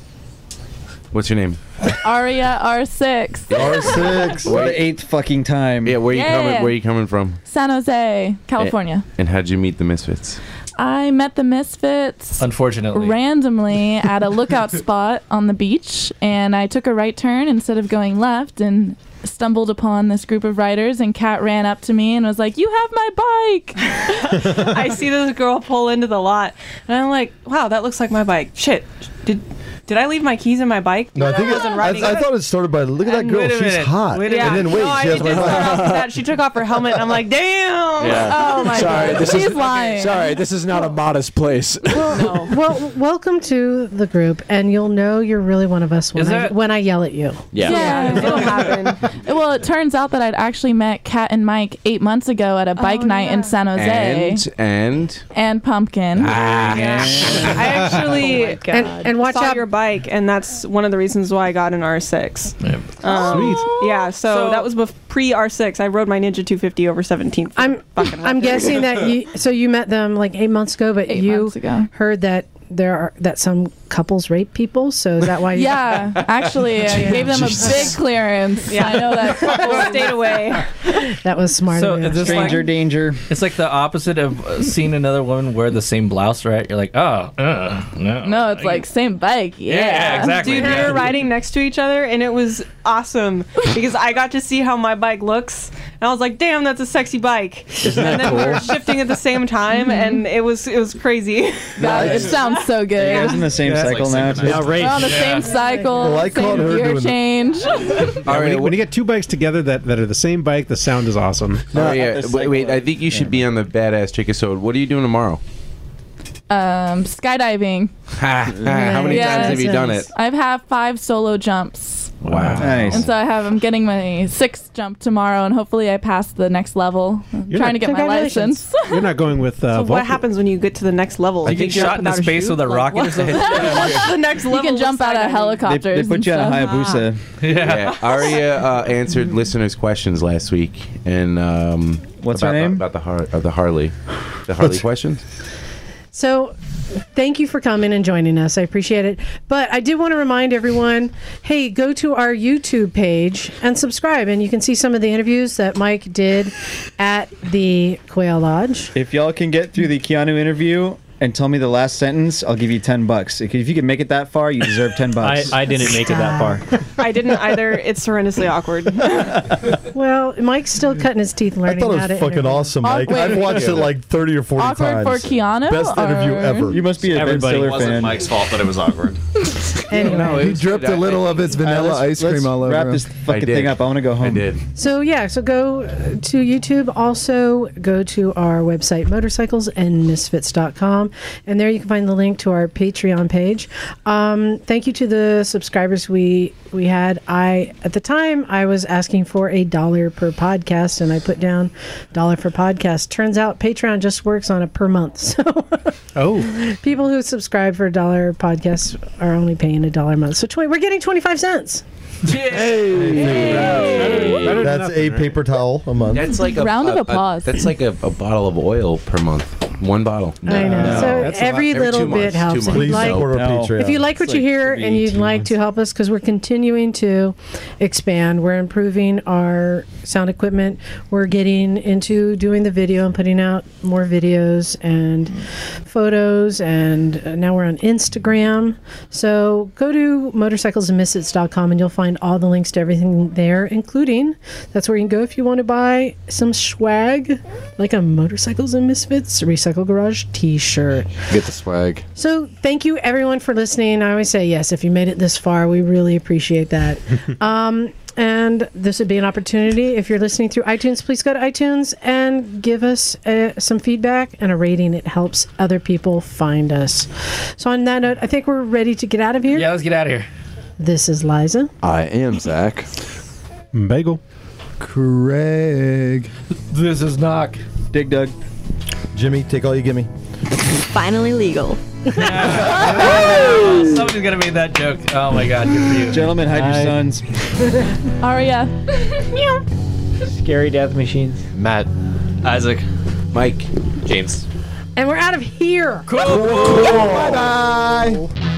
[SPEAKER 2] what's your name?
[SPEAKER 12] Aria R6.
[SPEAKER 7] What the eighth fucking time.
[SPEAKER 2] Yeah, where you coming?
[SPEAKER 12] Yeah.
[SPEAKER 2] Where you coming from?
[SPEAKER 12] San Jose, California.
[SPEAKER 2] And how'd you meet the Misfits?
[SPEAKER 12] I met the Misfits
[SPEAKER 9] Unfortunately.
[SPEAKER 12] randomly at a lookout spot on the beach, and I took a right turn instead of going left and stumbled upon this group of riders and Kat ran up to me and was like, You have my bike.
[SPEAKER 1] I see this girl pull into the lot, and I'm like, "Wow, that looks like my bike." Shit, did did I leave my keys in my bike?
[SPEAKER 3] No, I think it,
[SPEAKER 1] wasn't
[SPEAKER 3] I,
[SPEAKER 1] riding.
[SPEAKER 3] I thought it started by look at that
[SPEAKER 1] And
[SPEAKER 3] girl.
[SPEAKER 1] wait a
[SPEAKER 3] She's
[SPEAKER 1] minute,
[SPEAKER 3] hot.
[SPEAKER 1] wait a
[SPEAKER 3] and
[SPEAKER 1] minute.
[SPEAKER 3] then wait,
[SPEAKER 1] No, I
[SPEAKER 3] she has
[SPEAKER 1] didn't
[SPEAKER 3] my-
[SPEAKER 1] start off with that. She took off her helmet, and I'm like, "Damn!" Oh my
[SPEAKER 8] sorry,
[SPEAKER 1] god,
[SPEAKER 8] this
[SPEAKER 12] He's
[SPEAKER 8] is
[SPEAKER 12] lying.
[SPEAKER 8] sorry. This is not a modest place.
[SPEAKER 4] Well, well, welcome to the group, and you'll know you're really one of us when,
[SPEAKER 8] Is
[SPEAKER 4] I,
[SPEAKER 8] that-
[SPEAKER 4] when I yell at you.
[SPEAKER 12] it'll happen. well, it turns out that I'd actually met Kat and Mike eight months ago
[SPEAKER 1] Oh,
[SPEAKER 12] at a bike night in San Jose.
[SPEAKER 2] And Ah. and
[SPEAKER 12] And pumpkin.
[SPEAKER 1] I (laughs) actually and, and watch out your bike, and that's one of the reasons why I got an R6. Sweet. Um, Yeah, so,
[SPEAKER 4] So-
[SPEAKER 1] that was bef- pre R6. I rode my Ninja 250 over 17.
[SPEAKER 4] I'm
[SPEAKER 1] (laughs)
[SPEAKER 4] I'm guessing that (laughs) you. So you met them like eight months ago, but you heard that there are that some couples rape people. So is that why? You,
[SPEAKER 12] Yeah, actually,
[SPEAKER 4] (laughs)
[SPEAKER 12] I gave them a big clearance.
[SPEAKER 1] Yeah.
[SPEAKER 12] I know
[SPEAKER 1] (laughs)
[SPEAKER 12] that couple
[SPEAKER 1] stayed away.
[SPEAKER 4] (laughs) That was smart.
[SPEAKER 9] So
[SPEAKER 4] of you.
[SPEAKER 9] is this like,
[SPEAKER 7] danger.
[SPEAKER 9] It's like the opposite of uh, seeing another woman wear the same blouse, right? You're like, oh, uh, no.
[SPEAKER 12] No, it's like same bike. Yeah,
[SPEAKER 9] Yeah, exactly.
[SPEAKER 1] Dude, we
[SPEAKER 9] Yeah.
[SPEAKER 1] were riding next to each other, and it was
[SPEAKER 12] (laughs)
[SPEAKER 1] awesome because I got to see how my bike looks, and I was like, "Damn, that's a sexy bike."
[SPEAKER 8] Isn't
[SPEAKER 1] and
[SPEAKER 8] that
[SPEAKER 1] then we were
[SPEAKER 8] cool?
[SPEAKER 1] shifting at the same time, and it was it was crazy.
[SPEAKER 12] (laughs) God, Mm-hmm. it sounds so good.
[SPEAKER 7] You guys in the same cycle now. too?
[SPEAKER 12] (laughs) We're on the same cycle, same gear change.
[SPEAKER 5] Yeah, when, you, when you get two bikes together that, that are the same bike, the sound is awesome.
[SPEAKER 2] oh, yeah. Wait, wait, I think you should be on the badass chick episode. What are you doing tomorrow?
[SPEAKER 12] um, skydiving.
[SPEAKER 2] Ha, ha, Ah, How many
[SPEAKER 12] Yeah.
[SPEAKER 2] times have you done it?
[SPEAKER 12] I've had five solo jumps.
[SPEAKER 2] Wow.
[SPEAKER 12] And so I have I'm getting my sixth jump tomorrow, and hopefully I pass the next level. I'm
[SPEAKER 5] You're
[SPEAKER 12] trying
[SPEAKER 5] not-
[SPEAKER 12] to get my
[SPEAKER 1] Congratulations.
[SPEAKER 12] license.
[SPEAKER 5] You're not going with uh,
[SPEAKER 1] So what
[SPEAKER 5] Volker-
[SPEAKER 1] happens when you get to the next level?
[SPEAKER 5] You get
[SPEAKER 1] you're
[SPEAKER 5] shot
[SPEAKER 1] up
[SPEAKER 5] into
[SPEAKER 1] without a
[SPEAKER 5] space
[SPEAKER 1] chute?
[SPEAKER 5] with a
[SPEAKER 1] Like,
[SPEAKER 5] rocket or
[SPEAKER 1] what? (laughs)
[SPEAKER 5] something?
[SPEAKER 1] What's the next
[SPEAKER 12] You
[SPEAKER 1] level?
[SPEAKER 12] can jump out of helicopters.
[SPEAKER 7] They put
[SPEAKER 12] and
[SPEAKER 7] you on a
[SPEAKER 12] stuff.
[SPEAKER 7] Hayabusa.
[SPEAKER 2] Ah.
[SPEAKER 7] (laughs) Hmm.
[SPEAKER 2] Yeah. Aria uh, answered listeners' questions last week, and um,
[SPEAKER 7] What's
[SPEAKER 2] about
[SPEAKER 7] her name?
[SPEAKER 2] The, about the Har- uh, the Harley, the
[SPEAKER 7] (laughs)
[SPEAKER 2] Harley questions.
[SPEAKER 4] So, thank you for coming and joining us. I appreciate it. But I did want to remind everyone hey, go to our YouTube page and subscribe, and you can see some of the interviews that Mike did at the Quail Lodge.
[SPEAKER 7] If y'all can get through the Keanu interview and tell me the last sentence, I'll give you ten bucks. If you can make it that far, you deserve
[SPEAKER 13] (laughs)
[SPEAKER 7] ten bucks.
[SPEAKER 13] I- I didn't make it that far.
[SPEAKER 1] I didn't either. It's horrendously awkward.
[SPEAKER 4] Well, Mike's still cutting his teeth
[SPEAKER 3] I
[SPEAKER 4] learning
[SPEAKER 3] thought
[SPEAKER 4] how
[SPEAKER 3] it
[SPEAKER 4] to
[SPEAKER 3] was fucking
[SPEAKER 4] interview.
[SPEAKER 3] awesome,
[SPEAKER 4] Aw-
[SPEAKER 3] Mike.
[SPEAKER 4] wait.
[SPEAKER 3] I've watched it like thirty or forty
[SPEAKER 12] Awkward
[SPEAKER 3] times.
[SPEAKER 12] for Keanu,
[SPEAKER 3] Best interview
[SPEAKER 12] or-
[SPEAKER 3] ever.
[SPEAKER 7] You must be a Ben
[SPEAKER 14] Everybody.
[SPEAKER 7] Stiller
[SPEAKER 14] It wasn't
[SPEAKER 7] fan. (laughs)
[SPEAKER 14] Mike's fault that it was awkward.
[SPEAKER 4] Anyway.
[SPEAKER 11] No, it He was dripped good. a little I- of his vanilla
[SPEAKER 7] All right, let's-
[SPEAKER 11] ice cream
[SPEAKER 7] let's
[SPEAKER 11] all over
[SPEAKER 7] Wrap
[SPEAKER 11] him.
[SPEAKER 7] this
[SPEAKER 11] I
[SPEAKER 7] fucking
[SPEAKER 11] did.
[SPEAKER 7] thing up. I want to go home. I
[SPEAKER 2] did.
[SPEAKER 4] So yeah, so go to YouTube. Also go to our website motorcyclesandmisfits.com, and there you can find the link to our Patreon page. Um, thank you to the subscribers we we had. I at the time I was asking for a dollar per podcast, and I put down dollar for podcast. Turns out Patreon just works on a per month, (laughs) so.
[SPEAKER 5] (laughs) Oh.
[SPEAKER 4] People who subscribe for a dollar podcasts are only paying a dollar a month. So twenty, we're getting twenty five cents.
[SPEAKER 3] That's a paper towel a month.
[SPEAKER 2] That's like a
[SPEAKER 4] Round of
[SPEAKER 2] a- a-
[SPEAKER 4] applause.
[SPEAKER 2] that's like a, a bottle of oil per month. One bottle.
[SPEAKER 4] I know. so every little bit helps. If you like, if you like what you hear and you'd like to help us, because we're continuing to expand, we're improving our sound equipment. We're getting into doing the video and putting out more videos and photos, and uh, now we're on Instagram. So go to motorcyclesandmisfits.com and you'll find all the links to everything there, including that's where you can go if you want to buy some swag, like a Motorcycles and Misfits Recycle Garage t shirt.
[SPEAKER 8] Get the swag.
[SPEAKER 4] So, thank you everyone for listening. I always say yes, if you made it this far, we really appreciate that. um, and this would be an opportunity. If you're listening through iTunes, please go to iTunes and give us uh some feedback and a rating. It helps other people find us. So, on that note, I think we're ready to get out of here.
[SPEAKER 9] Yeah, let's get out of here.
[SPEAKER 4] This is Liza.
[SPEAKER 8] (laughs) I am Zach.
[SPEAKER 5] Bagel.
[SPEAKER 11] Craig.
[SPEAKER 6] This is Knock.
[SPEAKER 7] Dig Dug.
[SPEAKER 3] Jimmy, take all you give me.
[SPEAKER 10] Finally legal.
[SPEAKER 6] Oh, somebody's gonna make that joke. Oh my god, good for you.
[SPEAKER 7] Gentlemen, hide your sons.
[SPEAKER 12] Ah. (laughs) Aria.
[SPEAKER 13] Scary death machines.
[SPEAKER 14] Matt, Isaac, Mike, James.
[SPEAKER 4] And we're out of here.
[SPEAKER 6] Cool.
[SPEAKER 4] Bye
[SPEAKER 11] bye.